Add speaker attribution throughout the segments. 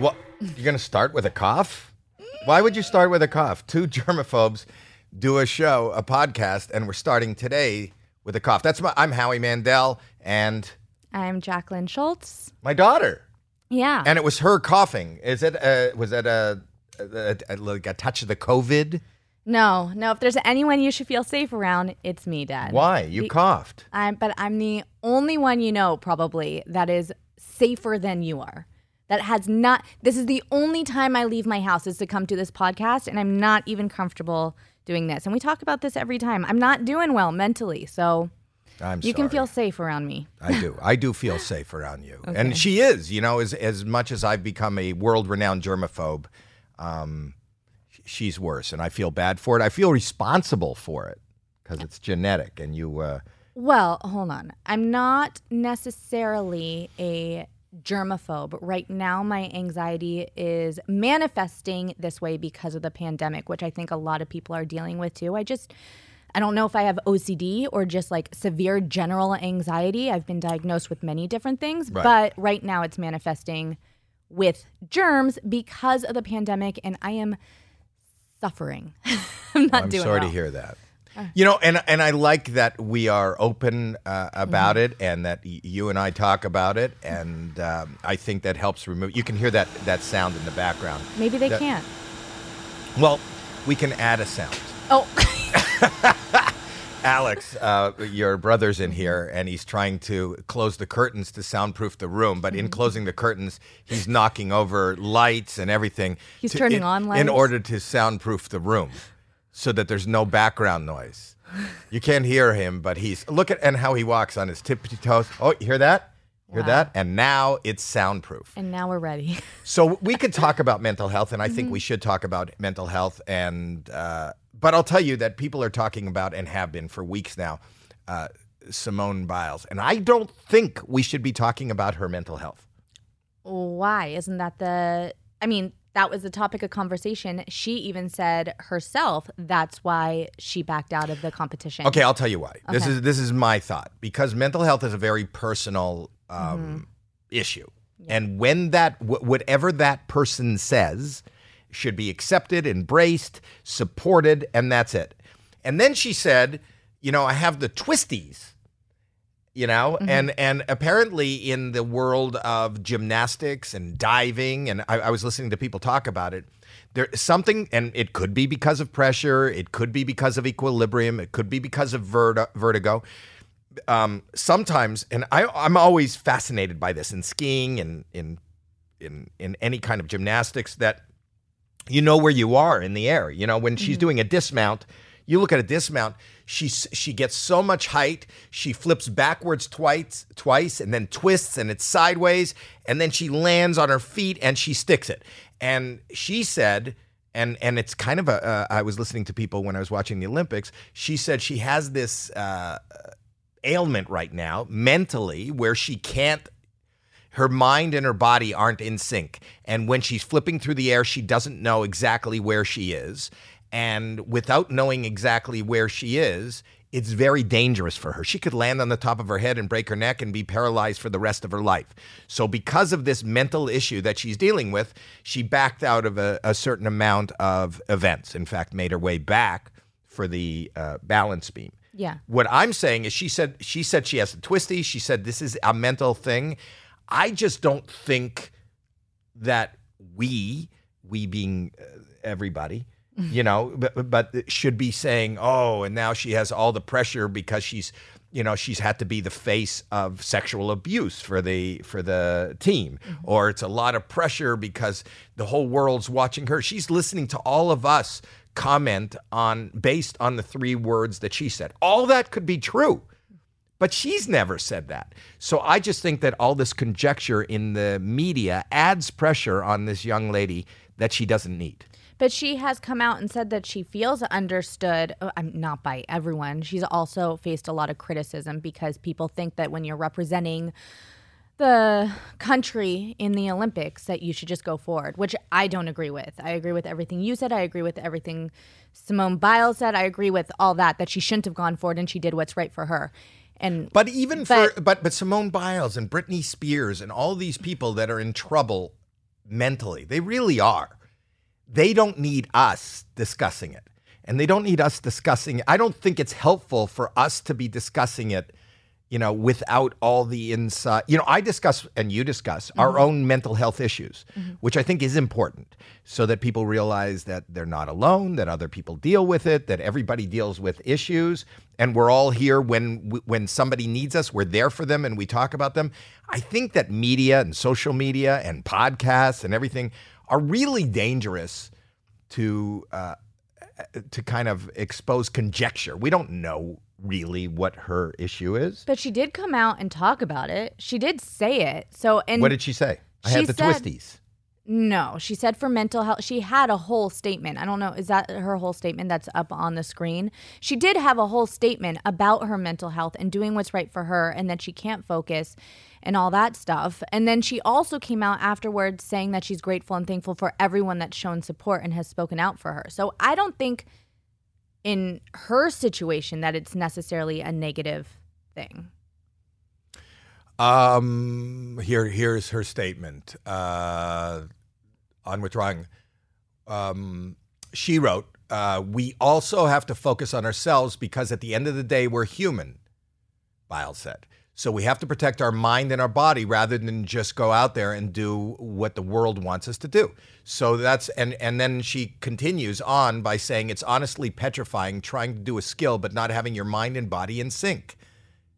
Speaker 1: You're going to start with a cough? Why would you start with a cough? Two germaphobes do a show, a podcast, and we're starting today with a cough. That's my. I'm Howie Mandel and
Speaker 2: I'm Jacqueline Schultz.
Speaker 1: my daughter,
Speaker 2: Yeah.
Speaker 1: and it was her coughing. Is it? uh was that a, a, a like a touch of the COVID?
Speaker 2: no, no. If there's anyone you should feel safe around, it's me, Dad.
Speaker 1: Why you coughed?
Speaker 2: I'm, but I'm the only one you know probably that is safer than you are. That has not. This is the only time I leave my house is to come to this podcast, and I'm not even comfortable doing this. And we talk about this every time. I'm not doing well mentally, so
Speaker 1: I'm.
Speaker 2: you can
Speaker 1: sorry.
Speaker 2: feel safe around me.
Speaker 1: I do. I do feel safe around you. And she is, you know, as as much as I've become a world renowned germaphobe, um, sh- she's worse, and I feel bad for it. I feel responsible for it because it's genetic, and you. Uh,
Speaker 2: Well, hold on. I'm not necessarily a germaphobe. Right now, my anxiety is manifesting this way because of the pandemic, which I think a lot of people are dealing with too. I just, I don't know if I have OCD or just like severe general anxiety. I've been diagnosed with many different things,
Speaker 1: Right.
Speaker 2: but right now it's manifesting with germs because of the pandemic, and I am suffering. I'm not
Speaker 1: I'm
Speaker 2: doing
Speaker 1: sorry
Speaker 2: well.
Speaker 1: to
Speaker 2: Uh.
Speaker 1: hear that. You know, and and I like that we are open uh, about
Speaker 2: Mm-hmm.
Speaker 1: it, and that y- you and I talk about it, and um, I think that helps remove. You can hear that that sound in the background.
Speaker 2: Maybe they
Speaker 1: That-
Speaker 2: can't.
Speaker 1: Well, we can add a sound.
Speaker 2: Oh.
Speaker 1: Alex, uh, your brother's in here, and he's trying to close the curtains to soundproof the room. But
Speaker 2: Mm-hmm.
Speaker 1: in closing the curtains, he's knocking over lights and everything.
Speaker 2: He's
Speaker 1: to-
Speaker 2: turning
Speaker 1: in,
Speaker 2: on
Speaker 1: in
Speaker 2: lights?
Speaker 1: order to soundproof the room, so that there's no background noise. You can't hear him, but he's look at and how he walks on his tippy toes. Oh, you hear that? Hear that? And now it's soundproof.
Speaker 2: and now we're ready.
Speaker 1: So we could talk about mental health, and I think we should talk about mental health. And uh, but I'll tell you that people are talking about and have been for weeks now, uh, Simone Biles, and I don't think we should be talking about her mental health.
Speaker 2: why isn't that the i mean that was the topic of conversation she even said herself that's why she backed out of the competition
Speaker 1: Okay, I'll tell you why. This
Speaker 2: Okay.
Speaker 1: is this is my thought because mental health is a very personal um, issue, and when that wh- whatever that person says should be accepted, embraced, supported, and that's it. And then she said, "You know, I have the twisties." you know and and apparently in the world of gymnastics and diving and I, I was listening to people talk about it there something and it could be because of pressure it could be because of equilibrium it could be because of verti- vertigo um, sometimes and I, i'm always fascinated by this in skiing and in in in any kind of gymnastics that you know where you are in the air. You know, when she's doing a dismount, you look at a dismount, she s- she gets so much height, she flips backwards twice twice and then twists and it's sideways and then she lands on her feet and she sticks it. And she said and and it's kind of a uh, I was listening to people when I was watching the Olympics, she said she has this uh ailment right now mentally where she can't her mind and her body aren't in sync. And when she's flipping through the air, she doesn't know exactly where she is. And without knowing exactly where she is, it's very dangerous for her. She could land on the top of her head and break her neck and be paralyzed for the rest of her life. So, because of this mental issue that she's dealing with, she backed out of a, a certain amount of events. In fact, made her way back for the uh, balance beam.
Speaker 2: Yeah.
Speaker 1: What I'm saying is she said she said she has the twisty. She said this is a mental thing. I just don't think that we we being uh, everybody, you know, but, but should be saying, "Oh, and now she has all the pressure because she's you know she's had to be the face of sexual abuse for the for the team or it's a lot of pressure because the whole world's watching her she's listening to all of us comment on based on the three words that she said all that could be true but she's never said that. So I just think that all this conjecture in the media adds pressure on this young lady that she doesn't need.
Speaker 2: but she has come out and said that she feels understood uh, i'm not by everyone she's also faced a lot of criticism because people think that when you're representing the country in the Olympics that you should just go forward, which I don't agree with. I agree with everything you said. I agree with everything Simone Biles said. I agree with all that, that she shouldn't have gone forward and she did what's right for her. And
Speaker 1: But even
Speaker 2: But-
Speaker 1: for but but Simone Biles and Britney Spears and all these people that are in trouble mentally. They really are. They don't need us discussing it. And they don't need us discussing I don't think it's helpful for us to be discussing it, you know, without all the inside. You know, I discuss and you discuss our own mental health issues, which I think is important so that people realize that they're not alone, that other people deal with it, that everybody deals with issues and we're all here when when somebody needs us, we're there for them and we talk about them. I think that media and social media and podcasts and everything are really dangerous to uh, to kind of expose conjecture. We don't know really what her issue is.
Speaker 2: But she did come out and talk about it. She did say it. So and
Speaker 1: What did she say? I
Speaker 2: She
Speaker 1: had the
Speaker 2: said-
Speaker 1: twisties.
Speaker 2: no, she said for mental health. She had a whole statement. I don't know. Is that her whole statement that's up on the screen? She did have a whole statement about her mental health and doing what's right for her and that she can't focus and all that stuff. And then she also came out afterwards saying that she's grateful and thankful for everyone that's shown support and has spoken out for her. So I don't think in her situation that it's necessarily a negative thing.
Speaker 1: Um, here, here's her statement uh, on withdrawing. Um, she wrote, uh, "We also have to focus on ourselves because at the end of the day, we're human." Biles said, "So we have to protect our mind and our body rather than just go out there and do what the world wants us to do." So that's and and then she continues on by saying, "It's honestly petrifying trying to do a skill but not having your mind and body in sync."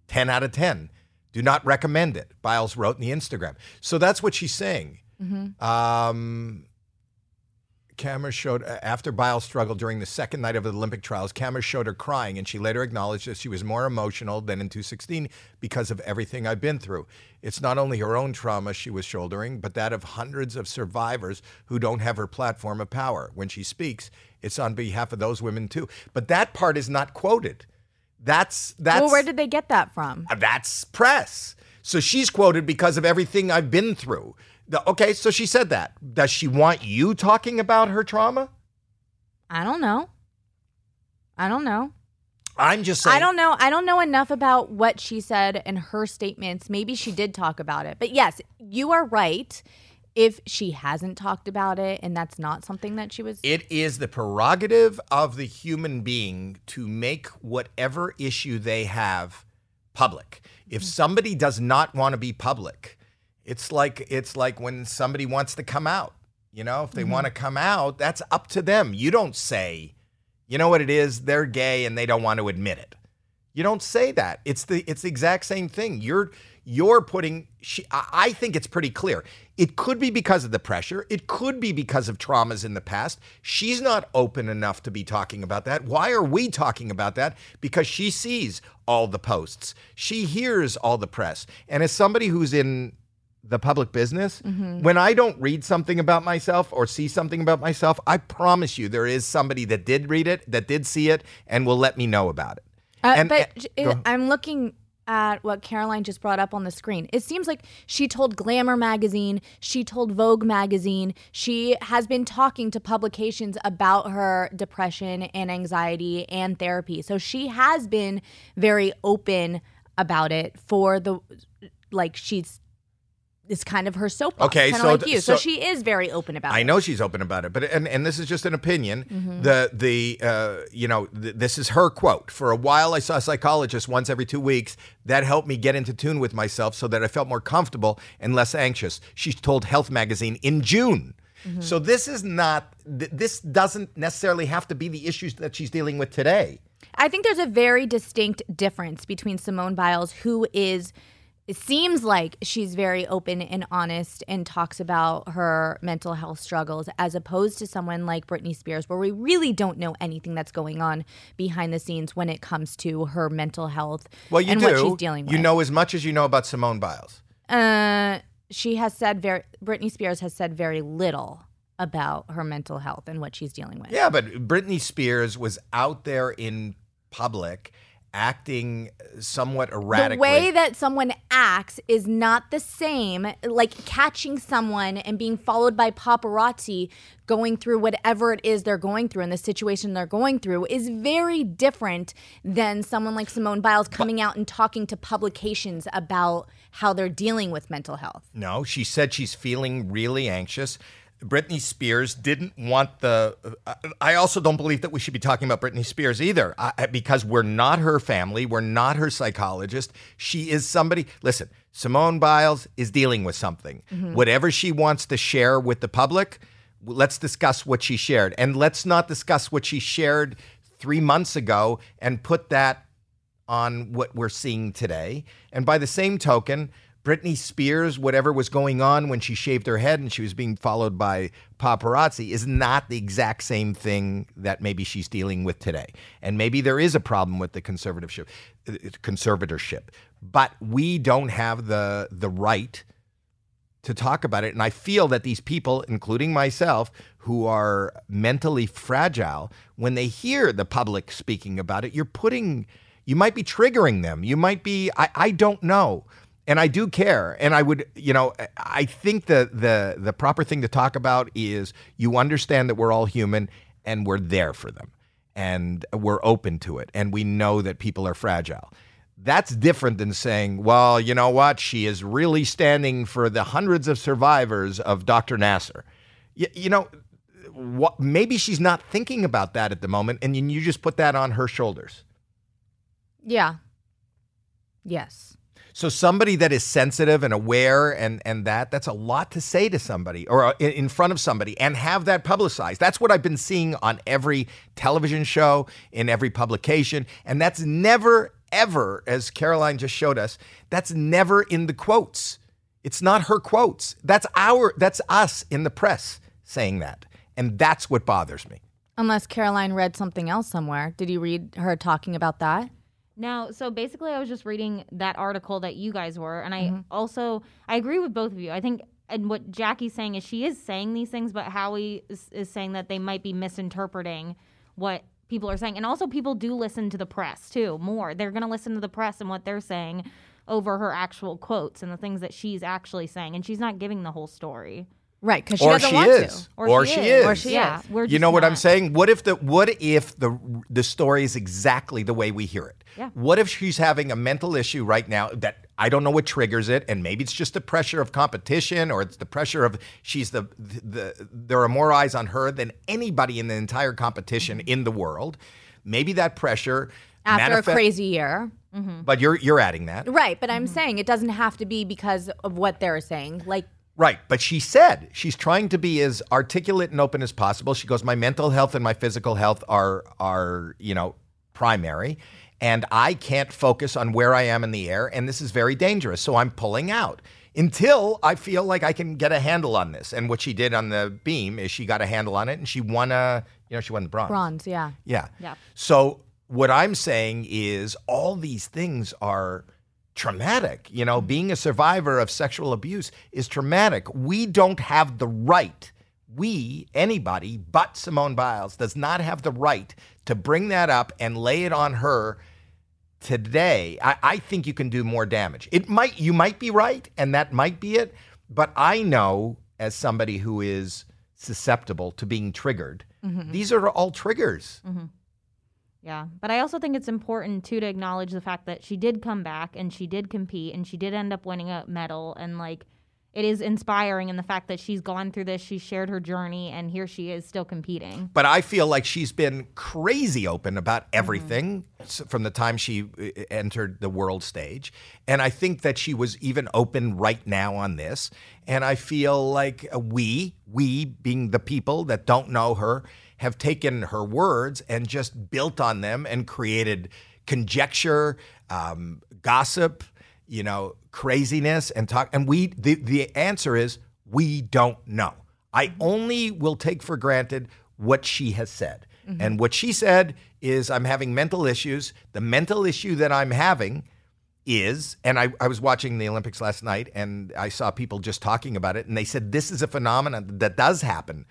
Speaker 1: 10 out of 10. Do not recommend it, Biles wrote in the Instagram. So that's what she's saying.
Speaker 2: Mm-hmm.
Speaker 1: Um, cameras showed, uh, after Biles struggled during the second night of the Olympic trials, cameras showed her crying, and she later acknowledged that she was more emotional than in 216 because of everything I've been through. It's not only her own trauma she was shouldering, but that of hundreds of survivors who don't have her platform of power. When she speaks, it's on behalf of those women too. But that part is not quoted. That's that's
Speaker 2: well, where did they get that from?
Speaker 1: Uh, that's press. So she's quoted because of everything I've been through. The- okay, so she said that. Does she want you talking about her trauma?
Speaker 2: I don't know. I don't know.
Speaker 1: I'm just saying.
Speaker 2: I don't know. I don't know enough about what she said and her statements. Maybe she did talk about it. But yes, you are right. If she hasn't talked about it and that's not something that she was
Speaker 1: It is the prerogative of the human being to make whatever issue they have public. If
Speaker 2: Mm.
Speaker 1: somebody does not want to be public, it's like it's like when somebody wants to come out. You know, if they
Speaker 2: Mm-hmm.
Speaker 1: want to come out, that's up to them. You don't say, you know what it is, they're gay and they don't want to admit it. You don't say that. It's the it's the exact same thing. You're you're putting. She, I I think it's pretty clear. It could be because of the pressure. It could be because of traumas in the past. She's not open enough to be talking about that. Why are we talking about that? Because she sees all the posts. She hears all the press. And as somebody who's in the public business, when I don't read something about myself or see something about myself, I promise you there is somebody that did read it, that did see it, and will let me know about it.
Speaker 2: Uh,
Speaker 1: And-
Speaker 2: but
Speaker 1: and-
Speaker 2: j-
Speaker 1: go
Speaker 2: it,
Speaker 1: ahead.
Speaker 2: I'm looking at what Caroline just brought up on the screen. It seems like she told Glamour magazine, she told Vogue magazine, she has been talking to publications about her depression and anxiety and therapy. So she has been very open about it for the like she's it's kind of her soapbox,
Speaker 1: Okay,
Speaker 2: kind
Speaker 1: so
Speaker 2: of like
Speaker 1: th-
Speaker 2: you. So,
Speaker 1: so-
Speaker 2: she is very open about
Speaker 1: I
Speaker 2: it.
Speaker 1: know she's open about it, but and, and this is just an opinion.
Speaker 2: Mm-hmm.
Speaker 1: The the uh, you know th- this is her quote. For a while, I saw a psychologist once every two weeks. That helped me get into tune with myself, so that I felt more comfortable and less anxious. She told Health Magazine in June.
Speaker 2: Mm-hmm.
Speaker 1: So this is not. Th- this doesn't necessarily have to be the issues that she's dealing with today.
Speaker 2: I think there's a very distinct difference between Simone Biles, who is, it seems like she's very open and honest and talks about her mental health struggles, as opposed to someone like Britney Spears, where we really don't know anything that's going on behind the scenes when it comes to her mental health
Speaker 1: Well, you
Speaker 2: and
Speaker 1: do.
Speaker 2: what she's dealing with.
Speaker 1: You know as much as you know about Simone Biles.
Speaker 2: Uh, she has said very, Britney Spears has said very little about her mental health and what she's dealing with.
Speaker 1: Yeah, but Britney Spears was out there in public acting somewhat erratically.
Speaker 2: The way that someone acts is not the same, like catching someone and being followed by paparazzi going through whatever it is they're going through and the situation they're going through is very different than someone like Simone Biles coming out and talking to publications about how they're dealing with mental health.
Speaker 1: No, she said she's feeling really anxious. Britney Spears didn't want the. I- I also don't believe that we should be talking about Britney Spears either, I, I- because we're not her family. We're not her psychologist. She is somebody. Listen, Simone Biles is dealing with something. Whatever she wants to share with the public, w- let's discuss what she shared, and let's not discuss what she shared three months ago and put that on what we're seeing today. And by the same token, Britney Spears, whatever was going on when she shaved her head and she was being followed by paparazzi, is not the exact same thing that maybe she's dealing with today. And maybe there is a problem with the conservatorship, uh, conservatorship. But we don't have the the right to talk about it. And I feel that these people, including myself, who are mentally fragile, when they hear the public speaking about it, you're putting, you might be triggering them. You might be, I, I don't know. And I do care. And I would, you know, I- I think the, the, the proper thing to talk about is you understand that we're all human and we're there for them and we're open to it and we know that people are fragile. That's different than saying, well, you know what? She is really standing for the hundreds of survivors of Dr. Nasser. Y- you know, what, maybe she's not thinking about that at the moment, and you, you just put that on her shoulders.
Speaker 2: Yeah. Yes.
Speaker 1: So somebody that is sensitive and aware and and that that's a lot to say to somebody or uh, in, in front of somebody and have that publicized. That's what I've been seeing on every television show, in every publication, and that's never ever as Caroline just showed us, that's never in the quotes. It's not her quotes. That's our that's us in the press saying that. And that's what bothers me.
Speaker 2: Unless Caroline read something else somewhere. Did you read her talking about that?
Speaker 3: Now, so basically, I was just reading that article that you guys were, and I also I agree with both of you. I think, and what Jackie's saying is she is saying these things, but Howie is, is saying that they might be misinterpreting what people are saying, and also people do listen to the press too more. They're going to listen to the press and what they're saying over her actual quotes and the things that she's actually saying, and she's not giving the whole story.
Speaker 2: Right, because she
Speaker 1: or
Speaker 2: doesn't
Speaker 1: she
Speaker 2: want
Speaker 1: is.
Speaker 2: to.
Speaker 1: Or, she, is.
Speaker 3: Or
Speaker 2: she
Speaker 3: yeah,
Speaker 2: is.
Speaker 3: We're
Speaker 1: you
Speaker 3: just
Speaker 1: know what I'm
Speaker 3: not.
Speaker 1: saying? What if the what if the the story is exactly the way we hear it?
Speaker 3: Yeah.
Speaker 1: What if she's having a mental issue right now that I don't know what triggers it, and maybe it's just the pressure of competition, or it's the pressure of she's the the, there are more eyes on her than anybody in the entire competition in the world. Maybe that pressure
Speaker 2: After a
Speaker 1: manifest-
Speaker 2: crazy year.
Speaker 1: But you're you're adding that.
Speaker 2: Right, but I'm saying it doesn't have to be because of what they're saying. Like,
Speaker 1: Right. But she said she's trying to be as articulate and open as possible. She goes, My mental health and my physical health are are, you know, primary. And I can't focus on where I am in the air, and this is very dangerous. So I'm pulling out until I feel like I can get a handle on this. And what she did on the beam is she got a handle on it and she won a you know, she won the bronze.
Speaker 2: bronze, yeah.
Speaker 1: Yeah.
Speaker 3: Yeah.
Speaker 1: So what I'm saying is all these things are traumatic. You know, being a survivor of sexual abuse is traumatic. We don't have the right. We, anybody but Simone Biles, does not have the right to bring that up and lay it on her today. I, I think you can do more damage. It might you might be right, and that might be it, but I know as somebody who is susceptible to being triggered, these are all triggers.
Speaker 3: Yeah, but I also think it's important too to acknowledge the fact that she did come back and she did compete and she did end up winning a medal and like it is inspiring in the fact that she's gone through this, she shared her journey and here she is still competing.
Speaker 1: But I feel like she's been crazy open about everything s from the time she uh, entered the world stage. And I think that she was even open right now on this. And I feel like uh, we, we being the people that don't know her, have taken her words and just built on them and created conjecture, um, gossip, you know, craziness and talk. And we, the, the answer is we don't know. I only will take for granted what she has said. And what she said is, I'm having mental issues. The mental issue that I'm having is, and I, I was watching the Olympics last night and I saw people just talking about it, and they said, This is a phenomenon that does happen.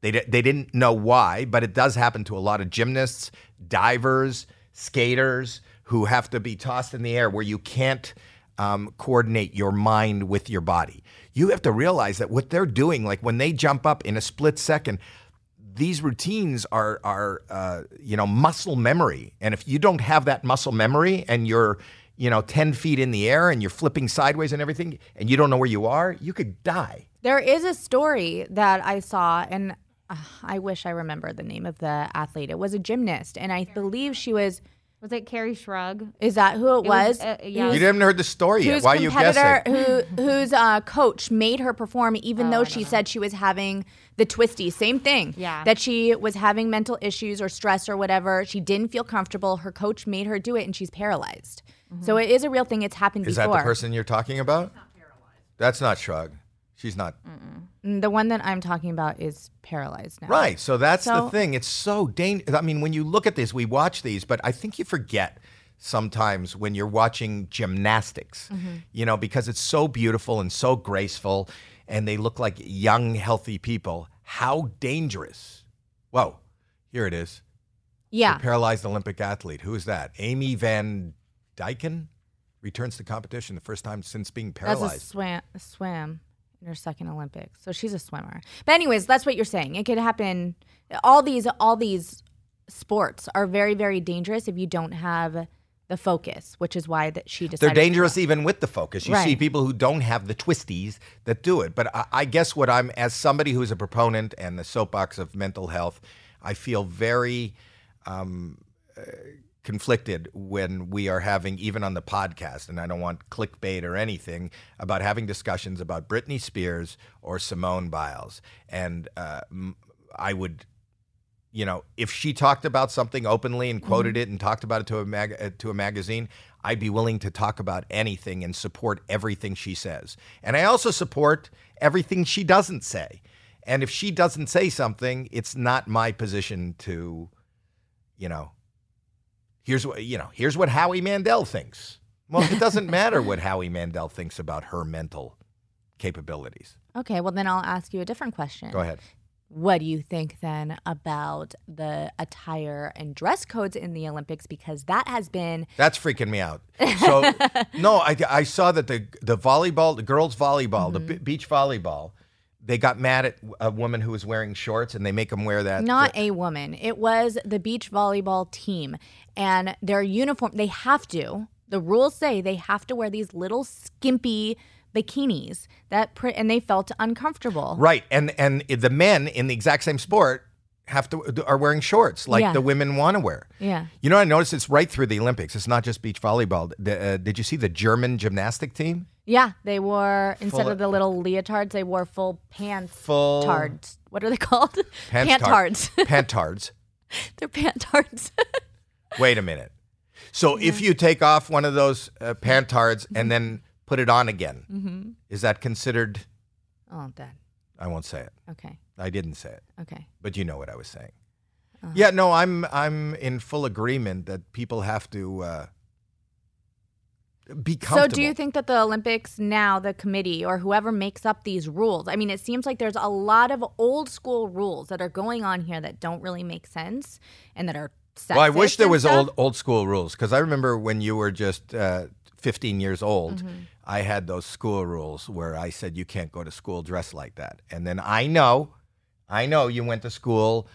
Speaker 1: They, di- they didn't know why, but it does happen to a lot of gymnasts, divers, skaters who have to be tossed in the air where you can't um, coordinate your mind with your body. You have to realize that what they're doing, like when they jump up in a split second, these routines are are uh, you know muscle memory, and if you don't have that muscle memory and you're you know ten feet in the air and you're flipping sideways and everything, and you don't know where you are, you could die.
Speaker 2: There is a story that I saw, and uh, I wish I remembered the name of the athlete. It was a gymnast, and I believe she was.
Speaker 3: Was it Carrie Shrug?
Speaker 2: Is that who it,
Speaker 3: It
Speaker 2: was?
Speaker 3: was, uh, yeah.
Speaker 1: You
Speaker 3: Who's-
Speaker 1: haven't heard the story yet.
Speaker 2: Whose
Speaker 1: Why are you guessing?
Speaker 2: competitor, who whose uh, coach made her perform, even though she said she was having the twisty, same thing.
Speaker 3: Yeah.
Speaker 2: that she was having mental issues or stress or whatever. She didn't feel comfortable. Her coach made her do it, and she's paralyzed. So it is a real thing. It's happened
Speaker 1: Is
Speaker 2: before.
Speaker 1: that the person you're talking about? That's not Shrug. She's not.
Speaker 2: Mm, The one that I'm talking about is paralyzed now.
Speaker 1: Right. So that's the
Speaker 2: So-
Speaker 1: thing. It's so dangerous. I mean, when you look at this, we watch these, but I think you forget sometimes when you're watching gymnastics,
Speaker 2: Mm-hmm.
Speaker 1: you know, because it's so beautiful and so graceful and they look like young, healthy people. How dangerous. Whoa. Here it is.
Speaker 2: Yeah.
Speaker 1: The paralyzed Olympic athlete. Who is that? Amy Van Dyken returns to competition the first time since being
Speaker 2: That's a
Speaker 1: paralyzed.
Speaker 2: swam, a swim in her second Olympics. So she's a swimmer. But anyways, that's what you're saying. It could happen. All these, all these sports are very, very dangerous if you don't have the focus, which is why that she
Speaker 1: They're
Speaker 2: decided. to
Speaker 1: dangerous even with the focus. You see
Speaker 2: Right.
Speaker 1: people who don't have the twisties that do it. But I, I guess what I'm, as somebody who's a proponent and the soapbox of mental health, I feel very um, uh, conflicted when we are having, even on the podcast, and I don't want clickbait or anything, about having discussions about Britney Spears or Simone Biles. And uh, m- I would, you know, if she talked about something openly and quoted it and talked about it to a mag- uh, to a magazine, I'd be willing to talk about anything and support everything she says. And I also support everything she doesn't say. And if she doesn't say something, it's not my position to, you know, here's what you know here's what howie mandel thinks well it doesn't matter what howie mandel thinks about her mental capabilities
Speaker 2: Okay, well then I'll ask you a different question.
Speaker 1: go ahead
Speaker 2: What do you think then about the attire and dress codes in the Olympics? Because that has been
Speaker 1: that's freaking me out so no i, I saw that the the volleyball the girls volleyball
Speaker 2: Mm-hmm.
Speaker 1: the b- beach volleyball they got mad at a woman who was wearing shorts and they make them wear that
Speaker 2: Not a woman. It was the beach volleyball team and their uniform. They have to. The rules say they have to wear these little skimpy bikinis that pr- and they felt uncomfortable.
Speaker 1: right and and the men in the exact same sport have to are wearing shorts like
Speaker 2: Yeah.
Speaker 1: the women want to wear
Speaker 2: Yeah.
Speaker 1: you know i noticed it's right through the olympics it's not just beach volleyball the, uh, did you see the german gymnastic team
Speaker 2: Yeah, they wore instead
Speaker 1: Full-
Speaker 2: of the little leotards, they wore full pants
Speaker 1: full
Speaker 2: tards. What are they called?
Speaker 1: Pantards.
Speaker 2: Pantards.
Speaker 1: Pantards.
Speaker 2: They're pantards.
Speaker 1: Wait a minute. So if you take off one of those uh, pantards
Speaker 2: Mm-hmm.
Speaker 1: and then put it on again, is that considered?
Speaker 2: oh, that.
Speaker 1: I won't say it.
Speaker 2: Okay.
Speaker 1: I didn't say it,
Speaker 2: Okay.
Speaker 1: but you know what I was saying.
Speaker 2: Uh-huh.
Speaker 1: Yeah, no, I'm I'm in full agreement that people have to uh, be comfortable.
Speaker 2: So, do you think that the Olympics now, the committee or whoever makes up these rules? I mean, it seems like there's a lot of old school rules that are going on here that don't really make sense and that are. Sexist
Speaker 1: Well, I wish there
Speaker 2: and
Speaker 1: was
Speaker 2: stuff.
Speaker 1: old old school rules because I remember when you were just uh, 15 years old,
Speaker 2: Mm-hmm.
Speaker 1: I had those school rules where I said you can't go to school dressed like that. And then I know, I know you went to school,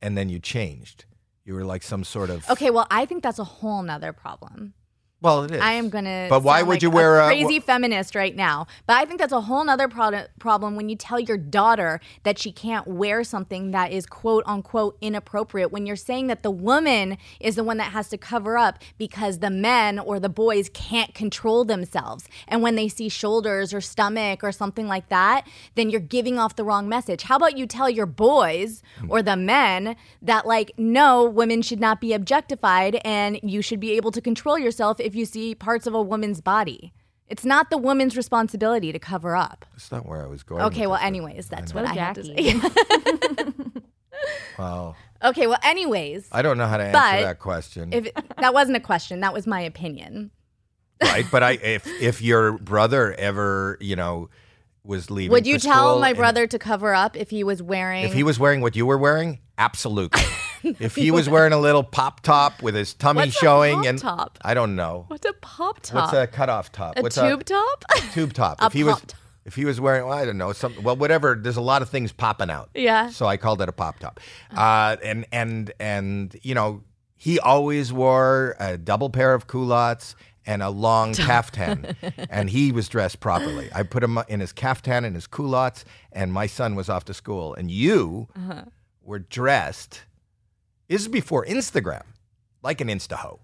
Speaker 1: and then you changed. You were like some sort of
Speaker 2: Okay, well, I think that's a whole nother problem.
Speaker 1: Well, it is.
Speaker 2: I am gonna.
Speaker 1: But why
Speaker 2: sound
Speaker 1: would
Speaker 2: like
Speaker 1: you wear a-
Speaker 2: a crazy feminist right now? But I think that's a whole nother pro- problem when you tell your daughter that she can't wear something that is quote unquote inappropriate. When you're saying that the woman is the one that has to cover up because the men or the boys can't control themselves, and when they see shoulders or stomach or something like that, then you're giving off the wrong message. How about you tell your boys or the men that like no, women should not be objectified, and you should be able to control yourself if you see parts of a woman's body. It's not the woman's responsibility to cover up.
Speaker 1: That's not where I was going.
Speaker 2: Okay,
Speaker 1: with
Speaker 2: well,
Speaker 1: this, but-
Speaker 2: anyways, that's
Speaker 3: Go
Speaker 2: what I had to
Speaker 3: Jackie.
Speaker 2: say.
Speaker 1: Wow.
Speaker 2: okay, well, anyways,
Speaker 1: I don't know how to answer
Speaker 2: But
Speaker 1: that question.
Speaker 2: if that wasn't a question, that was my opinion.
Speaker 1: right? But I, if if your brother ever, you know, was leaving,
Speaker 2: Would you
Speaker 1: for
Speaker 2: tell
Speaker 1: school
Speaker 2: my
Speaker 1: and-
Speaker 2: brother to cover up if he was wearing?
Speaker 1: If he was wearing what you were wearing, absolutely. If he was wearing a little pop top with his tummy
Speaker 2: What's a
Speaker 1: showing
Speaker 2: pop
Speaker 1: and
Speaker 2: top?
Speaker 1: I don't know.
Speaker 2: What's a pop
Speaker 1: What's
Speaker 2: top?
Speaker 1: a cutoff top?
Speaker 2: A
Speaker 1: What's
Speaker 2: tube top?
Speaker 1: tube top.
Speaker 2: A
Speaker 1: if he was
Speaker 2: pop top.
Speaker 1: if he was wearing well, I don't know, some well whatever, there's a lot of things popping out.
Speaker 2: Yeah.
Speaker 1: So I called it a pop top. Uh and and and you know, he always wore a double pair of culottes and a long caftan and he was dressed properly. I put him in his caftan and his culottes and my son was off to school and you
Speaker 2: Uh-huh.
Speaker 1: were dressed this is before Instagram like an insta hoe.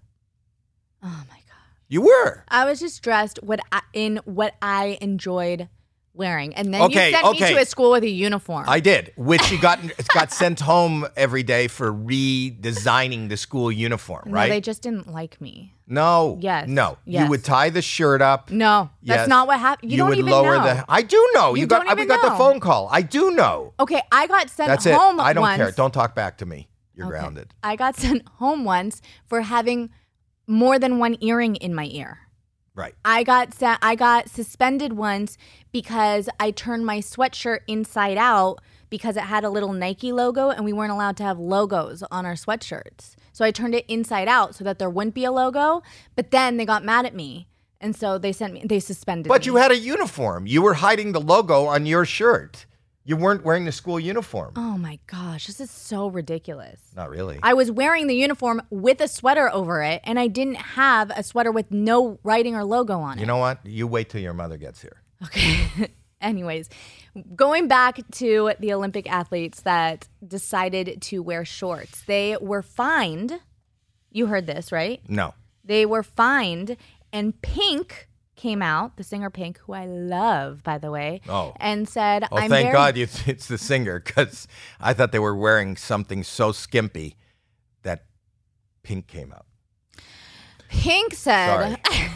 Speaker 2: oh my god.
Speaker 1: You were.
Speaker 2: I was just dressed what I, in what I enjoyed wearing, and then
Speaker 1: Okay,
Speaker 2: you sent
Speaker 1: okay.
Speaker 2: me to a school with a uniform.
Speaker 1: I did, which she got got sent home every day for redesigning the school uniform,
Speaker 2: no,
Speaker 1: right?
Speaker 2: they just didn't like me.
Speaker 1: no.
Speaker 2: Yes,
Speaker 1: No. You
Speaker 2: yes.
Speaker 1: would tie the shirt up.
Speaker 2: No, that's
Speaker 1: Yes.
Speaker 2: not what happened. You, don't
Speaker 1: would
Speaker 2: even
Speaker 1: lower
Speaker 2: know.
Speaker 1: the. I do know.
Speaker 2: You
Speaker 1: got.
Speaker 2: don't
Speaker 1: I- we
Speaker 2: even
Speaker 1: got the
Speaker 2: know.
Speaker 1: phone call. I do know.
Speaker 2: okay, I got sent
Speaker 1: That's it.
Speaker 2: home.
Speaker 1: I don't care.
Speaker 2: once-
Speaker 1: Don't talk back to me. You're
Speaker 2: Okay.
Speaker 1: grounded.
Speaker 2: I got sent home once for having more than one earring in my ear.
Speaker 1: Right.
Speaker 2: I got sa- I got suspended once because I turned my sweatshirt inside out because it had a little Nike logo and we weren't allowed to have logos on our sweatshirts. So I turned it inside out so that there wouldn't be a logo, but then they got mad at me. And so they sent me they suspended
Speaker 1: But
Speaker 2: me.
Speaker 1: you had a uniform. You were hiding the logo on your shirt. You weren't wearing the school uniform.
Speaker 2: Oh my gosh, this is so ridiculous.
Speaker 1: Not really.
Speaker 2: I was wearing the uniform with a sweater over it and I didn't have a sweater with no writing or logo on it.
Speaker 1: you know what? You wait till your mother gets here.
Speaker 2: Okay. Anyways, going back to the Olympic athletes that decided to wear shorts, they were fined. You heard this, right?
Speaker 1: No.
Speaker 2: They were fined, and Pink came out, the singer Pink, who I love, by the way,
Speaker 1: Oh.
Speaker 2: and said,
Speaker 1: Oh,
Speaker 2: I'm
Speaker 1: thank
Speaker 2: very-
Speaker 1: God it's, it's the singer because I thought they were wearing something so skimpy that pink came out.
Speaker 2: Pink said,
Speaker 1: Sorry.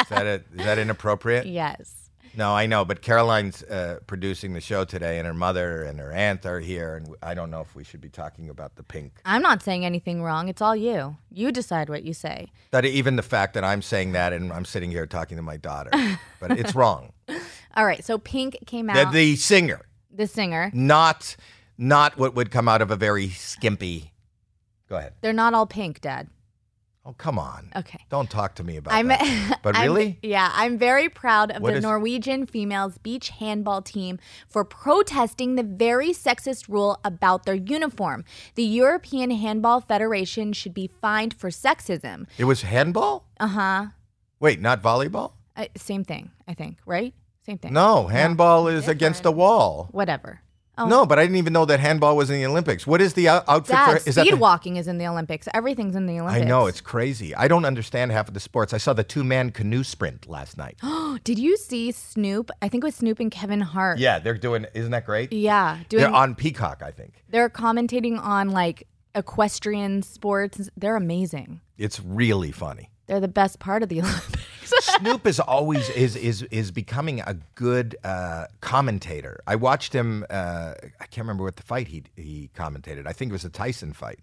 Speaker 1: is, that a, is that inappropriate?
Speaker 2: Yes.
Speaker 1: No, I know, but Caroline's uh, producing the show today, and her mother and her aunt are here, and I don't know if we should be talking about the pink.
Speaker 2: I'm not saying anything wrong. It's all you. You decide what you say.
Speaker 1: That even the fact that I'm saying that and I'm sitting here talking to my daughter, but it's wrong.
Speaker 2: All right. So Pink came
Speaker 1: The,
Speaker 2: out, the,
Speaker 1: the singer,
Speaker 2: singer.
Speaker 1: not not what would come out of a very skimpy. Go ahead.
Speaker 2: They're not all pink, Dad.
Speaker 1: Oh, come on.
Speaker 2: Okay.
Speaker 1: Don't talk to me about
Speaker 2: I'm-
Speaker 1: that. But
Speaker 2: I'm-
Speaker 1: really,
Speaker 2: yeah, I'm very proud of
Speaker 1: What
Speaker 2: the
Speaker 1: is-
Speaker 2: Norwegian females beach handball team for protesting the very sexist rule about their uniform. The European Handball Federation should be fined for sexism.
Speaker 1: It was handball?
Speaker 2: Uh huh.
Speaker 1: Wait, not volleyball?
Speaker 2: Uh, same thing, I think, right? Same thing.
Speaker 1: No, handball is against a wall.
Speaker 2: Whatever.
Speaker 1: No, but I didn't even know that handball was in the Olympics. What is the out- outfit
Speaker 2: Dad,
Speaker 1: for? Is
Speaker 2: speed
Speaker 1: the-
Speaker 2: walking is in the Olympics. Everything's in the
Speaker 1: I
Speaker 2: Olympics.
Speaker 1: know it's crazy. I don't understand half of the sports. I saw the two-man canoe sprint last night.
Speaker 2: Did you see Snoop? I think it was Snoop and Kevin Hart.
Speaker 1: yeah, they're doing. Isn't that great?
Speaker 2: Yeah. Doing,
Speaker 1: They're
Speaker 2: they're,
Speaker 1: on Peacock, I think.
Speaker 2: commentating on like equestrian sports. They're amazing.
Speaker 1: It's really funny.
Speaker 2: They're the best part of the Olympics.
Speaker 1: Snoop is always is is is becoming a good uh, commentator. I watched him. Uh, I can't remember what the fight he he commentated. I think it was a Tyson fight.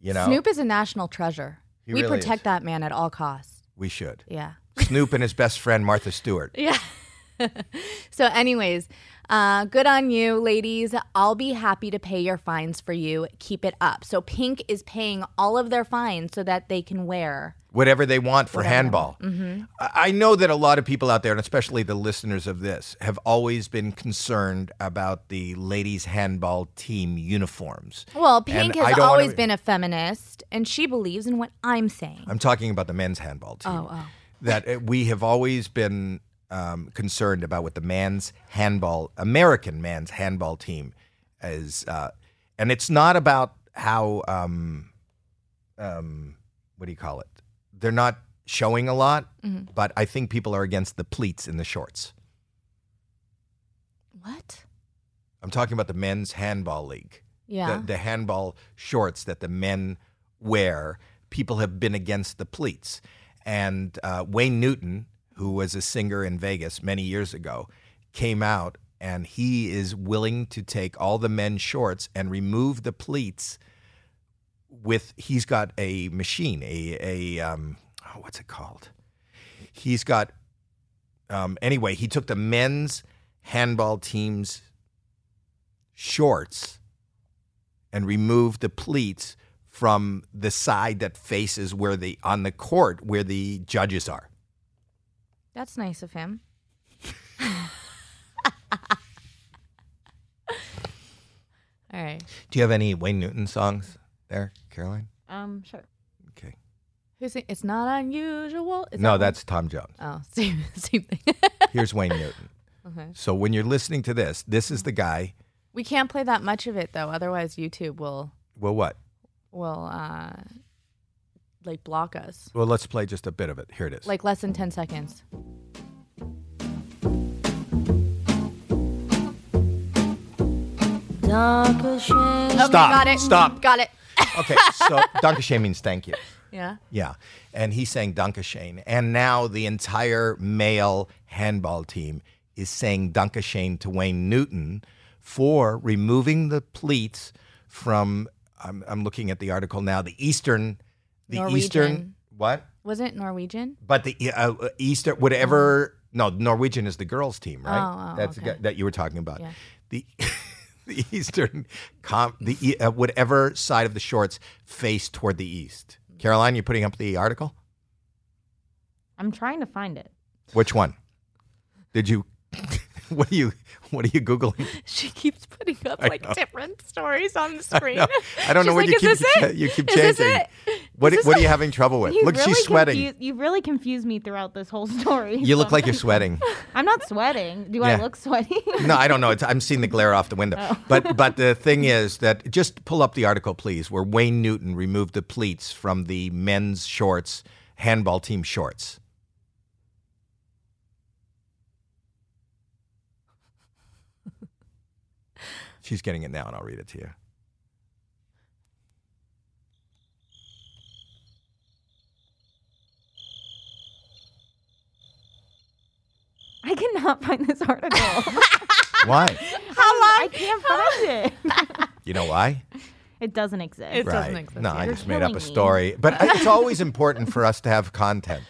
Speaker 1: You know,
Speaker 2: Snoop is a national treasure.
Speaker 1: He
Speaker 2: we
Speaker 1: really
Speaker 2: protect
Speaker 1: is.
Speaker 2: that man at all costs.
Speaker 1: we should.
Speaker 2: Yeah.
Speaker 1: Snoop and his best friend Martha Stewart.
Speaker 2: Yeah. so, anyways, uh, good on you, ladies. I'll be happy to pay your fines for you. Keep it up. So, Pink is paying all of their fines so that they can wear.
Speaker 1: whatever they want for handball.
Speaker 2: Mm-hmm.
Speaker 1: I I know that a lot of people out there, and especially the listeners of this, have always been concerned about the ladies' handball team uniforms.
Speaker 2: Well,
Speaker 1: And
Speaker 2: Pink
Speaker 1: I
Speaker 2: has
Speaker 1: don't wanna
Speaker 2: always
Speaker 1: be-
Speaker 2: been a feminist, and she believes in what I'm saying.
Speaker 1: I'm talking about the men's handball team.
Speaker 2: Oh, oh.
Speaker 1: That uh, we have always been um, concerned about what the man's handball, American man's handball team is. Uh, and it's not about how, um, um, what do you call it? They're not showing a lot,
Speaker 2: Mm-hmm.
Speaker 1: but I think people are against the pleats in the shorts.
Speaker 2: What?
Speaker 1: I'm talking about the men's handball league.
Speaker 2: Yeah.
Speaker 1: The, the handball shorts that the men wear, people have been against the pleats. And uh, Wayne Newton, who was a singer in Vegas many years ago, came out and he is willing to take all the men's shorts and remove the pleats with he's got a machine a a um oh, what's it called he's got um anyway he took the men's handball team's shorts and remove the pleats from the side that faces where the on the court where the judges are.
Speaker 2: That's nice of him. All right.
Speaker 1: Do you have any Wayne Newton songs there, Caroline?
Speaker 3: Um, sure.
Speaker 1: Okay.
Speaker 2: Who's it? It's not unusual. Is
Speaker 1: no,
Speaker 2: that
Speaker 1: that's Tom Jones.
Speaker 2: one? oh same same thing.
Speaker 1: Here's Wayne Newton. So when you're listening to this, this is the guy.
Speaker 2: we can't play that much of it though, otherwise YouTube will
Speaker 1: Well, what?
Speaker 2: will uh like block us.
Speaker 1: Well, let's play just a bit of it. Here it is.
Speaker 2: Like less than ten seconds. Okay,
Speaker 1: Stop.
Speaker 2: got it.
Speaker 1: Stop.
Speaker 2: Got it.
Speaker 1: okay, so Dankeschön means thank you.
Speaker 2: Yeah.
Speaker 1: Yeah. And he sang Dankeschön. And now the entire male handball team is saying Dankeschön to Wayne Newton for removing the pleats from, I'm, I'm looking at the article now, the Eastern, the Eastern,
Speaker 2: Norwegian.
Speaker 1: what?
Speaker 2: Was it Norwegian?
Speaker 1: But the uh, uh, Eastern, whatever, no, Norwegian is the girls' team, right?
Speaker 2: Uh-huh. Oh, oh,
Speaker 1: That's the
Speaker 2: okay.
Speaker 1: guy- that you were talking about.
Speaker 2: Yeah.
Speaker 1: The, the Eastern, com- the e- uh, whatever side of the shorts face toward the East.
Speaker 2: Mm-hmm.
Speaker 1: Caroline, you putting up the article?
Speaker 3: I'm trying to find it.
Speaker 1: Which one? Did you? what are you? What are you googling?
Speaker 2: She keeps putting up like different stories on the screen.
Speaker 1: No, I don't know
Speaker 2: She's
Speaker 1: what
Speaker 2: like,
Speaker 1: you
Speaker 2: "Is
Speaker 1: keep.
Speaker 2: this it?
Speaker 1: You keep
Speaker 2: Is this
Speaker 1: changing.
Speaker 2: it?
Speaker 1: What? i-
Speaker 2: Is this
Speaker 1: What are
Speaker 2: it?"
Speaker 1: you having trouble with?
Speaker 3: You
Speaker 1: Look, she's
Speaker 3: really
Speaker 1: sweating.
Speaker 3: confuse- you've really confused me throughout this whole story.
Speaker 1: You look
Speaker 3: so-
Speaker 1: like you're sweating.
Speaker 3: I'm not sweating. Do
Speaker 1: Yeah.
Speaker 3: I look sweaty?
Speaker 1: No, I don't know. It's, I'm seeing the glare off the window.
Speaker 3: Oh.
Speaker 1: But but the thing is that just pull up the article, please, where Wayne Newton removed the pleats from the men's shorts, handball team shorts. She's getting it now, and I'll read it to you.
Speaker 3: I cannot find this article.
Speaker 1: Why?
Speaker 3: I can't find it.
Speaker 1: You know why?
Speaker 3: It doesn't exist.
Speaker 2: It's- doesn't exist
Speaker 1: No,
Speaker 2: yet.
Speaker 1: I
Speaker 2: You're
Speaker 1: just made up
Speaker 3: killing
Speaker 1: a
Speaker 3: me.
Speaker 1: story. But I- it's always important for us to have content.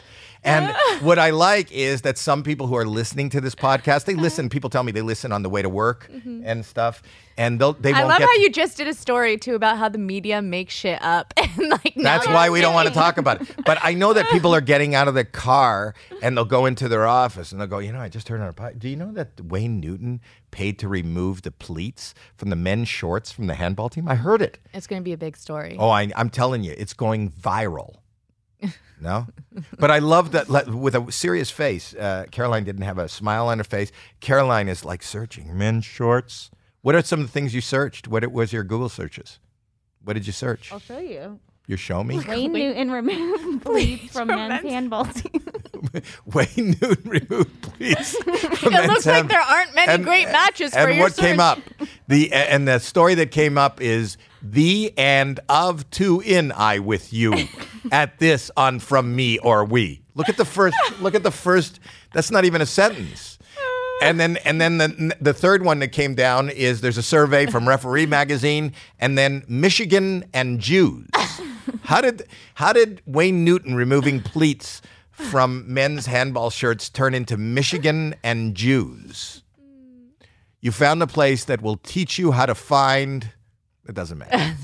Speaker 1: And what I like is that some people who are listening to this podcast,
Speaker 2: Uh-huh.
Speaker 1: they listen. People tell me they listen on the way to work and stuff, and they'll they
Speaker 2: Mm-hmm. I
Speaker 1: won't
Speaker 2: love
Speaker 1: get.
Speaker 2: how you just did a story too about how the media makes shit up and like now
Speaker 1: that's
Speaker 2: you're
Speaker 1: why we don't want to
Speaker 2: saying-
Speaker 1: talk about it. But I know that people are getting out of the car and they'll go into their office and they'll go, you know, I just heard on a pod. Do you know that Wayne Newton paid to remove the pleats from the men's shorts from the handball team? I heard it.
Speaker 2: It's gonna be a big story.
Speaker 1: Oh, I, I'm telling you, it's going viral. No, but I love that le- with a serious face. Uh, Caroline didn't have a smile on her face. Caroline is like searching men's shorts. What are some of the things you searched? What it was your Google searches? What did you search?
Speaker 2: Oh.
Speaker 3: I'll show you.
Speaker 1: You show me.
Speaker 3: Wayne Newton removed bleep from men's handball team.
Speaker 1: Wayne Newton removed, please.
Speaker 2: It looks like there aren't many great matches for
Speaker 1: And
Speaker 2: your
Speaker 1: what came up?
Speaker 2: search.
Speaker 1: The and the story that came up is the and of two in I with you at this on from me or we. Look at the first. Look at the first. That's not even a sentence. And then and then the the third one that came down is there's a survey from Referee Magazine and then Michigan and Jews. How did how did Wayne Newton removing pleats from men's handball shirts turn into Michigan and Jews? You found a place that will teach you how to find. It doesn't matter.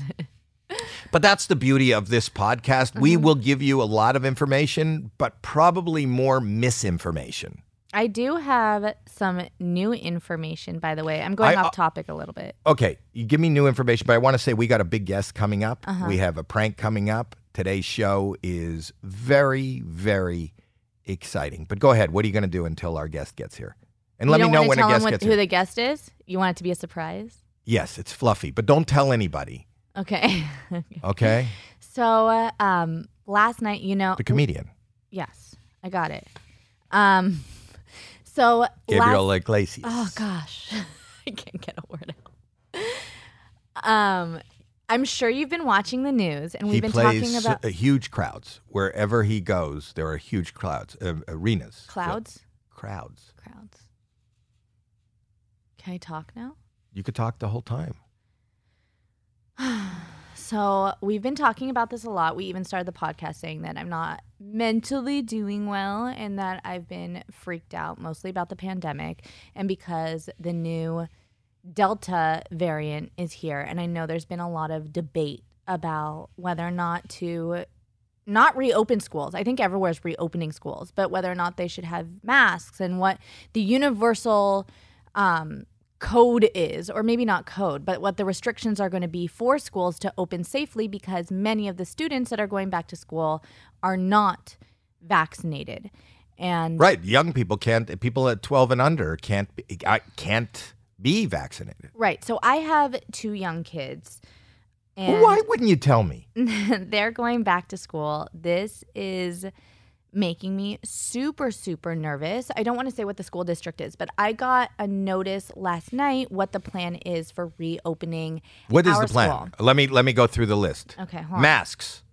Speaker 1: but that's the beauty of this podcast. We
Speaker 2: Mm-hmm.
Speaker 1: will give you a lot of information, but probably more misinformation.
Speaker 2: I do have some new information, by the way. I'm going
Speaker 1: I- uh,
Speaker 2: off topic a little bit.
Speaker 1: Okay, you give me new information, but I want to say we got a big guest coming up.
Speaker 2: Uh-huh.
Speaker 1: We have a prank coming up. Today's show is very, very exciting. But go ahead. What are you going to do until our guest gets here? And let
Speaker 2: you
Speaker 1: me
Speaker 2: don't
Speaker 1: know
Speaker 2: wanna
Speaker 1: when a
Speaker 2: tell 'em
Speaker 1: guest
Speaker 2: what-
Speaker 1: gets
Speaker 2: who
Speaker 1: here.
Speaker 2: the guest is. You want it to be a surprise.
Speaker 1: yes, it's fluffy, but don't tell anybody.
Speaker 2: Okay.
Speaker 1: Okay,
Speaker 2: so uh, um, last night, you know,
Speaker 1: the comedian
Speaker 2: yes, I got it. Um, so last,
Speaker 1: Gabriel Iglesias.
Speaker 2: Oh gosh, I can't get a word out. Um, I'm sure you've been watching the news, and we've
Speaker 1: he
Speaker 2: been
Speaker 1: plays
Speaker 2: talking
Speaker 1: s-
Speaker 2: about
Speaker 1: uh, huge crowds wherever he goes. There are huge crowds, uh, arenas,
Speaker 2: clouds.
Speaker 1: crowds.
Speaker 2: Crowds. Can I talk now?
Speaker 1: You could talk the whole time.
Speaker 2: So we've been talking about this a lot. We even started the podcast saying that I'm not mentally doing well and that I've been freaked out mostly about the pandemic and because the new Delta variant is here, and I know there's been a lot of debate about whether or not to not reopen schools. I think everywhere's reopening schools, but whether or not they should have masks and what the universal um, code is, or maybe not code, but what the restrictions are going to be for schools to open safely because many of the students that are going back to school are not vaccinated. And
Speaker 1: Right. Young people can't. People at 12 and under can't be, I can't be vaccinated.
Speaker 2: right, so I have two young kids.
Speaker 1: Well, why wouldn't you tell me?
Speaker 2: they're going back to school. This is making me super, super nervous. I don't want to say what the school district is, but I got a notice last night what the plan is for reopening.
Speaker 1: What is
Speaker 2: our
Speaker 1: the plan?
Speaker 2: school.
Speaker 1: Let me let me go through the list.
Speaker 2: Okay, hold on.
Speaker 1: Masks.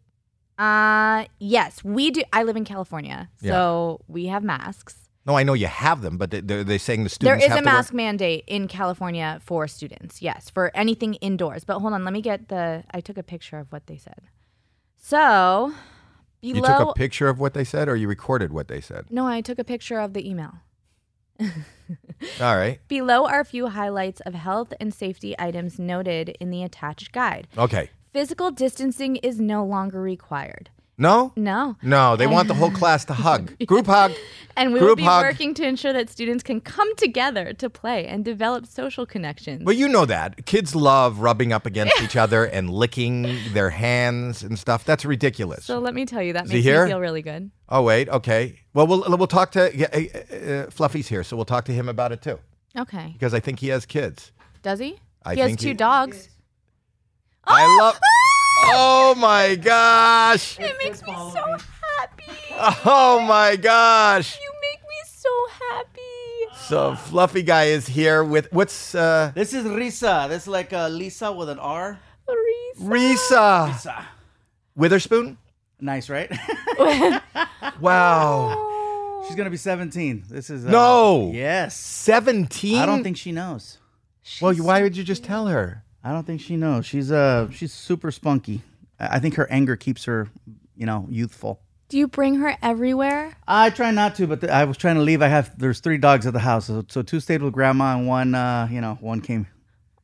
Speaker 2: Uh, yes, we do. I live in California, so we have masks.
Speaker 1: No, I know you have them, but they- they're, they're saying the
Speaker 2: There
Speaker 1: students
Speaker 2: is
Speaker 1: have
Speaker 2: a
Speaker 1: to wear-
Speaker 2: mask mandate in California for students, yes, for anything indoors. But hold on, let me get the. I took a picture of what they said. So, below.
Speaker 1: You took a picture of what they said, or you recorded what they said.
Speaker 2: no, I took a picture of the email.
Speaker 1: All right.
Speaker 2: Below are a few highlights of health and safety items noted in the attached guide.
Speaker 1: Okay.
Speaker 2: Physical distancing is no longer required.
Speaker 1: No.
Speaker 2: No.
Speaker 1: No, they want the whole class to hug. Group hug.
Speaker 2: And we will
Speaker 1: Group
Speaker 2: be
Speaker 1: hug.
Speaker 2: working to ensure that students can come together to play and develop social connections.
Speaker 1: Well, you know that. Kids love rubbing up against each other and licking their hands and stuff. That's ridiculous.
Speaker 2: so let me tell you, that
Speaker 1: Is
Speaker 2: makes
Speaker 1: he here?
Speaker 2: me feel really good.
Speaker 1: oh, wait. Okay. Well, we'll we'll talk to yeah, uh, uh, Fluffy's here, so we'll talk to him about it too
Speaker 2: Okay.
Speaker 1: because I think he has kids.
Speaker 2: Does he?
Speaker 1: I
Speaker 2: he has
Speaker 1: think
Speaker 2: two
Speaker 1: he-
Speaker 2: dogs.
Speaker 1: I love Oh my gosh.
Speaker 2: It makes me so happy.
Speaker 1: Oh my gosh.
Speaker 2: You make me so happy.
Speaker 1: So Fluffy guy is here with what's uh
Speaker 4: This is Risa. This is like uh, Lisa with an R.
Speaker 2: Reese.
Speaker 1: Risa
Speaker 4: Risa.
Speaker 1: Witherspoon?
Speaker 4: Nice, right?
Speaker 1: Wow.
Speaker 4: She's gonna be 17. This is uh,
Speaker 1: No.
Speaker 4: Yes.
Speaker 1: 17?
Speaker 4: I don't think she knows.
Speaker 1: Well, you- why would you just tell her?
Speaker 4: I don't think she knows. She's uh, she's super spunky. I I think her anger keeps her, you know, youthful.
Speaker 2: Do you bring her everywhere?
Speaker 4: I try not to, but th- I was trying to leave. I have there's three dogs at the house, so, so two stayed with grandma and one, uh, you know, one came.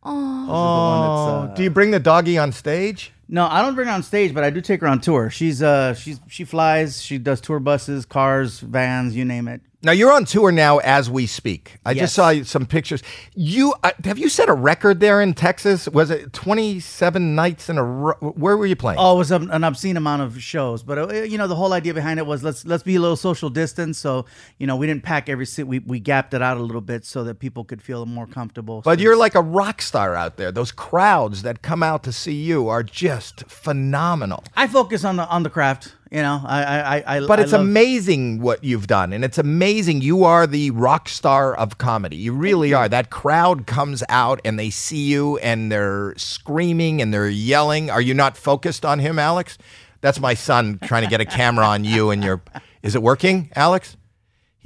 Speaker 2: Oh.
Speaker 4: one
Speaker 1: Oh,
Speaker 4: that's, uh,
Speaker 1: do you bring the doggy on stage?
Speaker 4: No, I don't bring her on stage, but I do take her on tour. She's uh, she's she flies. She does tour buses, cars, vans, you name it.
Speaker 1: Now you're on tour now as we speak. I just saw
Speaker 4: Yes.
Speaker 1: some pictures. You uh, have you set a record there in Texas? Was it 27 nights in a row? Where were you playing?
Speaker 4: Oh, it was an an obscene amount of shows, but uh, you know the whole idea behind it was let's let's be a little social distance. So you know we didn't pack every seat. We we gapped it out a little bit so that people could feel more comfortable.
Speaker 1: But you're like a rock star out there. Those crowds that come out to see you are just phenomenal.
Speaker 4: I focus on the on the craft. You know, I I I. I-
Speaker 1: But
Speaker 4: I
Speaker 1: it's
Speaker 4: love-
Speaker 1: amazing what you've done, and it's amazing you are the rock star of comedy. You really are. That crowd comes out and they see you, and they're screaming and they're yelling. Are you not focused on him, Alex? That's my son trying to get a camera on you and your. Is it working, Alex?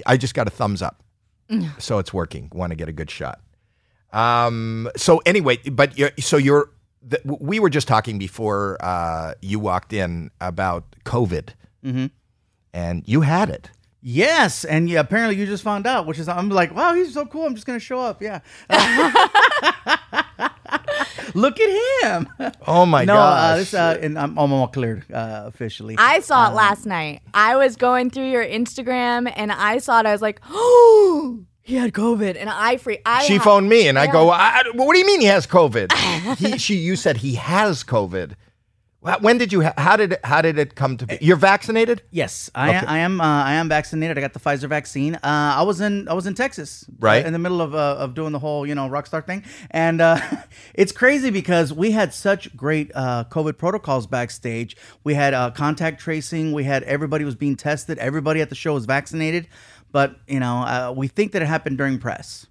Speaker 1: I just got a thumbs up,
Speaker 4: Mm.
Speaker 1: so it's working. Want to get a good shot. Um. So anyway, but you're, so you're. The, we were just talking before uh, you walked in about COVID, and you had it.
Speaker 4: Yes, and yeah, apparently you just found out, which is I'm like, wow, he's so cool. I'm just gonna show up. Yeah. Look at him.
Speaker 1: Oh my
Speaker 4: no,
Speaker 1: gosh!
Speaker 4: uh, this, uh, and I'm, I'm all cleared uh, officially.
Speaker 2: I
Speaker 1: Um,
Speaker 2: saw it last night. I was going through your Instagram and I saw it. I was like, oh, he had COVID, and I free. I
Speaker 1: she
Speaker 2: had-
Speaker 1: phoned me, and I go, I, I- "What do you mean he has COVID?" he, she, you said he has COVID. Wh- When did you? Ha- how did? it- How did it come to be? You're vaccinated,
Speaker 4: Yes, I, I am. Uh, I am vaccinated. I got the Pfizer vaccine. Uh, I was in. I was in Texas,
Speaker 1: Right.
Speaker 4: in the middle of uh, of doing the whole you know rock star thing, and uh, it's crazy because we had such great uh, COVID protocols backstage. We had uh, contact tracing. We had everybody was being tested. Everybody at the show was vaccinated, but you know uh, we think that it happened during press.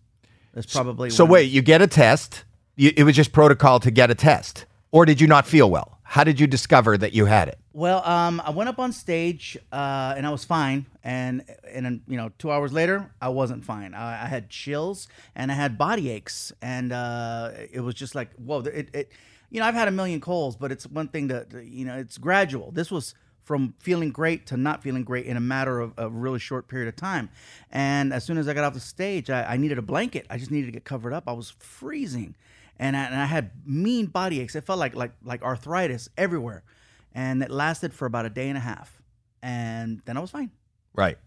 Speaker 4: That's probably
Speaker 1: so
Speaker 4: when-
Speaker 1: wait. You get a test. You, it was just protocol to get a test, or did you not feel well? How did you discover that you had it?
Speaker 4: Well, um, I went up on stage uh, and I was fine, and and then, you know, two hours later, I wasn't fine. I, I had chills and I had body aches, and uh, it was just like, whoa! It, it, you know, I've had a million colds, but it's one thing that you know, it's gradual. This was from feeling great to not feeling great in a matter of a really short period of time. And as soon as I got off the stage, I, I needed a blanket. I just needed to get covered up. I was freezing, and I, and I had mean body aches. It felt like like like arthritis everywhere, and it lasted for about a day and a half, and then I was fine.
Speaker 1: Right.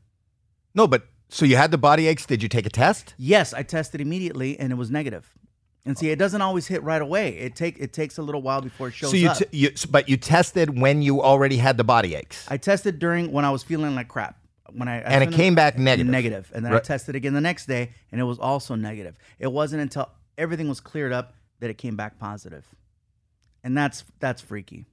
Speaker 1: No, but so you had the body aches. Did you take a test?
Speaker 4: Yes, I tested immediately, and it was negative. And see, it doesn't always hit right away. It take it takes a little while before it shows
Speaker 1: so you,
Speaker 4: up.
Speaker 1: t- you s- but you tested when you already had the body aches,
Speaker 4: I tested during when I was feeling like crap. When I
Speaker 1: and it came back negative.
Speaker 4: negative, and then I
Speaker 1: Right.
Speaker 4: tested again the next day, and it was also negative. It wasn't until everything was cleared up that it came back positive, and that's that's freaky.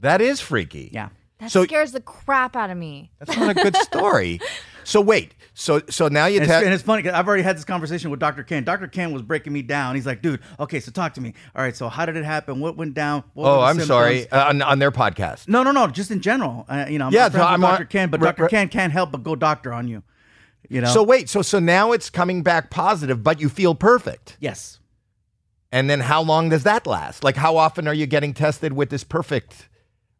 Speaker 1: That is freaky.
Speaker 4: Yeah,
Speaker 2: That
Speaker 1: So-
Speaker 2: scares the crap out of me.
Speaker 1: That's not a good story. so wait. So so now you
Speaker 4: and it's, and
Speaker 1: test.
Speaker 4: it's funny because I've already had this conversation with Dr. Ken. Dr. Ken was breaking me down. He's like, "Dude, okay, so talk to me. All right, so how did it happen? What went down? What were
Speaker 1: Oh,
Speaker 4: the
Speaker 1: I'm
Speaker 4: symptoms?
Speaker 1: sorry. Uh, on, on their podcast.
Speaker 4: No, no, no. Just in general, uh, you know. I'm
Speaker 1: Yeah,
Speaker 4: not friends
Speaker 1: so
Speaker 4: with
Speaker 1: I'm
Speaker 4: Dr.
Speaker 1: on-
Speaker 4: Ken, but
Speaker 1: re-
Speaker 4: Dr.
Speaker 1: re-
Speaker 4: Ken can't help but go doctor on you. You know.
Speaker 1: So wait. So so now it's coming back positive, but you feel perfect.
Speaker 4: yes.
Speaker 1: And then how long does that last? Like how often are you getting tested with this perfect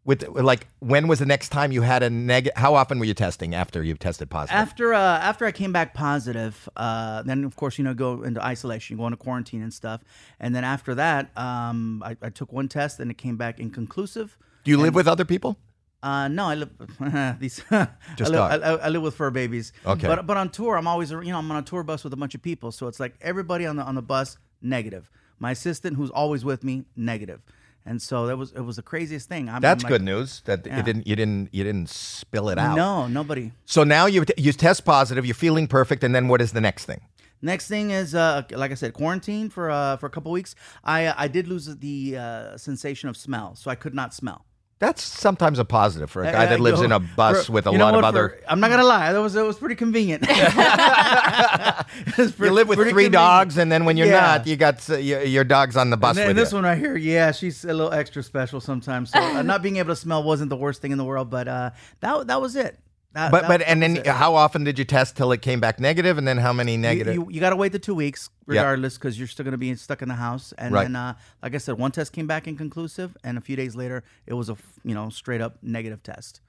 Speaker 1: with like when was the next time you had a negative how often were you testing after you tested positive?
Speaker 4: After uh, after I came back positive, uh, then of course you know go into isolation, go into quarantine and stuff, and then after that, um, I, I took one test and it came back inconclusive.
Speaker 1: Do you live with other people?
Speaker 4: Uh, no, I live these. I,
Speaker 1: Just
Speaker 4: live, I,
Speaker 1: dog.
Speaker 4: I live with fur babies.
Speaker 1: Okay.
Speaker 4: but but on tour, I'm always you know I'm on a tour bus with a bunch of people, so it's like everybody on the on the bus negative. My assistant, who's always with me, negative, and so that was it was the craziest thing. I'm,
Speaker 1: That's
Speaker 4: I'm like,
Speaker 1: good news that
Speaker 4: Yeah.
Speaker 1: you didn't you didn't you didn't spill it out.
Speaker 4: No, nobody.
Speaker 1: So now you you test positive, you're feeling perfect and then what is the next thing?
Speaker 4: Next thing is, uh, like I said, quarantine for uh, for a couple weeks. I I did lose the uh, sensation of smell, so I could not smell.
Speaker 1: That's sometimes a positive for a
Speaker 4: I-
Speaker 1: guy
Speaker 4: I
Speaker 1: that lives
Speaker 4: go-
Speaker 1: in a bus
Speaker 4: for-
Speaker 1: with a
Speaker 4: you know
Speaker 1: lot of
Speaker 4: what,
Speaker 1: other
Speaker 4: for- I'm not gonna lie, that was it was pretty convenient. It was
Speaker 1: You
Speaker 4: pretty-
Speaker 1: live with
Speaker 4: pretty
Speaker 1: three
Speaker 4: convenient.
Speaker 1: dogs and then when you're
Speaker 4: Yeah.
Speaker 1: not, you got uh, your, your dogs on the bus
Speaker 4: And then
Speaker 1: with
Speaker 4: this
Speaker 1: you.
Speaker 4: one right here, yeah, she's a little extra special sometimes. So uh, not being able to smell wasn't the worst thing in the world, but uh, that that was it. That-
Speaker 1: but
Speaker 4: that-
Speaker 1: but
Speaker 4: that
Speaker 1: and
Speaker 4: was
Speaker 1: then
Speaker 4: it.
Speaker 1: how often did you test till it came back negative and then how many
Speaker 4: You-
Speaker 1: negative?
Speaker 4: You, you, got to wait the two weeks
Speaker 1: Yeah.
Speaker 4: regardless because you're still going to be stuck in the house. And
Speaker 1: Right.
Speaker 4: then, uh, like I said, one test came back inconclusive, and a few days later, it was a f- you know straight up negative test.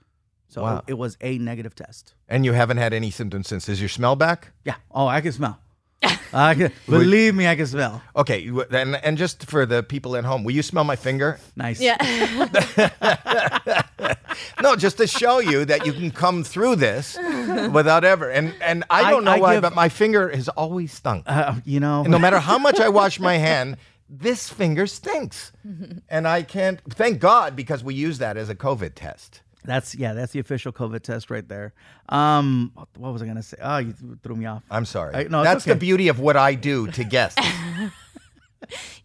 Speaker 4: So
Speaker 1: Wow.
Speaker 4: it was a negative test.
Speaker 1: And you haven't had any symptoms since. Is your smell back?
Speaker 4: Yeah. Oh, I can smell. I can, believe me, I can smell.
Speaker 1: Okay. you- And, and just for the people at home, will you smell my finger?
Speaker 4: Nice.
Speaker 2: Yeah.
Speaker 1: No, just to show you that you can come through this without ever. And and I
Speaker 4: I-
Speaker 1: don't know
Speaker 4: I
Speaker 1: why,
Speaker 4: give-
Speaker 1: but my finger has always stunk.
Speaker 4: Uh, you know.
Speaker 1: And no matter how much I wash my hand, this finger stinks. And I can't, thank God, because we use that as a COVID test.
Speaker 4: That's yeah. That's the official COVID test right there. Um, what was I gonna say? Oh, you th- threw me off.
Speaker 1: I'm sorry.
Speaker 4: I- no, it's
Speaker 1: That's the
Speaker 4: okay.
Speaker 1: beauty of what I do to guests.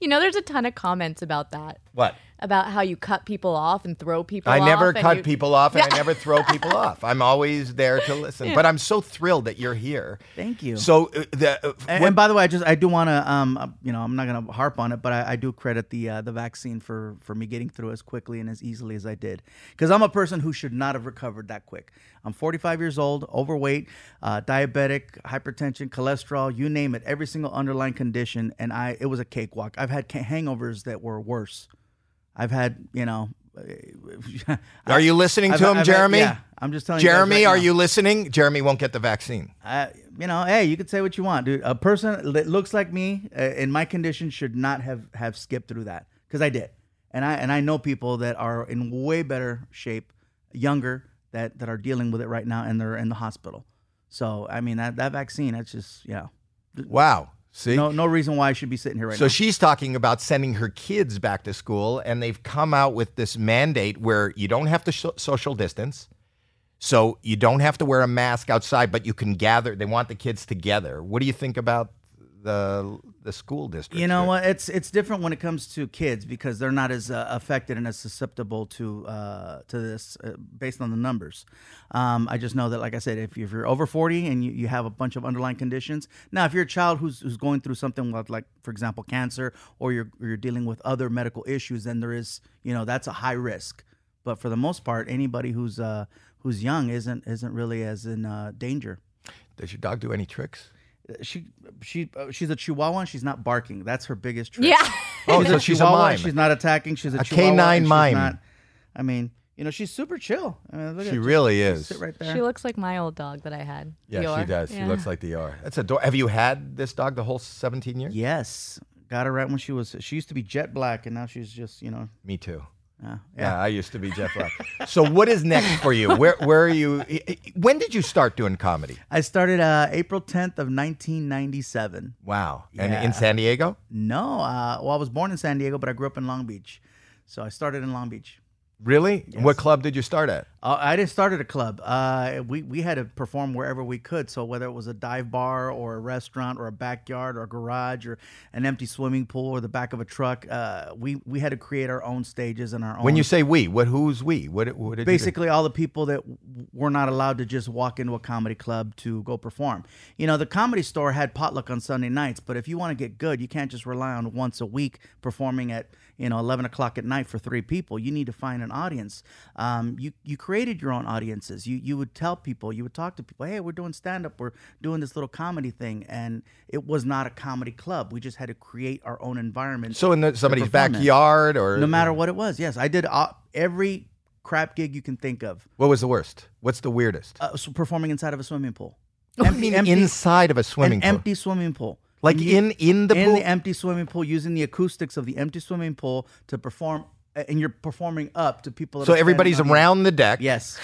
Speaker 2: you know, there's a ton of comments about that.
Speaker 1: what?
Speaker 2: About how you cut people off and throw people
Speaker 1: I
Speaker 2: off.
Speaker 1: never
Speaker 2: and
Speaker 1: cut
Speaker 2: you-
Speaker 1: people off and I never throw people off. I'm always there to listen. But I'm so thrilled that you're here.
Speaker 4: Thank you.
Speaker 1: So uh, the uh,
Speaker 4: And,
Speaker 1: what-
Speaker 4: and by the way, I just I do want to um uh, you know I'm not gonna harp on it, but I, I do credit the uh, the vaccine for for me getting through as quickly and as easily as I did, because I'm a person who should not have recovered that quick. I'm 45 years old, overweight, uh, diabetic, hypertension, cholesterol, you name it, every single underlying condition, and I it was a cakewalk. I've had ca- hangovers that were worse. I've had you know.
Speaker 1: are you listening
Speaker 4: I've-
Speaker 1: to him,
Speaker 4: I've had-
Speaker 1: Jeremy?
Speaker 4: yeah, I'm just telling you guys
Speaker 1: Jeremy,
Speaker 4: right
Speaker 1: are
Speaker 4: now.
Speaker 1: you listening? Jeremy won't get the vaccine.
Speaker 4: I, you know, hey, you could say what you want, dude. A person that looks like me uh, in my condition should not have have skipped through that because I did, and I and I know people that are in way better shape, younger that that are dealing with it right now, and they're in the hospital. So I mean that that vaccine, that's just you know,
Speaker 1: Wow. See?
Speaker 4: no no reason why I should be sitting here right
Speaker 1: so
Speaker 4: now.
Speaker 1: she's talking about sending her kids back to school, and they've come out with this mandate where you don't have to so- social distance. So you don't have to wear a mask outside, but you can gather. They want the kids together. What do you think about the the school district?
Speaker 4: You know what? It's it's different when it comes to kids because they're not as uh, affected and as susceptible to uh, to this uh, based on the numbers. Um, I just know that, like I said, if, you- if you're over forty and you, you have a bunch of underlying conditions, now if you're a child who's who's going through something like, like for example cancer or you're or you're dealing with other medical issues, then there is you know that's a high risk. But for the most part, anybody who's uh, who's young isn't isn't really as in uh, danger
Speaker 1: Does your dog do any tricks?
Speaker 4: she she uh, she's a chihuahua and she's not barking. That's her biggest trick.
Speaker 2: Yeah.
Speaker 1: Oh, so she's a
Speaker 4: chihuahua,
Speaker 1: mime.
Speaker 4: She's not attacking. She's a,
Speaker 1: A
Speaker 4: chihuahua, and
Speaker 1: canine
Speaker 4: she's
Speaker 1: mime.
Speaker 4: not- I mean, You know, she's super chill. I mean, look
Speaker 1: She
Speaker 4: at
Speaker 1: really is.
Speaker 4: sit right there.
Speaker 2: She looks like my old dog that I had.
Speaker 1: Yeah,
Speaker 4: E
Speaker 1: she
Speaker 2: Dior.
Speaker 1: does.
Speaker 2: Yeah.
Speaker 1: She looks like the E R. That's adorable. Have you had this dog the whole 17 years?
Speaker 4: yes, got her right when she was. She used to be jet black, and now she's just you know.
Speaker 1: Me too.
Speaker 4: Uh,
Speaker 1: Yeah. I used to be Jeff Black. so what is next for you? Where where are you? When did you start doing comedy?
Speaker 4: I started uh, April 10th of 1997.
Speaker 1: Wow. And
Speaker 4: Yeah.
Speaker 1: in San Diego?
Speaker 4: No, uh, well, I was born in San Diego, but I grew up in Long Beach, so I started in Long Beach.
Speaker 1: Really? What club did you start at?
Speaker 4: Uh, I didn't start at a club. Uh, we we had to perform wherever we could. So whether it was a dive bar or a restaurant or a backyard or a garage or an empty swimming pool or the back of a truck, uh, we we had to create our own stages and our own.
Speaker 1: When you say we, what who's we? What, what did you
Speaker 4: basically all the people that w- were not allowed to just walk into a comedy club to go perform. You know, the comedy store had potluck on Sunday nights, but if you want to get good, you can't just rely on once a week performing at you know eleven o'clock at night for three people. You need to find an audience. Um, you you created your own audiences. You you would tell people, you would talk to people, hey, we're doing stand up, we're doing this little comedy thing, and it was not a comedy club. We just had to create our own environment.
Speaker 1: do? So in the, somebody's
Speaker 4: performing.
Speaker 1: backyard or
Speaker 4: no matter what it was, yes, I did uh, every crap gig you can think of
Speaker 1: What was the worst? What's the weirdest?
Speaker 4: uh, s- performing inside of a swimming pool.
Speaker 1: I mean, inside of a swimming
Speaker 4: an
Speaker 1: pool.
Speaker 4: empty swimming pool.
Speaker 1: like
Speaker 4: You-
Speaker 1: in in the
Speaker 4: in
Speaker 1: pool.
Speaker 4: the empty swimming pool, using the acoustics of the empty swimming pool to perform, uh, and you're performing up to people. That
Speaker 1: so
Speaker 4: are standing
Speaker 1: everybody's
Speaker 4: on the-
Speaker 1: around the deck.
Speaker 4: Yes,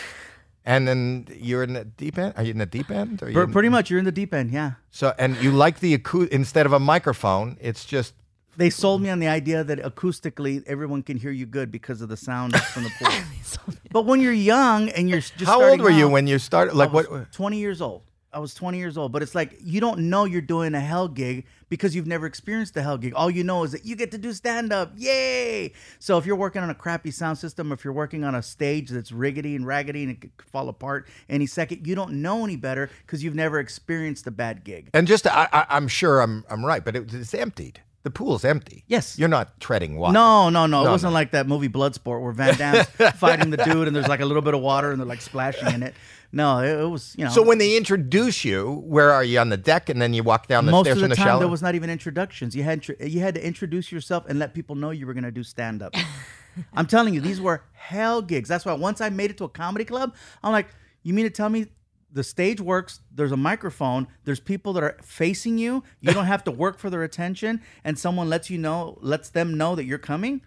Speaker 1: And then you're in the deep end. Are you in the deep end? Or you
Speaker 4: Pr-
Speaker 1: in-
Speaker 4: pretty much. You're in the deep end. Yeah,
Speaker 1: So and you like the acou- instead of a microphone, it's just
Speaker 4: they sold me on the idea that acoustically everyone can hear you good because of the sound from the pool. but when you're young and you're s- just
Speaker 1: How old
Speaker 4: starting
Speaker 1: were you
Speaker 4: out-
Speaker 1: when you started? Like
Speaker 4: I was
Speaker 1: what? uh,
Speaker 4: 20 years old. I was 20 years old, but it's like you don't know you're doing a hell gig because you've never experienced a hell gig. All you know is that you get to do stand up. Yay! So if you're working on a crappy sound system, if you're working on a stage that's riggedy and raggedy and it could fall apart any second, you don't know any better because you've never experienced a bad gig.
Speaker 1: And just I, I, I'm sure I'm I'm right, but it, it's emptied. The pool's empty.
Speaker 4: Yes.
Speaker 1: you're not treading water.
Speaker 4: No, no, no.
Speaker 1: No,
Speaker 4: it wasn't like that movie Bloodsport where Van Damme's fighting the dude and there's like a little bit of water and they're like splashing in it. No, it, it was, you know.
Speaker 1: So when they introduce you, where are you on the deck, and then you walk down the
Speaker 4: most
Speaker 1: stairs
Speaker 4: of the,
Speaker 1: in the
Speaker 4: time
Speaker 1: shower?
Speaker 4: there was not even introductions you had tr- you had to introduce yourself and let people know you were going to do stand up i'm telling you these were hell gigs that's why once i made it to a comedy club i'm like you mean to tell me the stage works there's a microphone there's people that are facing you you don't have to work for their attention and someone lets you know lets them know that you're coming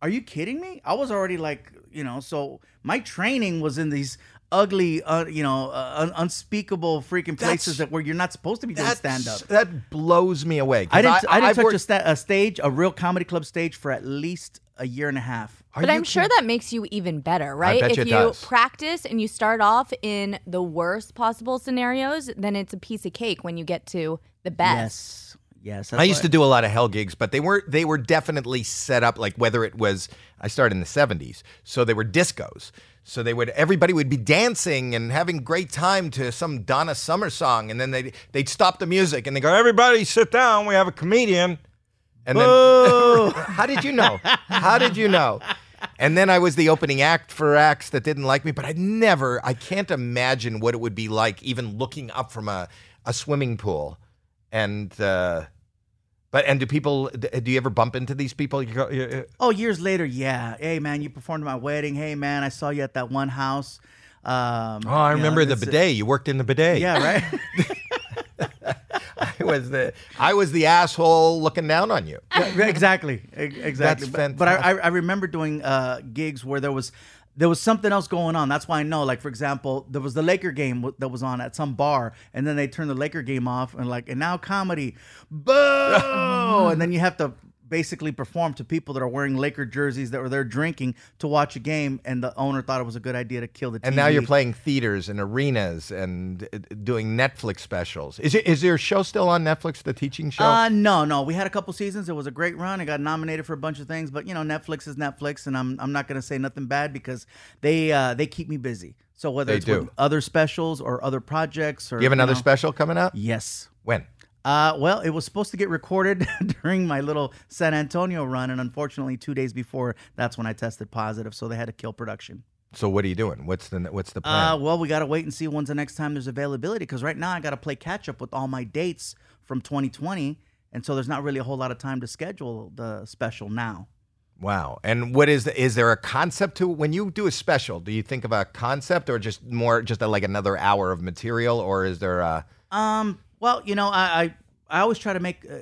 Speaker 4: are you kidding me? I was already like, you know, so my training was in these ugly, uh, you know, uh, un- unspeakable freaking places that where you're not supposed to be doing
Speaker 1: That's-
Speaker 4: stand up.
Speaker 1: That blows me away. 'cause
Speaker 4: I didn't. I, didn't
Speaker 1: I've
Speaker 4: touch
Speaker 1: worked-
Speaker 4: a, sta- a stage, a real comedy club stage, for at least a year and a half.
Speaker 1: Are
Speaker 2: But
Speaker 1: you
Speaker 2: I'm sure that makes you even better, right?
Speaker 1: bet
Speaker 2: if
Speaker 1: you it
Speaker 2: you
Speaker 1: does.
Speaker 2: practice and you start off in the worst possible scenarios, then it's a piece of cake when you get to the best.
Speaker 4: Yes, yes.
Speaker 1: I used to do a lot of hell gigs, but they were they were definitely set up like whether it was I started in the seventies, so they were discos. So they would everybody would be dancing and having great time to some Donna Summer song, and then they they'd stop the music and they go, "Everybody sit down, we have a comedian." And then how did you know? How did you know? And then I was the opening act for acts that didn't like me, but I never, I can't imagine what it would be like even looking up from a, a swimming pool and uh, but and do people? d- Do you ever bump into these people? You go, you-
Speaker 4: Oh, years later, yeah. Hey, man, you performed at my wedding. Hey, man, I saw you at that one house.
Speaker 1: oh,
Speaker 4: Um,
Speaker 1: I
Speaker 4: you know,
Speaker 1: remember the
Speaker 4: this-
Speaker 1: bidet. You worked in the bidet.
Speaker 4: Yeah, right.
Speaker 1: I was the I was the asshole looking down on you.
Speaker 4: Yeah, right, exactly, ex- exactly. but, but I, I I remember doing uh, gigs where there was there was something else going on. That's why I know. Like for example, there was the Laker game w- that was on at some bar, and then they turned the Laker game off, and like and now comedy, boo! and then you have to basically perform to people that are wearing Laker jerseys that were there drinking to watch a game, and the owner thought it was a good idea to kill the.
Speaker 1: And now you're
Speaker 4: TV.
Speaker 1: playing theaters and arenas and uh, doing Netflix specials. Is it is your show still on Netflix? The teaching show.
Speaker 4: Uh, no, no. We had a couple seasons. It was a great run. I got nominated for a bunch of things, but you know, Netflix is Netflix, and I'm I'm not gonna say nothing bad because they uh, they keep me busy. So whether
Speaker 1: They
Speaker 4: it's
Speaker 1: do.
Speaker 4: with other specials or other projects, or
Speaker 1: you have another
Speaker 4: know-
Speaker 1: special coming out?
Speaker 4: Yes.
Speaker 1: When?
Speaker 4: Uh, well, it was supposed to get recorded during my little San Antonio run, and unfortunately, two days before, that's when I tested positive, so they had to kill production.
Speaker 1: So what are you doing? What's the what's the plan?
Speaker 4: Uh, well, we got to wait and see when's the next time there's availability because right now I got to play catch up with all my dates from 2020. And so there's not really a whole lot of time to schedule the special now.
Speaker 1: Wow. And what is the, is there a concept to when you do a special? Do you think of a concept or just more just like another hour of material or is there a
Speaker 4: Um, well, you know, I I, I always try to make, uh,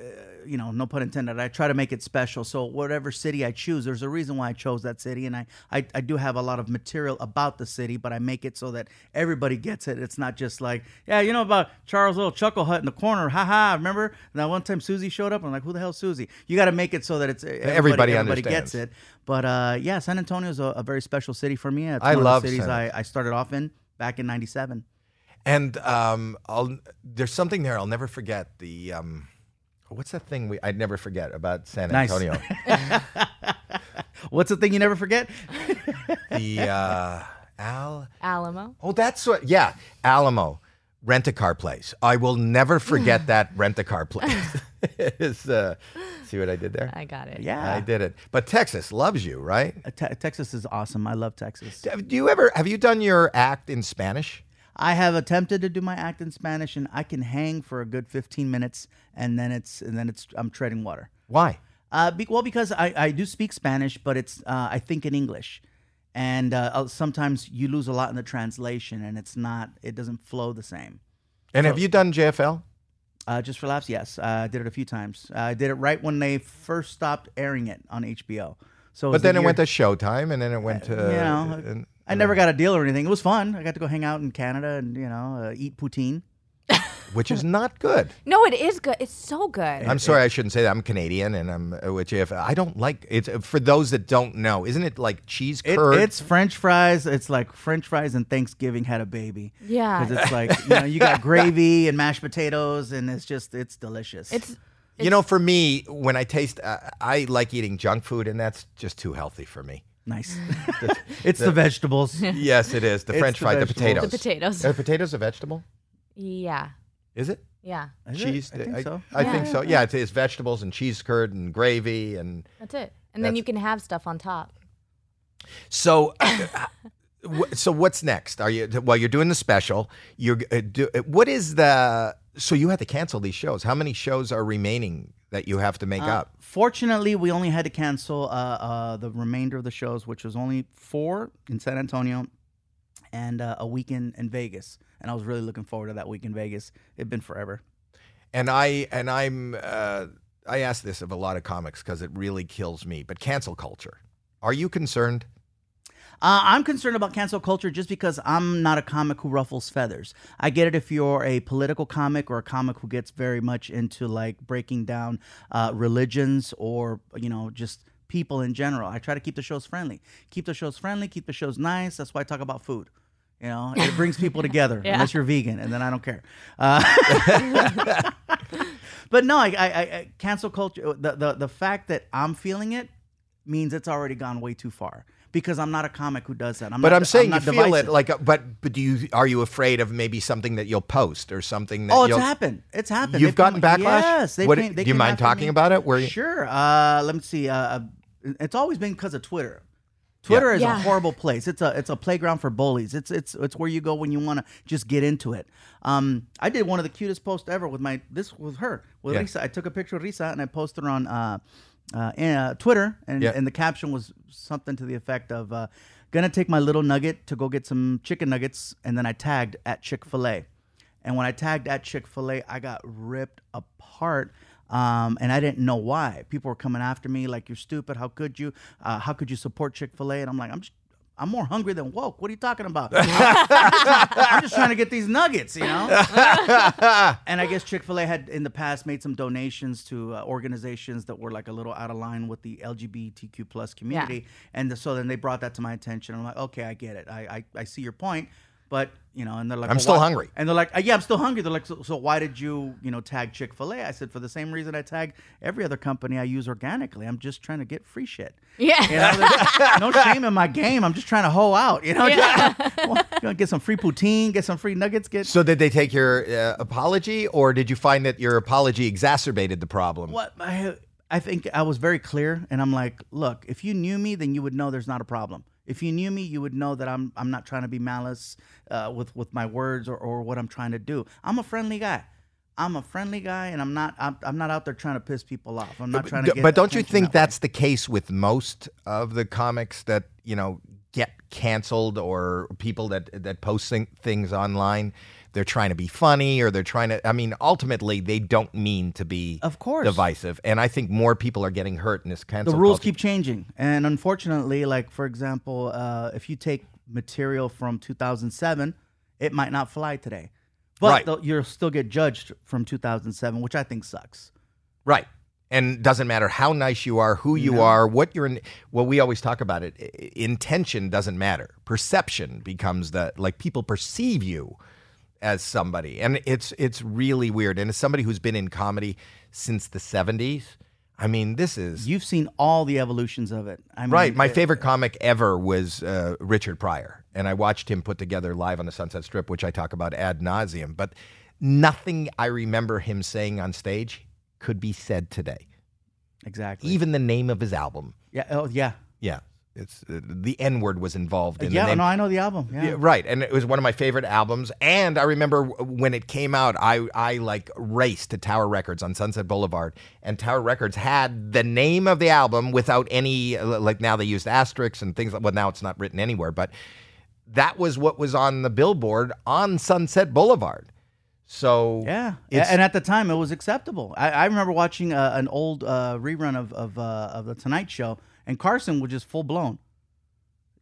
Speaker 4: you know, no pun intended. I try to make it special. So whatever city I choose, there's a reason why I chose that city, and I I, I do have a lot of material about the city, but I make it so that everybody gets it. It's not just like, yeah, you know about Charles' little chuckle hut in the corner, ha ha. Remember and that one time Susie showed up? I'm like, who the hell's Susie? You got to make it so that it's
Speaker 1: Everybody
Speaker 4: everybody everybody
Speaker 1: understands.
Speaker 4: gets it. But uh, yeah, San Antonio is a, a very special city for me. It's
Speaker 1: I
Speaker 4: one
Speaker 1: love
Speaker 4: of the cities
Speaker 1: San
Speaker 4: I, I started off in back in '97.
Speaker 1: And um, I'll, there's something there I'll never forget. The um, what's that thing we I'd never forget about San
Speaker 4: Nice.
Speaker 1: Antonio?
Speaker 4: What's the thing you never forget?
Speaker 1: the uh, Al.
Speaker 2: Alamo.
Speaker 1: Oh, that's what. Yeah, Alamo rent a car place. I will never forget that rent a car place. It's, uh, see what I did there?
Speaker 2: I got it.
Speaker 4: Yeah,
Speaker 1: I did it. But Texas loves you, right?
Speaker 4: Uh, Te- Texas is awesome. I love Texas.
Speaker 1: Do you ever have you done your act in Spanish?
Speaker 4: I have attempted to do my act in Spanish, and I can hang for a good 15 minutes, and then it's and then it's I'm treading water.
Speaker 1: Why?
Speaker 4: Uh, be, well, because I, I do speak Spanish, but it's uh, I think in English, and uh, I'll- sometimes you lose a lot in the translation, and it's not it doesn't flow the same.
Speaker 1: And
Speaker 4: Oh.
Speaker 1: have you done JFL?
Speaker 4: Uh, just for laughs, yes, uh, I did it a few times. Uh, I did it right when they first stopped airing it on HBO. So, was
Speaker 1: But
Speaker 4: the
Speaker 1: then it
Speaker 4: year- Uh,
Speaker 1: went to Showtime, and then it went to
Speaker 4: you know,
Speaker 1: uh, and-
Speaker 4: I never got a deal or anything. It was fun. I got to go hang out in Canada and you know uh, eat poutine.
Speaker 1: which is not good.
Speaker 2: No, it is good. It's so good.
Speaker 1: I'm sorry, I shouldn't say that. I'm Canadian, and I'm uh, which if I don't like it's uh, for those that don't know, isn't it like cheese
Speaker 4: It,
Speaker 1: curd?
Speaker 4: it's French fries. It's like French fries and Thanksgiving had a baby.
Speaker 2: Yeah.
Speaker 4: because it's like you know you got gravy and mashed potatoes, and it's just it's delicious.
Speaker 2: It's
Speaker 1: you know, for me, when I taste, uh, I like eating junk food, and that's just too healthy for me.
Speaker 4: nice. it's the vegetables.
Speaker 1: Yes, it is the
Speaker 4: It's
Speaker 1: French
Speaker 4: the
Speaker 1: fry, the potatoes.
Speaker 4: vegetables.
Speaker 2: The potatoes.
Speaker 1: Are potatoes a vegetable?
Speaker 2: yeah.
Speaker 1: Is it
Speaker 2: Yeah.
Speaker 4: Is it?
Speaker 1: cheese?
Speaker 4: I think so.
Speaker 1: I think so. Yeah, it's, it's vegetables and cheese curd and gravy and
Speaker 2: That's it. And then you can have stuff on top.
Speaker 1: So, wh- so what's next? Are you well? You're doing the special. You're uh, do, uh, what is the? So you had to cancel these shows. How many shows are remaining that you have to
Speaker 4: Uh.
Speaker 1: make up?
Speaker 4: Fortunately, we only had to cancel uh, uh, the remainder of the shows, which was only four in San Antonio and uh, a weekend in Vegas. And I was really looking forward to that week in Vegas. It'd been forever.
Speaker 1: And I and I'm uh, I ask this of a lot of comics because it really kills me. But cancel culture. Are you concerned?
Speaker 4: Uh, I'm concerned about cancel culture just because I'm not a comic who ruffles feathers. I get it if you're a political comic or a comic who gets very much into like breaking down uh, religions or, you know, just people in general. I try to keep the shows friendly. Keep the shows friendly, keep the shows nice. That's why I talk about food. You know, it brings people together unless you're vegan, and then I don't care. Uh, but no, I, I, I cancel culture. The, the the fact that I'm feeling it means it's already gone way too far because I'm not a comic who does that. I'm
Speaker 1: But
Speaker 4: not,
Speaker 1: I'm saying
Speaker 4: not
Speaker 1: you feel
Speaker 4: divisive.
Speaker 1: it like. uh, But but do you are you afraid of maybe something that you'll post or something that
Speaker 4: Oh,
Speaker 1: you'll?
Speaker 4: it's happened. It's happened.
Speaker 1: You've
Speaker 4: They've come-
Speaker 1: gotten backlash?
Speaker 4: Yes. they
Speaker 1: What-
Speaker 4: came- they
Speaker 1: do you
Speaker 4: came
Speaker 1: mind
Speaker 4: after
Speaker 1: talking
Speaker 4: me.
Speaker 1: about it? Where you-
Speaker 4: sure. Uh, let me see. Uh, it's always been because of Twitter. Twitter is
Speaker 2: Yeah.
Speaker 4: a horrible place. It's a it's a playground for bullies. It's it's it's where you go when you want to just get into it. Um, I did one of the cutest posts ever with my this was her with
Speaker 1: Yeah.
Speaker 4: Risa. I took a picture of Risa and I posted her on uh, uh, in, uh Twitter and
Speaker 1: Yeah.
Speaker 4: and the caption was something to the effect of uh, "Gonna take my little nugget to go get some chicken nuggets," and then I tagged at Chick Fil A. And when I tagged at Chick Fil A, I got ripped apart, um, and I didn't know why. People were coming after me like, "You're stupid! How could you? Uh, how could you support Chick Fil A?" And I'm like, "I'm just, I'm more hungry than woke. What are you talking about? I'm just trying to get these nuggets, you know." and I guess Chick Fil A had in the past made some donations to uh, organizations that were like a little out of line with the LGBTQ plus community, and so then they brought that to my attention. I'm like, okay, I get it. I I, I see your point, but you know, and they're like,
Speaker 1: I'm
Speaker 4: "Well,
Speaker 1: still
Speaker 4: why-"
Speaker 1: hungry.
Speaker 4: and they're like, uh, yeah, I'm still hungry. They're like, so, so why did you you know tag Chick Fil A? I said for the same reason I tag every other company I use organically. I'm just trying to get free shit.
Speaker 2: Yeah.
Speaker 4: You know, there's no shame in my game. I'm just trying to hoe out. You know, Just- well, get some free poutine, get some free nuggets, get
Speaker 1: So did they take your uh, apology, or did you find that your apology exacerbated the problem?
Speaker 4: What I, I think I was very clear, and I'm like, look, if you knew me, then you would know there's not a problem. If you knew me, you would know that I'm I'm not trying to be malice uh, with with my words or, or what I'm trying to do. I'm a friendly guy. I'm a friendly guy, and I'm not. I'm, I'm not out there trying to piss people off. I'm not trying to.
Speaker 1: D-
Speaker 4: Get
Speaker 1: but don't you
Speaker 4: attention
Speaker 1: think
Speaker 4: that way.
Speaker 1: that's the case with most of the comics that you know get canceled or people that that post thing- things online? They're trying to be funny, or they're trying to. I mean, ultimately, they don't mean to be
Speaker 4: Of course.
Speaker 1: divisive, and I think more people are getting hurt in this cancel.
Speaker 4: the rules
Speaker 1: culture.
Speaker 4: keep changing and unfortunately like for example uh, if you take material from 2007 it might not fly today but
Speaker 1: Right.
Speaker 4: they'll- you'll still get judged from 2007 which i think sucks
Speaker 1: Right. And doesn't matter how nice you are, who you are, what you're in. Well, we always talk about it. I- Intention doesn't matter. Perception becomes the like people perceive you as somebody, and it's it's really weird. And as somebody who's been in comedy since the '70s, I mean, this is
Speaker 4: you've seen all the evolutions of it i mean
Speaker 1: right. My
Speaker 4: it-
Speaker 1: favorite comic ever was uh, Richard Pryor, and I watched him put together live on the Sunset Strip, which I talk about ad nauseum. But nothing I remember him saying on stage could be said today
Speaker 4: exactly
Speaker 1: even the name of his album.
Speaker 4: yeah oh yeah
Speaker 1: Yeah, it's uh, the N word was involved in the
Speaker 4: yeah oh,
Speaker 1: name.
Speaker 4: no i know the album yeah,
Speaker 1: Yeah, right, and it was one of my favorite albums. And I remember w- when it came out, I I like raced to Tower Records on Sunset Boulevard, and Tower Records had the name of the album without any uh, like. Now they used asterisks and things. like Well, now it's not written anywhere, but that was what was on the billboard on Sunset Boulevard. So
Speaker 4: Yeah,
Speaker 1: It's-
Speaker 4: and at the time it was acceptable. I, I remember watching uh, an old uh, rerun of of, uh, of the Tonight Show, and Carson was just full blown.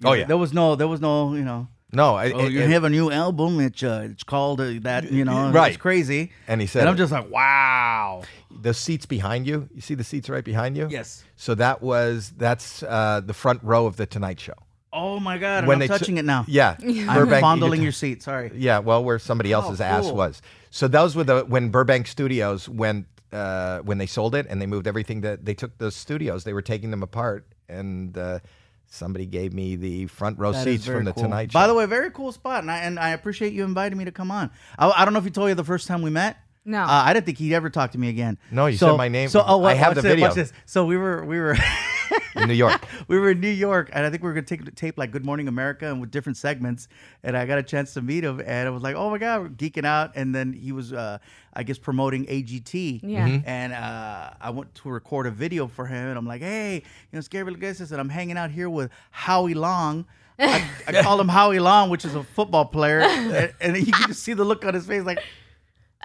Speaker 1: Oh, yeah.
Speaker 4: there was no, there was no, you know,
Speaker 1: no, I-
Speaker 4: oh,
Speaker 1: it-
Speaker 4: you
Speaker 1: it-
Speaker 4: have a new album. It's uh, it's called uh, that, you know,
Speaker 1: Right.
Speaker 4: It's crazy.
Speaker 1: and he said
Speaker 4: And I'm
Speaker 1: it.
Speaker 4: just like, wow.
Speaker 1: the seats behind you. You see the seats right behind you.
Speaker 4: Yes.
Speaker 1: So that was that's uh, the front row of the Tonight Show.
Speaker 4: Oh my god,
Speaker 1: When
Speaker 4: I'm
Speaker 1: they took-
Speaker 4: touching it now.
Speaker 1: Yeah,
Speaker 4: I'm
Speaker 1: Burbank-
Speaker 4: fondling
Speaker 1: you-
Speaker 4: your seat. Sorry.
Speaker 1: Yeah, well, where somebody else's ass
Speaker 4: cool.
Speaker 1: was. So those were the when Burbank Studios went uh, when they sold it and they moved everything that they took those studios. They were taking them apart and. Uh, Somebody gave me the front row
Speaker 4: That is
Speaker 1: seats
Speaker 4: very
Speaker 1: from the
Speaker 4: cool.
Speaker 1: Tonight Show.
Speaker 4: By the way, very cool spot, and I and I appreciate you inviting me to come on. I, I don't know if he told you the first time we met.
Speaker 2: No.
Speaker 4: uh, I didn't think he'd ever talk to me again.
Speaker 1: No, you
Speaker 4: So-
Speaker 1: said my name.
Speaker 4: So oh,
Speaker 1: I
Speaker 4: wait,
Speaker 1: have
Speaker 4: watch
Speaker 1: the
Speaker 4: this,
Speaker 1: video.
Speaker 4: Watch this. So we were we were
Speaker 1: in New York,
Speaker 4: we were in New York, and I think we were gonna take tape like Good Morning America and with different segments. And I got a chance to meet him, and I was like, oh my god, we're geeking out. And then he was, uh, I guess, promoting AGT.
Speaker 2: Yeah. Mhm.
Speaker 4: And uh, I went to record a video for him, and I'm like, hey, you know, it's Gabriel Iglesias, and I'm hanging out here with Howie Long. I, I call him Howie Long, which is a football player, and, and you can just see the look on his face, like.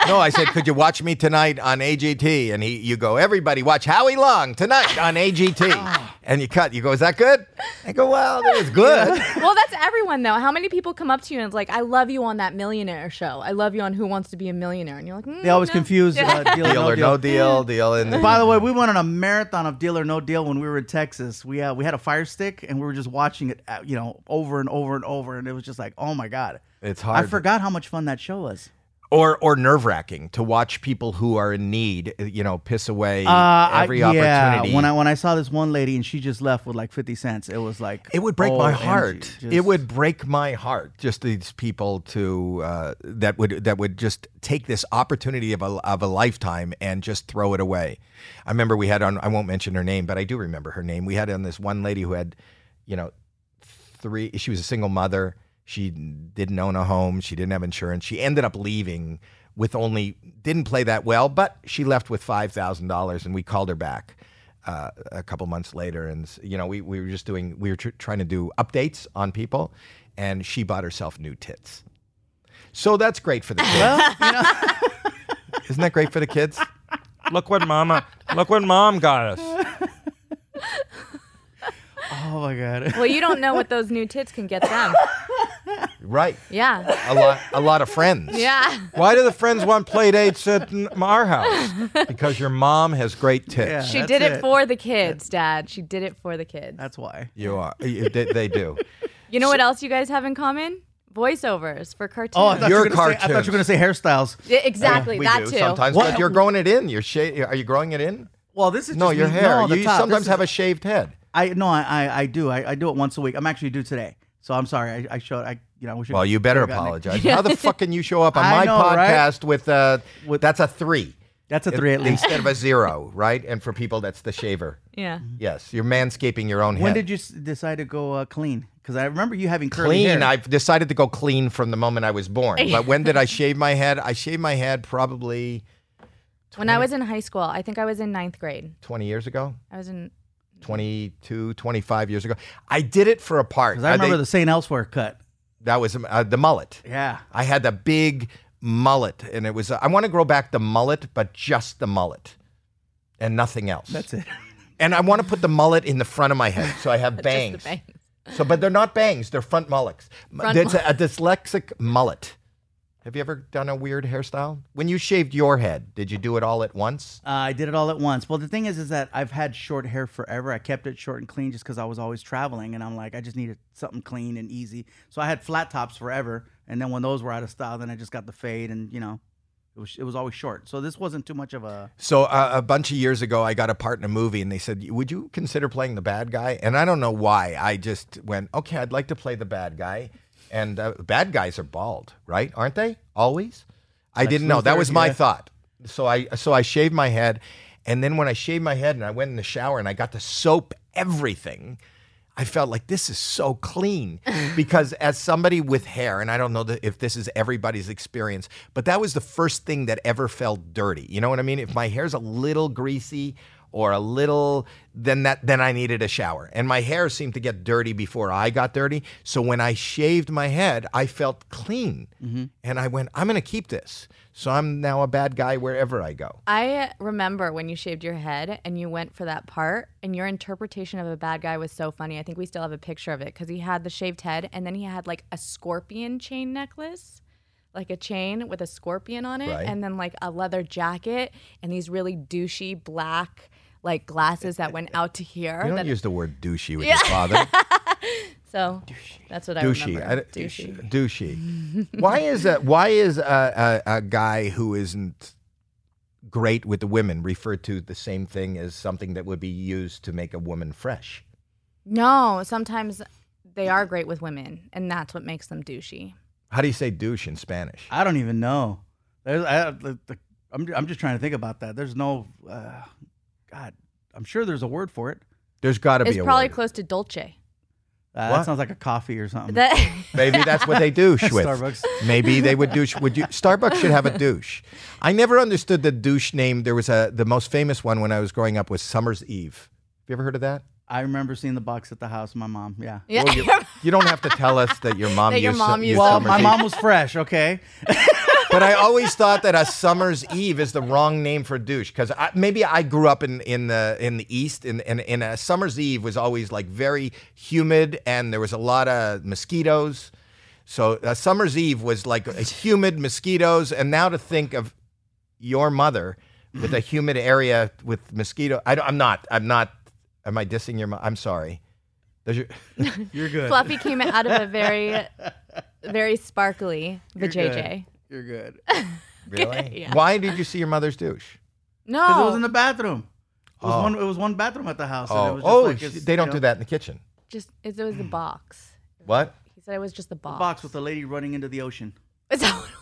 Speaker 1: no, I said, could you watch me tonight on AGT? And he, you go, everybody, watch Howie Long tonight on
Speaker 4: Ah.
Speaker 1: AGT. and you cut. You go, is that good? I go, well, it was good.
Speaker 2: well, that's everyone though. How many people come up to you and it's like, "I love you on that millionaire show. I love you on Who Wants to Be a Millionaire," and you're like, mm,
Speaker 4: They always
Speaker 2: no.
Speaker 4: confuse uh, deal, or
Speaker 1: deal or no deal, deal. And
Speaker 4: By the way, we went on a marathon of Deal or No Deal when we were in Texas. We uh, we had a fire stick and we were just watching it, uh, you know, over and over and over, and it was just like, oh my god,
Speaker 1: It's
Speaker 4: I
Speaker 1: hard.
Speaker 4: forgot how much fun that show was.
Speaker 1: or or nerve wracking to watch people who are in need, you know, piss away
Speaker 4: Uh,
Speaker 1: every
Speaker 4: I, yeah,
Speaker 1: opportunity.
Speaker 4: When I when I saw this one lady and she just left with like fifty cents, it was like
Speaker 1: it would break my
Speaker 4: OMG,
Speaker 1: heart.
Speaker 4: Oh, just-
Speaker 1: It would break my heart. Just these people to uh, that would that would just take this opportunity of a of a lifetime and just throw it away. I remember we had on. I won't mention her name, but I do remember her name. We had on this one lady who had, you know, three. She was a single mother. She didn't own a home. She didn't have insurance. She ended up leaving with only didn't play that well, but she left with five thousand dollars, and we called her back uh, a couple months later. And s- you know, we we were just doing we were tr- trying to do updates on people, and she bought herself new tits. So that's great for the kids. Isn't that great for the kids?
Speaker 5: Look what mama, look what mom got us.
Speaker 4: Oh my god.
Speaker 2: "Mm, Well, you don't know what those new tits can get them.
Speaker 1: Right.
Speaker 2: Yeah,
Speaker 1: A lot a lot of friends.
Speaker 2: yeah.
Speaker 5: Why do the friends want play dates at n- our house?
Speaker 1: Because your mom has great tits.
Speaker 4: Yeah.
Speaker 2: She
Speaker 4: That's
Speaker 2: did it,
Speaker 4: it.
Speaker 2: for the kids, Dad. She did it for the kids.
Speaker 4: That's why.
Speaker 1: You are. you- They, they do.
Speaker 2: you know what else you guys have in common? Voiceovers for cartoons.
Speaker 4: Oh, I thought, Oh, you
Speaker 1: Your
Speaker 4: were, gonna say, I thought
Speaker 1: cartoons.
Speaker 4: you were gonna say hairstyles.
Speaker 2: Yeah, exactly,
Speaker 1: we
Speaker 2: that
Speaker 1: do
Speaker 2: too.
Speaker 1: sometimes.
Speaker 4: What-
Speaker 1: But you're growing it in. You're sha- Are you growing it in?
Speaker 4: Well, this is
Speaker 1: No,
Speaker 4: just
Speaker 1: your
Speaker 4: me-
Speaker 1: hair.
Speaker 4: No, the
Speaker 1: you
Speaker 4: top.
Speaker 1: sometimes
Speaker 4: This is-
Speaker 1: have a shaved head.
Speaker 4: I no, I, I I do. I, I do it once a week. I'm actually due today, so I'm sorry. I, I showed. I you know. I wish I
Speaker 1: Well,
Speaker 4: could-
Speaker 1: you better
Speaker 4: could've gotten it.
Speaker 1: apologize. How the fuck can you show up on
Speaker 4: I
Speaker 1: my
Speaker 4: know, right?
Speaker 1: podcast with uh, with that's a three
Speaker 4: That's a three at least.
Speaker 1: instead of a zero, right? And for people, that's the shaver.
Speaker 2: yeah.
Speaker 4: Mm-hmm.
Speaker 1: Yes, you're manscaping your own head.
Speaker 4: When did you s- decide to go uh, clean? Because I remember you having curly
Speaker 1: clean?
Speaker 4: hair.
Speaker 1: I've decided to go clean from the moment I was born. But when did I shave my head? I shaved my head probably
Speaker 2: When I was in high school, I think I was in ninth grade.
Speaker 1: 20 years ago,
Speaker 2: I was in
Speaker 1: 22, 25 years ago. I did it for a part.
Speaker 4: Because
Speaker 1: Uh,
Speaker 4: I
Speaker 1: they-
Speaker 4: remember the St. Elsewhere cut.
Speaker 1: that was uh, the mullet.
Speaker 4: Yeah.
Speaker 1: I had the big mullet, and it was. uh, I want to grow back the mullet, but just the mullet, and nothing else.
Speaker 4: That's it.
Speaker 1: And I want to put the mullet in the front of my head, so I have
Speaker 2: just
Speaker 1: bangs.
Speaker 2: the bangs.
Speaker 1: So, but they're not bangs; they're front mullets.
Speaker 2: Front
Speaker 1: That's a, a dyslexic mullet. Have you ever done a weird hairstyle? When you shaved your head, did you do it all at once?
Speaker 4: Uh, I did it all at once. Well, the thing is, is that I've had short hair forever. I kept it short and clean just because I was always traveling, and I'm like, I just needed something clean and easy. So I had flat tops forever, and then when those were out of style, then I just got the fade, and you know, it was it was always short. So this wasn't too much of a.
Speaker 1: So uh, a bunch of years ago, I got a part in a movie, and they said, "Would you consider playing the bad guy?" And I don't know why. I just went, "Okay, I'd like to play the bad guy." And uh, bad guys are bald, right? Aren't they always? I didn't know. That
Speaker 4: Luthor,
Speaker 1: was my
Speaker 4: yeah.
Speaker 1: thought. So I so I shaved my head, and then when I shaved my head and I went in the shower and I got to soap everything, I felt like this is so clean because as somebody with hair, and I don't know that if this is everybody's experience, but that was the first thing that ever felt dirty. You know what I mean? If my hair's a little greasy or a little, then that then I needed a shower. And my hair seemed to get dirty before I got dirty. So when I shaved my head, I felt clean,
Speaker 2: Mm-hmm.
Speaker 1: and I went, I'm going to keep this. So I'm now a bad guy wherever I go.
Speaker 2: I remember when you shaved your head and you went for that part, and your interpretation of a bad guy was so funny. I think we still have a picture of it because he had the shaved head, and then he had like a scorpion chain necklace, like a chain with a scorpion on it,
Speaker 1: Right.
Speaker 2: and then like a leather jacket and these really douchey black like glasses that went out to here.
Speaker 1: You don't
Speaker 2: that-
Speaker 1: use the word douchey with your father.
Speaker 2: so that's what I
Speaker 1: douchey.
Speaker 2: remember.
Speaker 1: I don't- douchey. why is a why is a, a, a guy who isn't great with the women referred to the same thing as something that would be used to make a woman fresh?
Speaker 2: No, sometimes they are great with women, and that's what makes them douchey.
Speaker 1: How do you say douche in Spanish?
Speaker 4: I don't even know. There's, I, the, the, I'm I'm just trying to think about that. There's no, uh, God, I'm sure there's a word for it.
Speaker 1: There's got to be
Speaker 2: It's
Speaker 1: a
Speaker 2: probably
Speaker 1: word.
Speaker 2: close to dolce.
Speaker 4: Uh,
Speaker 1: What?
Speaker 4: that sounds like a coffee or something.
Speaker 2: That-
Speaker 1: Maybe that's what they douche with.
Speaker 4: Starbucks.
Speaker 1: Maybe they would douche. Would you? Starbucks should have a douche. I never understood the douche name. There was a the most famous one when I was growing up was Summer's Eve. Have you ever heard of that?
Speaker 4: I remember seeing the box at the house. of My mom, yeah.
Speaker 2: yeah.
Speaker 1: Well, you, you don't have to tell us that your mom
Speaker 2: That your
Speaker 1: used
Speaker 2: mom
Speaker 1: some-
Speaker 2: used
Speaker 4: Well,
Speaker 1: Summer's
Speaker 4: my
Speaker 1: Eve.
Speaker 4: mom was fresh. Okay.
Speaker 1: but I always thought that a summer's eve is the wrong name for douche because I, maybe I grew up in, in the in the east and, and and a summer's eve was always like very humid and there was a lot of mosquitoes. So a summer's eve was like a humid mosquitoes and now to think of your mother with a humid area with mosquito. I, don't- I'm not. I'm not. Am I dissing your mom? I'm sorry. Does your
Speaker 4: You're good.
Speaker 2: Fluffy came out of a very, very sparkly vajayjay.
Speaker 4: You're good.
Speaker 2: Oh.
Speaker 1: really?
Speaker 2: Yeah.
Speaker 1: Why did you see your mother's douche?
Speaker 4: Because it
Speaker 2: No,
Speaker 4: was in the bathroom. It was,
Speaker 1: Oh.
Speaker 4: one, it was one bathroom at the house. and it
Speaker 1: Oh,
Speaker 4: was just
Speaker 1: oh,
Speaker 4: like
Speaker 1: sh-
Speaker 4: it's,
Speaker 1: they
Speaker 4: you
Speaker 1: don't
Speaker 4: know,
Speaker 1: do that in the kitchen.
Speaker 2: just it was the box.
Speaker 1: What?
Speaker 2: He said it was just the box.
Speaker 4: Box with the lady running into the ocean.
Speaker 2: Is that what it was?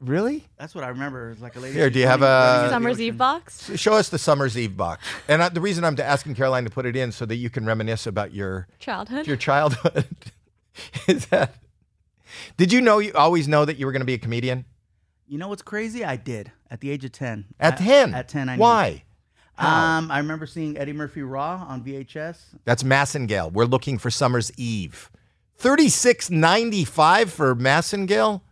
Speaker 1: Really?
Speaker 4: That's what I remember. It's like a lady.
Speaker 1: Here, do you
Speaker 4: running-
Speaker 1: have a-
Speaker 4: running into Uh, the
Speaker 2: Summer's
Speaker 4: ocean.
Speaker 2: Eve box.
Speaker 1: Show us the summer's eve box. And I, the reason I'm asking Caroline to put it in so that you can reminisce about your
Speaker 2: Childhood.
Speaker 1: your childhood is that. Did you know you always know that you were going to be a comedian
Speaker 4: You know what's crazy? I did at the age of ten.
Speaker 1: at
Speaker 4: I-
Speaker 1: ten?
Speaker 4: At ten, I knew.
Speaker 1: Why? How?
Speaker 4: Um, I remember seeing Eddie Murphy Raw on VHS.
Speaker 1: That's Massengale. We're looking for summer's eve. Thirty six ninety five for Massengale.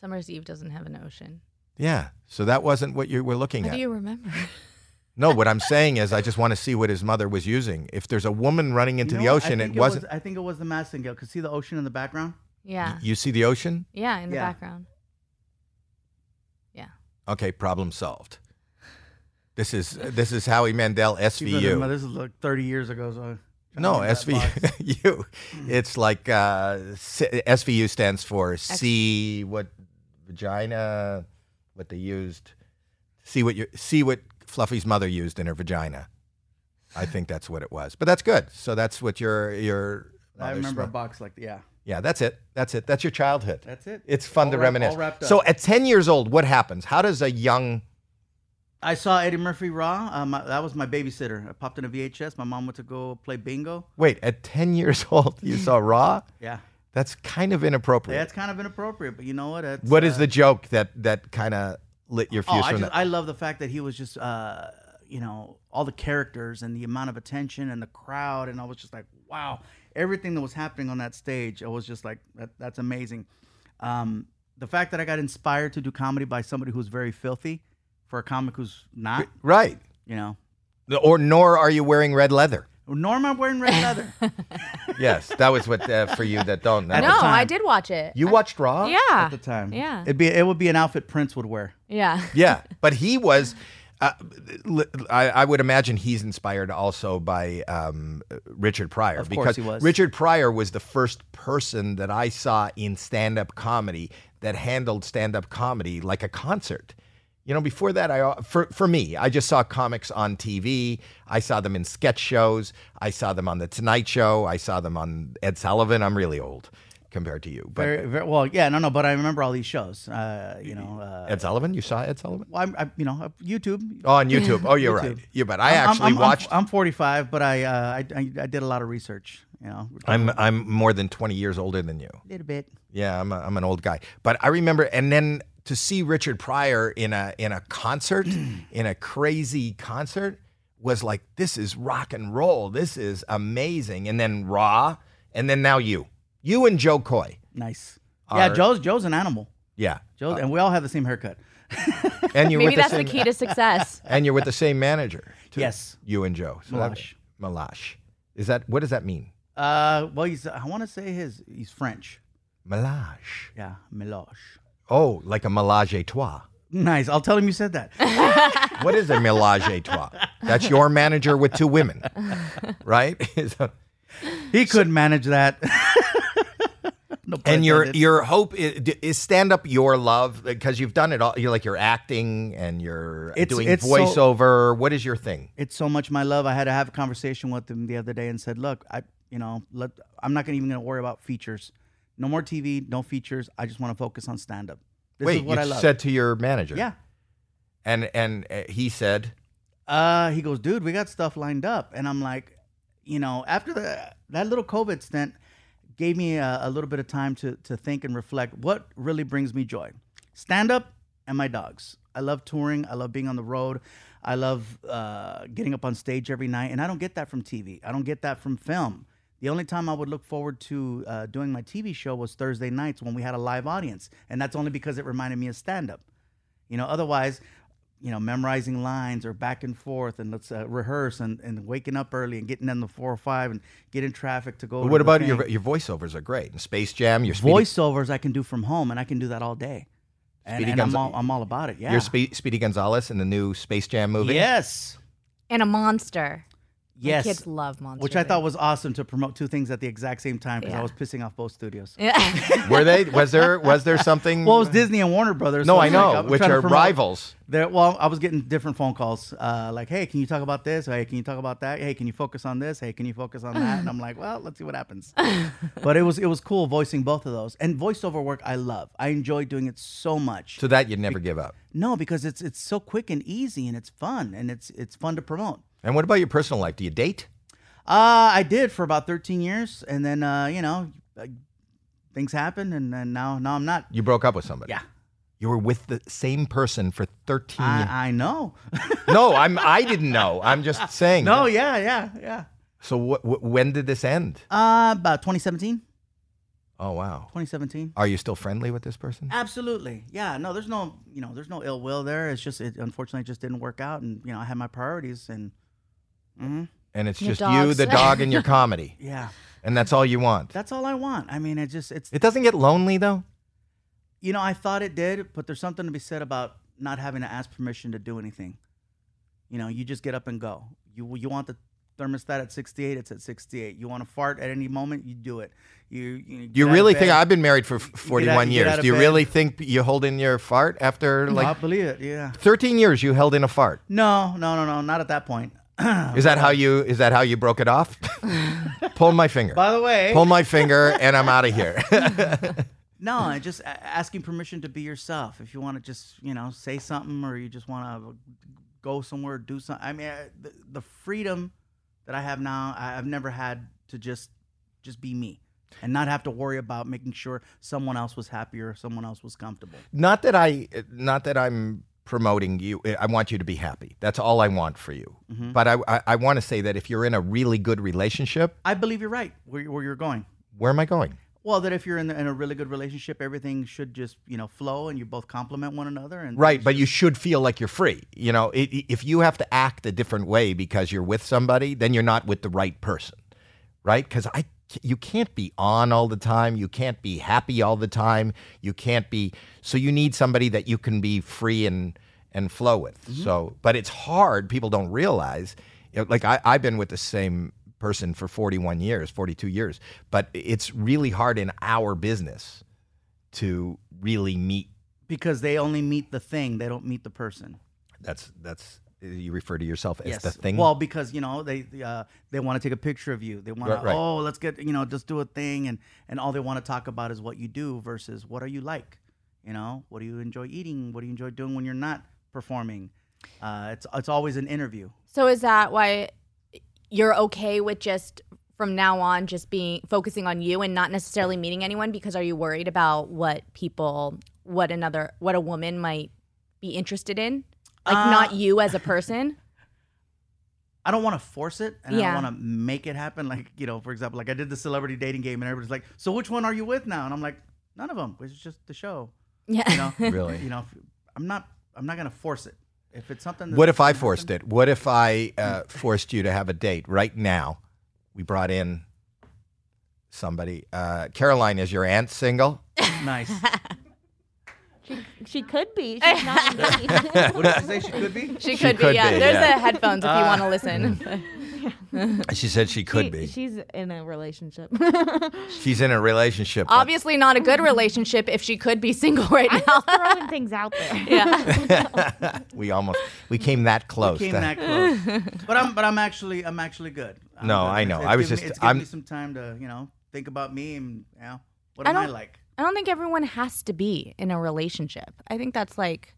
Speaker 2: Summer's Eve doesn't have an ocean.
Speaker 1: Yeah. So that wasn't what you were looking
Speaker 2: How
Speaker 1: at.
Speaker 2: do you remember?
Speaker 1: no, what I'm saying is I just want to see what his mother was using. If there's a woman running into
Speaker 4: You
Speaker 1: the
Speaker 4: know what? I
Speaker 1: ocean, it
Speaker 4: think
Speaker 1: wasn't.
Speaker 4: Was, I think it was the Massengale. Could see the ocean in the background.
Speaker 2: Yeah,
Speaker 1: You see the ocean?
Speaker 2: yeah, in the
Speaker 4: Yeah.
Speaker 2: background. Yeah.
Speaker 1: Okay, problem solved. This is this is Howie Mandel
Speaker 4: Even though
Speaker 1: SVU.
Speaker 4: This is like 30 years ago. So I-
Speaker 1: No,
Speaker 4: I remember that box.
Speaker 1: SVU. It's like uh, S- SVU stands for see what vagina, what they used. See what your see what Fluffy's mother used in her vagina. I think that's what it was. But that's good. So that's what your your.
Speaker 4: I
Speaker 1: mother's
Speaker 4: remember a
Speaker 1: mo-
Speaker 4: box like yeah.
Speaker 1: Yeah, that's it. That's it. That's your childhood.
Speaker 4: That's it.
Speaker 1: It's fun
Speaker 4: All
Speaker 1: to
Speaker 4: wrap- all
Speaker 1: reminisce.
Speaker 4: wrapped up.
Speaker 1: So at ten years old, what happens? How does a young
Speaker 4: I saw Eddie Murphy Raw. Um, I- that was my babysitter. I popped in a VHS. My mom went to go play bingo.
Speaker 1: Wait, at 10 years old, you saw Raw?
Speaker 4: Yeah.
Speaker 1: That's kind of inappropriate.
Speaker 4: That's kind of inappropriate, but you know what? It's,
Speaker 1: what is
Speaker 4: uh,
Speaker 1: the joke that that kind of lit your
Speaker 4: Oh,
Speaker 1: fuse
Speaker 4: I,
Speaker 1: from
Speaker 4: just,
Speaker 1: that?
Speaker 4: I love the fact that he was just, uh, you know, all the characters and the amount of attention and the crowd, and I was just like, wow, everything that was happening on that stage, I was just like, that, that's amazing. Um, the fact that I got inspired to do comedy by somebody who's very filthy, for a comic who's not,
Speaker 1: right.
Speaker 4: you know,
Speaker 1: Or nor are you wearing red leather.
Speaker 4: nor am I wearing red leather.
Speaker 1: Yes, that was what uh, for you that don't. That
Speaker 2: No,
Speaker 1: was-
Speaker 2: I
Speaker 4: time.
Speaker 2: did watch it.
Speaker 1: you watched Raw.
Speaker 2: yeah.
Speaker 4: at the time.
Speaker 2: Yeah.
Speaker 4: It'd be it would be an outfit Prince would wear.
Speaker 2: Yeah.
Speaker 1: Yeah, but he was. Uh, li- I, I would imagine he's inspired also by um, Richard Pryor
Speaker 4: Of
Speaker 1: because
Speaker 4: course he was.
Speaker 1: Richard Pryor was the first person that I saw in stand-up comedy that handled stand-up comedy like a concert. You know, before that, I uh, for for me, I just saw comics on TV. I saw them in sketch shows. I saw them on the Tonight Show. I saw them on Ed Sullivan. I'm really old compared to you, but
Speaker 4: Very, very well, yeah, no, no, but I remember all these shows. Uh, you know, uh,
Speaker 1: Ed Sullivan. You saw Ed Sullivan?
Speaker 4: well, I'm, I, you know, uh, YouTube.
Speaker 1: Oh, on YouTube. Oh, you're right. You bet. I
Speaker 4: I'm- I'm-
Speaker 1: actually
Speaker 4: I'm, I'm-
Speaker 1: watched.
Speaker 4: I'm, 45, but I, uh, I, I I did a lot of research. You know,
Speaker 1: I'm I'm more than 20 years older than you.
Speaker 4: a little bit.
Speaker 1: Yeah, I'm a, I'm an old guy. But I remember and then to see Richard Pryor in a in a concert, in a crazy concert was like this is rock and roll. This is amazing. And then Raw and then now you. You and Joe Coy.
Speaker 4: Nice. Yeah,
Speaker 1: Are-
Speaker 4: Joe's Joe's an animal.
Speaker 1: Yeah.
Speaker 4: Joe's, and we all have the same haircut.
Speaker 1: And you're with
Speaker 2: Maybe that's
Speaker 1: the
Speaker 2: the
Speaker 1: same
Speaker 2: key to success.
Speaker 1: and you're with the same manager. Too,
Speaker 4: Yes.
Speaker 1: You and Joe. So that-
Speaker 4: Malash.
Speaker 1: Malash. Is that what does that mean?
Speaker 4: Uh, well, he's I want to say his he's French.
Speaker 1: Malash.
Speaker 4: Yeah, Meloche.
Speaker 1: Oh, like a mélange et toi.
Speaker 4: Nice. I'll tell him you said that.
Speaker 1: What is a mélange et toi? That's your manager with two women, right? So-
Speaker 4: He couldn't manage that. No pun
Speaker 1: and your
Speaker 4: intended.
Speaker 1: your hope is, is stand up your love because you've done it all. You're like you're acting and you're
Speaker 4: It's-
Speaker 1: doing
Speaker 4: it's so-
Speaker 1: voiceover. what is your thing?
Speaker 4: it's so much my love. I had to have a conversation with him the other day and said, look, I, you know, let, I'm not gonna even gonna worry about features. No more TV, no features. I just want to focus on stand up. This
Speaker 1: Wait,
Speaker 4: is what
Speaker 1: you
Speaker 4: I love.
Speaker 1: said to your manager,
Speaker 4: yeah.
Speaker 1: and and uh, he said,
Speaker 4: Uh, he goes, dude, we got stuff lined up, and I'm like, you know, after the that little COVID stint gave me a, a little bit of time to to think and reflect. What really brings me joy? Stand up and my dogs. I love touring. I love being on the road. I love uh, getting up on stage every night, and I don't get that from TV. I don't get that from film. The only time I would look forward to uh, doing my TV show was Thursday nights when we had a live audience, and that's only because it reminded me of stand up. You know, otherwise, you know, memorizing lines or back and forth and let's uh, rehearse and, and waking up early and getting in the four or five and get in traffic to go. to
Speaker 1: "What
Speaker 4: the
Speaker 1: about
Speaker 4: thing.
Speaker 1: your your voiceovers are great? And Space Jam, your Speedy,
Speaker 4: voiceovers? I can do from home and I can do that all day. And,
Speaker 1: Speedy
Speaker 4: and I'm,
Speaker 1: Gonza-
Speaker 4: all, I'm all about it. Yeah.
Speaker 1: your Spe- Speedy Gonzalez in the new Space Jam movie."
Speaker 4: Yes.
Speaker 2: And a monster. My
Speaker 4: Yes.
Speaker 2: kids love monsters.
Speaker 4: Which I thought was awesome to promote two things at the exact same time because I
Speaker 2: Yeah.
Speaker 4: was pissing off both studios.
Speaker 2: Yeah.
Speaker 1: were they? Was there was there something?
Speaker 4: Well, it was Disney and Warner Brothers.
Speaker 1: no,
Speaker 4: so
Speaker 1: I
Speaker 4: I'm like,
Speaker 1: know,
Speaker 4: I'm
Speaker 1: which
Speaker 4: trying to
Speaker 1: are
Speaker 4: promote-
Speaker 1: rivals.
Speaker 4: There, well, I was getting different phone calls, uh, like, "Hey, can you talk about this? Hey, can you talk about that? Hey, can you focus on this? Hey, can you focus on that?" And I'm like, "Well, let's see what happens." but it was it was cool voicing both of those, and voiceover work I love. I enjoy doing it so much.
Speaker 1: So that you'd never give up.
Speaker 4: no, because it's it's so quick and easy, and it's fun, and it's it's fun to promote.
Speaker 1: And what about your personal life? Do you date?
Speaker 4: Uh, I did for about 13 years, and then uh, you know, uh, things happen, and, and now now I'm not.
Speaker 1: You broke up with somebody.
Speaker 4: Yeah. Uh,
Speaker 1: You were with the same person for 13 years.
Speaker 4: I, I know.
Speaker 1: no, I'm I didn't know. I'm just saying.
Speaker 4: uh. no, yeah, yeah, yeah.
Speaker 1: So wh- wh- when did this end?
Speaker 4: Uh, about 2017,
Speaker 1: Oh wow.
Speaker 4: 2017.
Speaker 1: Are you still friendly with this
Speaker 4: Uh,
Speaker 1: person?
Speaker 4: Absolutely. Yeah. No, there's no, you know, there's no ill will there. It's just, it unfortunately just didn't work out. And, you know, I had my priorities and, Mhm.
Speaker 1: And it's
Speaker 2: The
Speaker 1: just you,
Speaker 2: dogs.
Speaker 1: the dog and your comedy.
Speaker 4: yeah,
Speaker 1: And that's all you want.
Speaker 4: that's all I want. I mean, it just, it's,
Speaker 1: It doesn't get lonely though.
Speaker 4: you know, I thought it did, but there's something to be said about not having to ask permission to do anything. You know, you just get up and go. You you want the thermostat at 68, it's at 68. You want to fart at any moment, you do it. You
Speaker 1: Do
Speaker 4: you,
Speaker 1: you
Speaker 4: get out of
Speaker 1: really think
Speaker 4: bed.
Speaker 1: I've been married for f- 41
Speaker 4: you get
Speaker 1: years?
Speaker 4: out of
Speaker 1: Do you
Speaker 4: bed.
Speaker 1: really think you hold in your fart after
Speaker 4: I
Speaker 1: like
Speaker 4: believe it? Yeah.
Speaker 1: 13 years you held in a fart?
Speaker 4: No, no, no, no, not at that point.
Speaker 1: Is that how you is that how you broke it off? Pull my finger.
Speaker 4: By the way,
Speaker 1: Pull my finger and I'm out of here.
Speaker 4: No, I just a- asking permission to be yourself. If you want to just, you know, say something or you just want to go somewhere, do something. I mean, I- the, the freedom that I have now, I- I've never had to just just be me and not have to worry about making sure someone else was happy or someone else was comfortable.
Speaker 1: not that I, not that I'm promoting you. I want you to be happy. That's all I want for you. But I, I, I want to say that if you're in a really good relationship,
Speaker 4: I believe you're right where, where you're going.
Speaker 1: where am I going?
Speaker 4: Well, that if you're in, in a really good relationship, everything should just you know flow, and you both complement one another. And
Speaker 1: Right, but you should feel like you're free. You know, i i- if you have to act a different way because you're with somebody, then you're not with the right person, right? Because I, c- you can't be on all the time. You can't be happy all the time. You can't be. So you need somebody that you can be free and and flow with. So, but it's hard. People don't realize. You know, like I, I've been with the same person for 41 years, 42 years, but it's really hard in our business to really meet
Speaker 4: because they only meet the thing, they don't meet the person.
Speaker 1: that's that's you refer to yourself as the thing.
Speaker 4: Well, because you know they uh, they want to take a picture of you. They want
Speaker 1: Right, right.
Speaker 4: to oh let's get you know just do a thing and and all they want to talk about is what you do versus what are you like. You know what do you enjoy eating? What do you enjoy doing when you're not performing? Uh, it's it's always an interview.
Speaker 2: So is that why you're okay with just from now on just being focusing on you and not necessarily meeting anyone because are you worried about what people what another what a woman might be interested in? Like
Speaker 4: Uh,
Speaker 2: not you as a person?
Speaker 4: I don't want to force it and I
Speaker 2: Yeah.
Speaker 4: don't want to make it happen. Like, you know, for example, like I did the celebrity dating game and everybody's like, so which one are you with now? And I'm like, none of them. It's just the show.
Speaker 2: Yeah.
Speaker 4: You know,
Speaker 1: Really?
Speaker 4: You know, if- I'm not, I'm not going to force it. If it's something that
Speaker 1: what if I forced it? What if I uh, forced you to have a date right now? We brought in somebody. Uh, Caroline, is your aunt single?
Speaker 4: Nice.
Speaker 3: She, she could be. She's not engaged.
Speaker 4: what did you say she could be?
Speaker 2: She could,
Speaker 1: could
Speaker 2: be. Yeah. Uh,
Speaker 1: be,
Speaker 2: There's
Speaker 1: yeah.
Speaker 2: a headphones if you want to listen.
Speaker 1: She said she could
Speaker 3: She-
Speaker 1: be.
Speaker 3: She's in a relationship.
Speaker 1: She's in a relationship. but-
Speaker 2: Obviously not a good relationship if she could be single right now.
Speaker 3: Throwing things out there.
Speaker 2: yeah.
Speaker 1: we almost we came that close.
Speaker 4: Came
Speaker 1: That-
Speaker 4: that close. But I'm, but I'm actually, I'm actually good. I'm
Speaker 1: No,
Speaker 4: good.
Speaker 1: I know.
Speaker 4: It's
Speaker 1: I was
Speaker 4: given me-
Speaker 1: just-
Speaker 4: It's given
Speaker 1: I'm-
Speaker 4: me some time to, you know, think about me and, you know, what
Speaker 2: I
Speaker 4: am I
Speaker 2: don't-
Speaker 4: like?
Speaker 2: I don't think everyone has to be in a relationship. I think that's like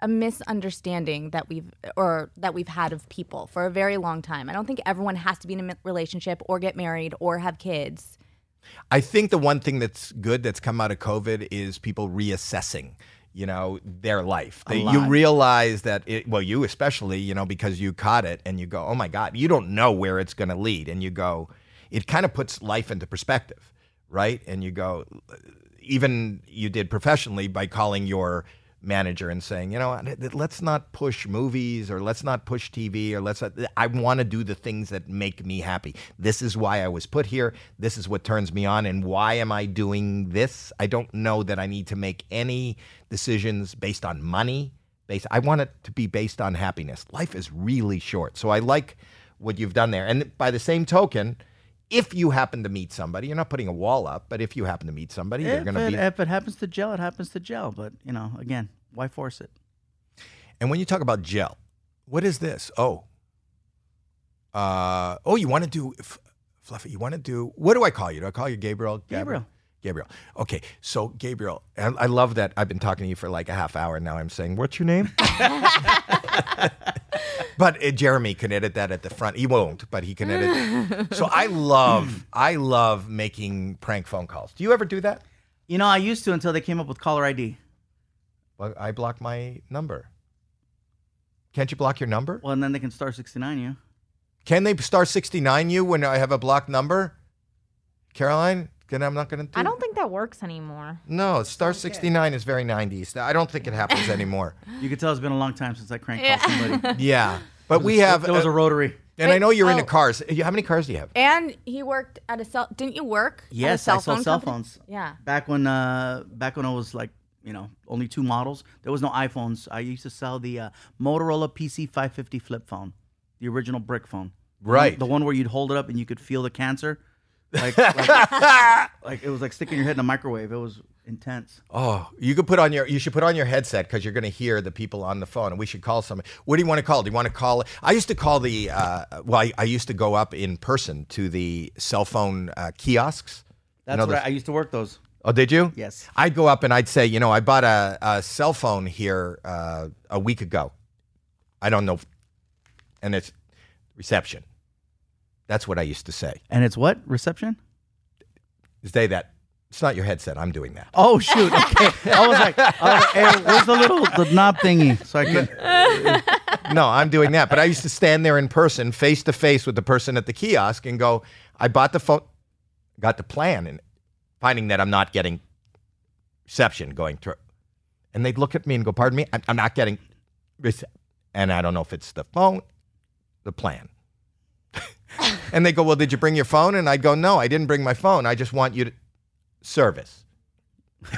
Speaker 2: a misunderstanding that we've or that we've had of people for a very long time. I don't think everyone has to be in a mi- relationship or get married or have kids.
Speaker 1: I think the one thing that's good that's come out of COVID is people reassessing, you know, their life. They, you realize that, it, well, you especially, you know, because you caught it and you go, oh my God, you don't know where it's going to lead. And you go, it kind of puts life into perspective, right? And you go, even you did professionally by calling your manager and saying, you know, let's not push movies or let's not push TV or let's, uh, I want to do the things that make me happy. This is why I was put here. This is what turns me on. And why am I doing this? I don't know that I need to make any decisions based on money. Based, I want it to be based on happiness. Life is really short. So I like what you've done there. And by the same token, if you happen to meet somebody, you're not putting a wall up, but if you happen to meet somebody, they're
Speaker 4: If
Speaker 1: going to
Speaker 4: it,
Speaker 1: be.
Speaker 4: if it happens to gel, it happens to gel. But, you know, again, why force it?
Speaker 1: And when you talk about gel, what is this? Oh, uh, oh, you want to do f- fluffy? You want to do? What do I call you? Do I call you Gabriel?
Speaker 4: Gabriel.
Speaker 1: Gabriel. Okay, so Gabriel, I, I love that I've been talking to you for like a half hour and now. I'm saying, what's your name? but uh, Jeremy can edit that at the front. He won't, but he can edit. so I love, I love making prank phone calls. Do you ever do that?
Speaker 4: You know, I used to until they came up with caller ID.
Speaker 1: Well, I block my number. Can't you block your number?
Speaker 4: Well, and then they can star 69 you.
Speaker 1: Can they star 69 you when I have a blocked number? Caroline, then I'm not going to do
Speaker 3: I don't think that works anymore.
Speaker 1: No, star 69 is very 90s. I don't think it happens anymore.
Speaker 4: You could tell it's been a long time since I crank
Speaker 2: Yeah.
Speaker 4: called somebody.
Speaker 1: yeah. But we have
Speaker 4: There was
Speaker 1: uh,
Speaker 4: a rotary.
Speaker 1: and I know you're into
Speaker 2: Oh.
Speaker 1: cars. You- How many cars do you have?
Speaker 2: And he worked at a cell. Didn't you work? at a
Speaker 4: Yes,
Speaker 2: cell
Speaker 4: I sold
Speaker 2: phone
Speaker 4: cell
Speaker 2: company?
Speaker 4: phones.
Speaker 2: Yeah.
Speaker 4: Back when, uh, back when I was like, you know, only two models. There was no iPhones. I used to sell the uh, Motorola PC550 flip phone, the original brick phone.
Speaker 1: Right.
Speaker 4: The one where you'd hold it up and you could feel the cancer. Like, like, like it was like sticking your head in a microwave. It was intense.
Speaker 1: Oh, you could put on your you should put on your headset cuz you're going to hear the people on the phone and we should call somebody. What do you want to call? Do you want to call I used to call the uh, well I, I used to go up in person to the cell phone uh, kiosks.
Speaker 4: That's
Speaker 1: know
Speaker 4: what
Speaker 1: those-
Speaker 4: I, I used to work those.
Speaker 1: Oh, did you?
Speaker 4: Yes.
Speaker 1: I'd go up and I'd say, you know, I bought a, a cell phone here uh, a week ago. I don't know. And it's reception. That's what I used to say.
Speaker 4: And it's what reception?
Speaker 1: Say that It's not your headset. I'm doing that.
Speaker 4: Oh shoot! Okay, I was like, I was like, hey, where's the little the knob thingy? So I can.
Speaker 1: No, I'm doing that. But I used to stand there in person, face to face with the person at the kiosk and go, I bought the phone, got the plan, and finding that I'm not getting reception going through. And they'd look at me and go, Pardon me, I'm, I'm not getting rece-" And I don't know if it's the phone, the plan. and they go, Well, did you bring your phone? And I'd go, No, I didn't bring my phone. I just want you to service.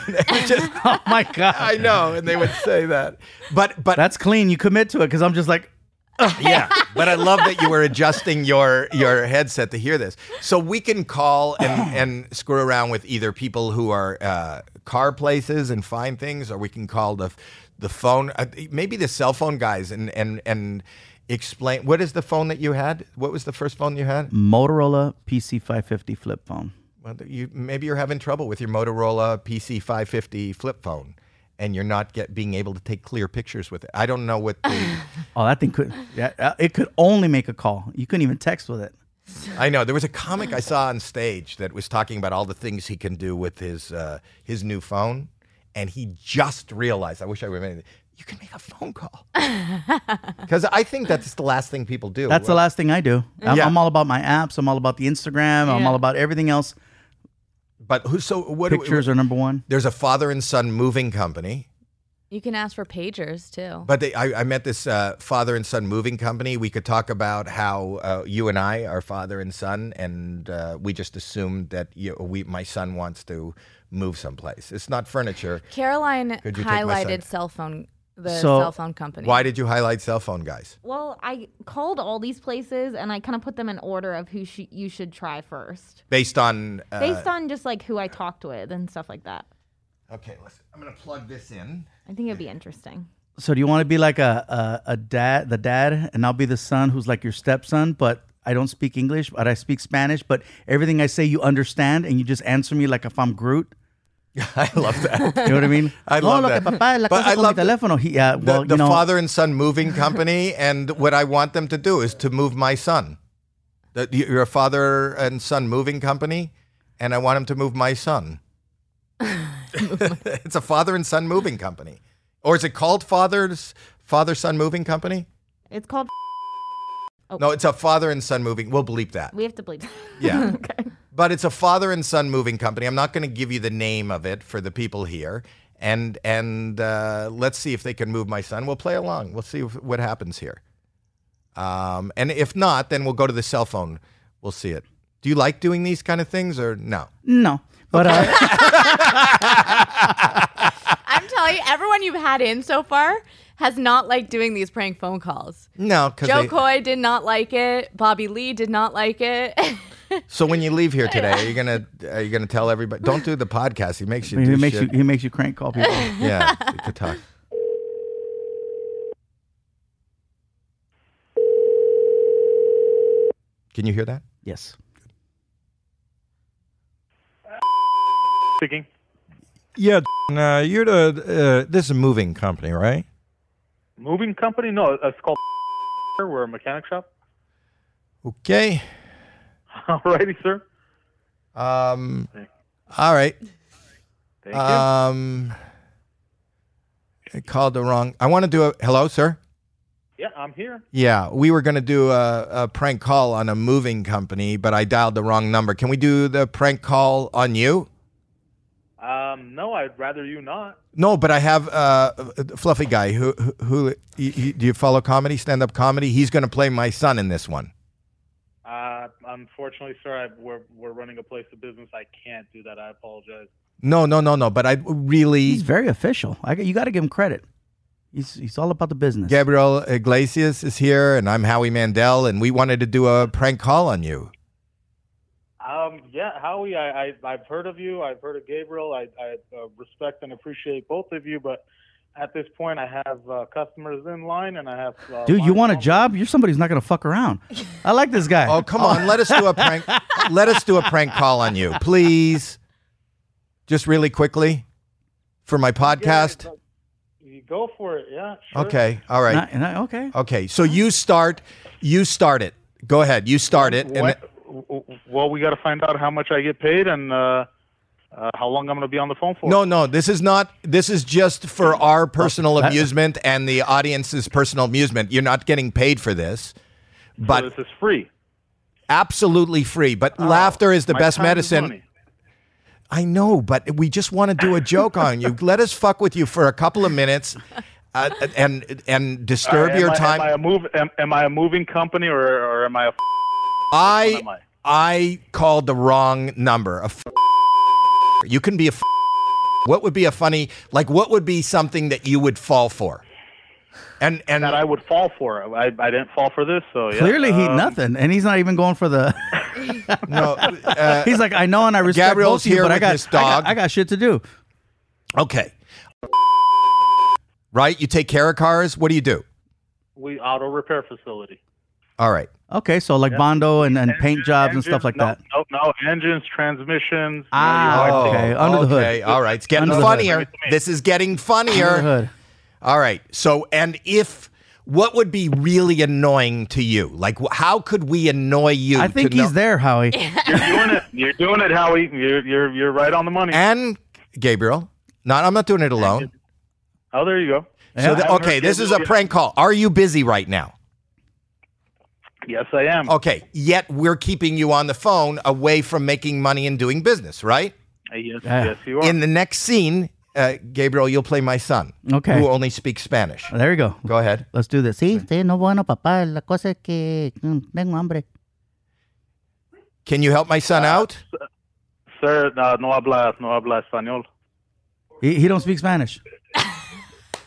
Speaker 1: It was just-
Speaker 4: Oh my god,
Speaker 1: I know. And they would say that. But, but,
Speaker 4: that's clean. You commit to it because I'm just like,
Speaker 1: yeah, but I love that you were adjusting your your headset to hear this. So we can call and and screw around with either people who are uh, car places and find things, or we can call the the phone, uh, maybe the cell phone guys, and and and explain what is the phone that you had? What was the first phone you had?
Speaker 4: Mm. Motorola PC550 flip phone.
Speaker 1: Well, you maybe you're having trouble with your Motorola PC550 flip phone, and you're not get being able to take clear pictures with it. I don't know what the
Speaker 4: Oh, that thing could. Yeah, uh, it could only make a call. You couldn't even text with it.
Speaker 1: I know. There was a comic I saw on stage that was talking about all the things he can do with his uh, his new phone, and he just realized. I wish I remembered. You can make a phone call because I think that's the last thing people do.
Speaker 4: That's the last thing I do. I'm,
Speaker 1: Yeah.
Speaker 4: I'm all about my apps. I'm all about the Instagram. I'm
Speaker 3: Yeah.
Speaker 4: all about everything else.
Speaker 1: But who? So what? do we-
Speaker 4: Pictures are number one.
Speaker 1: there's a father and son moving company.
Speaker 2: You can ask for pagers too.
Speaker 1: But they, I, I met this uh, father and son moving company. We could talk about how uh, you and I are father and son, and uh, we just assumed that you, we, my son wants to move someplace. It's not furniture.
Speaker 2: Caroline
Speaker 1: Could you take my
Speaker 2: highlighted
Speaker 1: side?
Speaker 2: cell phone the
Speaker 4: So-
Speaker 2: cell phone company.
Speaker 1: Why did you highlight cell phone guys?
Speaker 3: Well, I called all these places and I kind of put them in order of who sh- you should try first,
Speaker 1: Based on uh,
Speaker 3: based on just like who I talked with and stuff like that.
Speaker 1: Okay, listen. I'm gonna plug this in.
Speaker 3: I think it'd be interesting.
Speaker 4: So do you want to be like a, a a dad, the dad, and I'll be the son who's like your stepson, but I don't speak English, but I speak Spanish, but everything I say you understand, and you just answer me like if I'm Groot.
Speaker 1: I love that.
Speaker 4: You know what I mean?
Speaker 1: I
Speaker 4: no,
Speaker 1: love
Speaker 4: look
Speaker 1: that.
Speaker 4: at papá, la
Speaker 1: But
Speaker 4: cosa
Speaker 1: I
Speaker 4: con
Speaker 1: love
Speaker 4: mi
Speaker 1: the-
Speaker 4: teléfono. He, yeah,
Speaker 1: The,
Speaker 4: well,
Speaker 1: the
Speaker 4: you know,
Speaker 1: father and son moving company, and what I want them to do is to move my son. That you- you're a father and son moving company, and I want him to move my son. it's a father and son moving company, or is it called father's father son moving company?
Speaker 3: It's called.
Speaker 1: No, it's a father and son moving. We'll bleep that.
Speaker 3: We have to bleep.
Speaker 1: Yeah. But it's a father and son moving company. I'm not going to give you the name of it for the people here. And and uh, let's see if they can move my son. We'll play along. We'll see if, what happens here. Um, and if not, then we'll go to the cell phone. We'll see it. Do you like doing these kind of things or no?
Speaker 4: no, but uh,
Speaker 2: I'm telling you, everyone you've had in so far has not liked doing these prank phone calls.
Speaker 1: No,
Speaker 2: Joe
Speaker 1: because
Speaker 2: Coy did not like it. Bobby Lee did not like it.
Speaker 1: so when you leave here today, are you gonna are you gonna tell everybody? Don't do the podcast. He makes you.
Speaker 4: he
Speaker 1: do
Speaker 4: makes
Speaker 1: shit.
Speaker 4: you he makes you crank call people.
Speaker 1: Yeah, we could talk. Can you hear that?
Speaker 4: yes.
Speaker 6: Speaking.
Speaker 5: Yeah, uh, you're the. Uh, this is a moving company, right?
Speaker 6: Moving company? No, it's called. We're a mechanic shop.
Speaker 1: Okay.
Speaker 6: Alrighty, sir.
Speaker 1: Um. All right.
Speaker 6: Thank
Speaker 4: Uh,
Speaker 1: Um. I called the wrong. I want to do a hello, sir.
Speaker 6: you. Yeah, I'm here.
Speaker 1: Yeah, we were gonna do a, a prank call on a moving company, but I dialed the wrong number. Can we do the prank call on you?
Speaker 6: Um, no, I'd rather you not.
Speaker 1: No, but I have uh, a fluffy guy who who, who you, you, do you follow comedy, stand up comedy? He's going to play my son in this one.
Speaker 6: Uh, unfortunately, sir, I, we're we're running a place of business. I can't do that. I apologize.
Speaker 1: No, no, no, no. But I
Speaker 4: He's
Speaker 1: really
Speaker 4: very official. I, you got to give him credit. He's he's all about the business.
Speaker 1: Gabriel Iglesias is here, and I'm Howie Mandel, and we wanted to do a prank call on you.
Speaker 6: Um, yeah, Howie, I, I I've heard of you. I've heard of Gabriel. I I uh, respect and appreciate both of you, but at this point, I have uh, customers in line, and I have. Uh,
Speaker 4: Dude, you
Speaker 6: lines
Speaker 4: want a
Speaker 6: open.
Speaker 4: job? You're somebody who's not gonna fuck around. I like this guy.
Speaker 1: Oh, come on, let us do a prank. let us do a prank call on you, please. Just really quickly for my
Speaker 6: Yeah,
Speaker 1: podcast.
Speaker 6: but you go for it. Yeah. Sure.
Speaker 1: Okay, all right.
Speaker 4: Not- not- okay.
Speaker 1: Okay, so you start. You start it. Go ahead. You start it. and-
Speaker 6: What- w- w- well, we got to find out how much I get paid, and uh, uh, how long I'm going to be on the phone for.
Speaker 1: No, no, this is not. This is just for our personal amusement and the audience's personal amusement. You're not getting paid for this,
Speaker 6: So
Speaker 1: but
Speaker 6: this is free.
Speaker 1: absolutely free. But laughter is the
Speaker 6: Oh, My
Speaker 1: best
Speaker 6: time is
Speaker 1: medicine.
Speaker 6: money.
Speaker 1: I know, but we just want to do a joke on you. Let us fuck with you for a couple of minutes, uh, and and
Speaker 6: All
Speaker 1: disturb
Speaker 6: right, am
Speaker 1: your
Speaker 6: I-
Speaker 1: time.
Speaker 6: Am I a move? Am, am I a moving company or or am I a? F-
Speaker 1: I
Speaker 6: What am I?
Speaker 1: I called the wrong number. A f- you can be a. F- what would be a funny like? What would be something that you would fall for? And and
Speaker 6: that I would fall for. I I didn't fall for this, so yeah.
Speaker 4: Clearly, he
Speaker 6: Um,
Speaker 4: nothing, and he's not even going for the.
Speaker 1: no. Uh,
Speaker 4: He's like, I know, and I respect
Speaker 1: Gabriel's
Speaker 4: both of you,
Speaker 1: here
Speaker 4: but I
Speaker 1: with
Speaker 4: got,
Speaker 1: his
Speaker 4: I got-
Speaker 1: dog.
Speaker 4: I got shit to do.
Speaker 1: okay. Right. You take care of cars. What do you do?
Speaker 6: We auto repair facility.
Speaker 1: All right.
Speaker 4: Okay, so like Bondo and, and paint jobs and stuff like
Speaker 6: no,
Speaker 4: that.
Speaker 6: No, no engines, transmissions.
Speaker 4: Ah,
Speaker 6: you know, I think-
Speaker 4: okay, under the hood.
Speaker 1: okay, All right. It's getting
Speaker 4: Under the hood.
Speaker 1: funnier. This is getting funnier.
Speaker 4: Hood.
Speaker 1: All right. So, and if what would be really annoying to you? Like, wh- how could we annoy you?
Speaker 4: I think
Speaker 1: to know-
Speaker 4: he's there, Howie.
Speaker 6: You're doing it. You're doing it, Howie. You're you're you're right on the money.
Speaker 1: And Gabriel, not I'm not doing it alone.
Speaker 6: oh, there you go.
Speaker 1: So,
Speaker 4: Yeah.
Speaker 1: the,
Speaker 6: haven't
Speaker 1: okay,
Speaker 6: heard
Speaker 1: this is a
Speaker 6: Gabriel
Speaker 1: prank call. Are you busy right now?
Speaker 6: Yes, I am.
Speaker 1: Okay. Yet we're keeping you on the phone, away from making money and doing business, right?
Speaker 6: Yes,
Speaker 4: Yeah.
Speaker 6: yes, you are.
Speaker 1: In the next scene, uh, Gabriel, you'll play my son,
Speaker 4: Okay.
Speaker 1: who only speaks Spanish.
Speaker 4: There you go.
Speaker 1: Go ahead.
Speaker 4: Let's do this. See?
Speaker 7: Sí, no, bueno, papá, la cosa es que mm, tengo hambre.
Speaker 1: Can you help my son
Speaker 6: Uh,
Speaker 1: out?
Speaker 6: Sir, no, no habla, no habla español.
Speaker 4: He, he don't speak Spanish.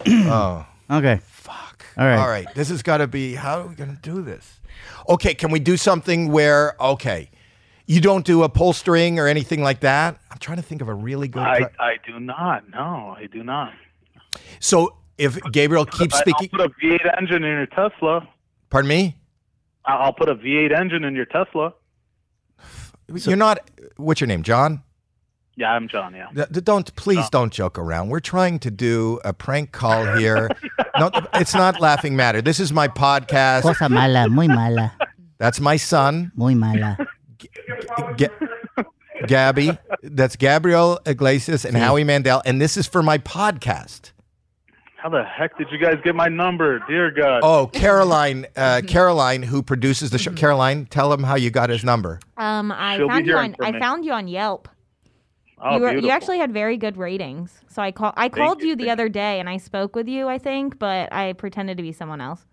Speaker 1: oh.
Speaker 4: Okay.
Speaker 1: Fuck.
Speaker 4: All right.
Speaker 1: All right. This has got to be. How are we going to do this? Okay. Can we do something where? Okay, you don't do upholstering or anything like that. I'm trying to think of a really good.
Speaker 6: I,
Speaker 1: pri-
Speaker 6: I do not. No, I do not.
Speaker 1: so if Gabriel keeps
Speaker 6: I-
Speaker 1: speaking,
Speaker 6: I'll put a V8 engine in your Tesla.
Speaker 1: pardon me.
Speaker 6: I- I'll put a V8 engine in your Tesla.
Speaker 1: You're not. What's your name, John?
Speaker 6: Yeah, I'm John. Yeah.
Speaker 1: Th- th- Don't please don't joke around. We're trying to do a prank call here. no, it's not laughing matter. This is my podcast.
Speaker 7: Cosa mala, muy mala,
Speaker 1: That's my son,
Speaker 7: muy mala.
Speaker 1: Ga- Gabby. That's Gabriel Iglesias and Howie Mandel, and this is for my podcast.
Speaker 6: How the heck did you guys get my number? Dear God.
Speaker 1: Oh, Caroline, uh, Caroline, who produces the show. Caroline, tell him how you got his number.
Speaker 3: Um, I
Speaker 6: She'll be
Speaker 3: found you
Speaker 6: hearing
Speaker 3: on
Speaker 6: from
Speaker 3: I
Speaker 6: me.
Speaker 3: found you on Yelp.
Speaker 6: Oh,
Speaker 3: you, were, you
Speaker 6: beautiful.
Speaker 3: actually had very good ratings. So I call I called
Speaker 6: you,
Speaker 3: you, the
Speaker 6: thank
Speaker 3: other day and I spoke with you, I think, but I pretended to be someone else.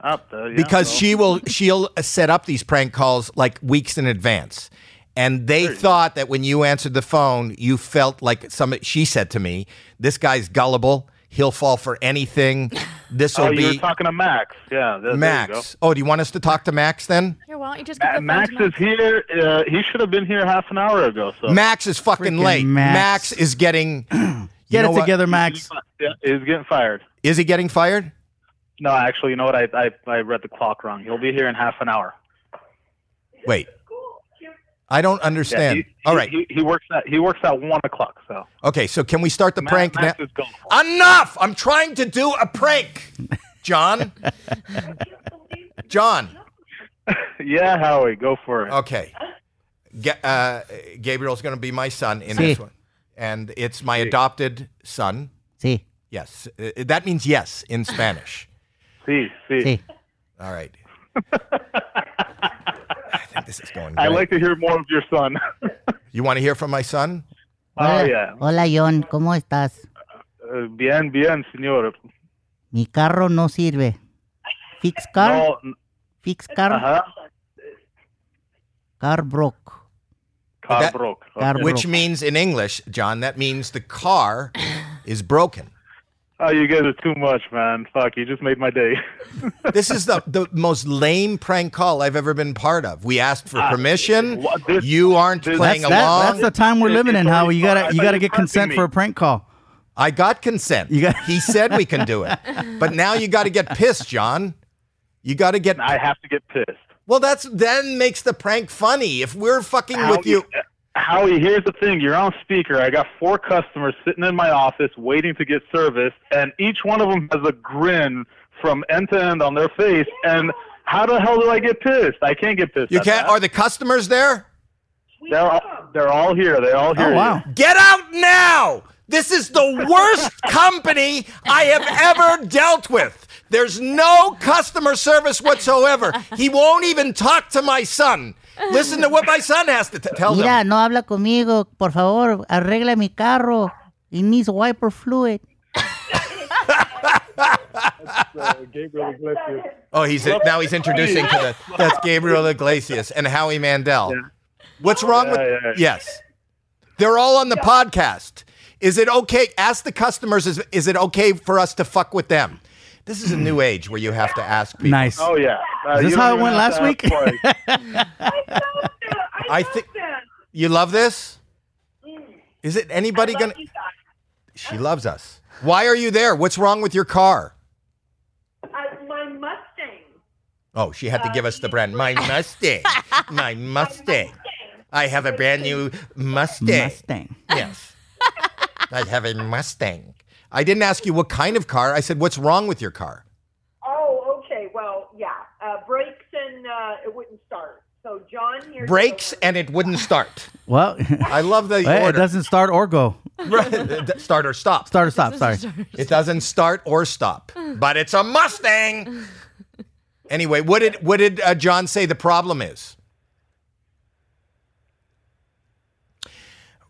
Speaker 6: Up the- yeah, Oh,
Speaker 1: Because
Speaker 6: well,
Speaker 1: she will, she'll set up these prank calls like weeks in advance, and they thought that when you answered the phone, you felt like some. She said to me, "This guy's gullible. He'll fall for anything. This will
Speaker 6: Oh, you were
Speaker 1: be
Speaker 6: talking to Max. Yeah. th- there you go.
Speaker 1: Max." Oh, do you want us to talk to Max then?
Speaker 2: Here, why don't you just give the
Speaker 6: Ma-
Speaker 2: phone
Speaker 6: Max
Speaker 2: to
Speaker 6: is here. Uh, he should have been here half an hour ago. So
Speaker 1: Max is fucking
Speaker 4: Freaking
Speaker 1: late.
Speaker 4: Max.
Speaker 1: Max. is getting.
Speaker 4: Get
Speaker 1: know
Speaker 4: it
Speaker 1: what?
Speaker 4: together, Max.
Speaker 6: Yeah, he's getting fired.
Speaker 1: Is he getting fired?
Speaker 6: No, actually, you know what? I, I I read the clock wrong. He'll be here in half an hour.
Speaker 1: Wait. I don't
Speaker 6: Yeah,
Speaker 1: understand.
Speaker 6: he- he-
Speaker 1: All right.
Speaker 6: He, he works at he works at one o'clock. So
Speaker 1: Okay, so can we start the
Speaker 6: Ma-
Speaker 1: prank
Speaker 6: Max
Speaker 1: now?
Speaker 6: is gone.
Speaker 1: Enough! I'm trying to do a prank, John. John.
Speaker 6: yeah, Howie, go for it.
Speaker 1: Okay. Ga- uh, Gabriel's going to be my son in this one, and it's my adopted son.
Speaker 7: Sí,
Speaker 1: Yes, Uh, that means yes in Spanish.
Speaker 6: See, see.
Speaker 7: sí.
Speaker 1: All right. I think this is going. Great.
Speaker 6: I like to hear more of your son. oh
Speaker 1: you want to hear from my son?
Speaker 7: Hola,
Speaker 6: yeah.
Speaker 7: hola, John, ¿cómo estás?
Speaker 6: Uh, bien, bien, señor.
Speaker 7: Mi carro no sirve. Fix car,
Speaker 6: No, n-
Speaker 7: fix car,
Speaker 6: uh-huh.
Speaker 7: car broke.
Speaker 6: Car
Speaker 1: That-
Speaker 6: broke.
Speaker 7: Car
Speaker 6: Okay.
Speaker 1: Which
Speaker 7: broke.
Speaker 1: means in English, John, that means the car is broken.
Speaker 6: Oh, you guys are too much, man. Fuck, you just made my day.
Speaker 1: This is the, the most lame prank call I've ever been part of. We asked for
Speaker 4: Uh,
Speaker 1: permission.
Speaker 6: what- this-
Speaker 1: you aren't
Speaker 6: this-
Speaker 1: playing
Speaker 4: That's,
Speaker 1: along.
Speaker 4: that, that's the time we're
Speaker 6: It's
Speaker 4: living in,
Speaker 6: already
Speaker 4: Howie. You
Speaker 6: fine. I
Speaker 4: gotta you
Speaker 6: thought
Speaker 4: gotta
Speaker 6: you
Speaker 4: get
Speaker 6: prepped
Speaker 4: consent
Speaker 6: me.
Speaker 4: for a prank call.
Speaker 1: I got consent.
Speaker 4: You got-
Speaker 1: he said we can do it. But now you got to get pissed, John. You got to get
Speaker 6: I have to get pissed.
Speaker 1: Well, that's then makes the prank funny. If we're fucking with you,
Speaker 6: Howie, here's the thing. You're on speaker. I got four customers sitting in my office waiting to get service, and each one of them has a grin from end to end on their face. And how the hell do I get pissed? I can't get pissed.
Speaker 1: you
Speaker 6: at
Speaker 1: can't
Speaker 6: that.
Speaker 1: are the customers there?
Speaker 6: They're all, Yep, they're all here. They all hear
Speaker 4: Oh,
Speaker 6: you.
Speaker 4: wow.
Speaker 1: Get out now! This is the worst company I have ever dealt with. There's no customer service whatsoever. He won't even talk to my son. Listen to what my son has to t- tell
Speaker 7: Mira,
Speaker 1: them.
Speaker 7: no habla conmigo. Por favor, arregla mi carro. It needs wiper fluid.
Speaker 6: Uh, Gabriel Iglesias.
Speaker 1: Oh, he's now he's introducing to the that's Gabriel Iglesias and Howie Mandel. What's wrong with
Speaker 6: Yeah, yeah.
Speaker 1: Yes. They're all on the podcast. Is it okay? Ask the customers, is, is it okay for us to fuck with them? This is a new age where you have to ask people.
Speaker 4: Nice.
Speaker 6: Oh yeah. Uh,
Speaker 4: Is this
Speaker 6: you don't
Speaker 4: how it
Speaker 6: even
Speaker 4: went
Speaker 6: have to
Speaker 4: last
Speaker 6: ask twice.
Speaker 1: I think you love this. Mm. Is it anybody gonna? She loves us. Why are you there? What's wrong with your car?
Speaker 8: I, uh, my Mustang.
Speaker 1: Oh, she had to give us the brand. My Mustang. My Mustang. I have a brand new Mustang.
Speaker 4: Mustang.
Speaker 1: Yes. I have a Mustang. I didn't ask you what kind of car. I said, what's wrong with your car?
Speaker 8: Oh, okay. Well, yeah. Uh, brakes and uh, it wouldn't start. So John here.
Speaker 1: Brakes and it wouldn't start.
Speaker 4: Well,
Speaker 1: I love the
Speaker 4: it
Speaker 1: order.
Speaker 4: doesn't start or go.
Speaker 1: start or stop.
Speaker 4: Start or stop. Sorry.
Speaker 1: It doesn't start or stop, but it's a Mustang. Anyway, what did what did uh, John say the problem is?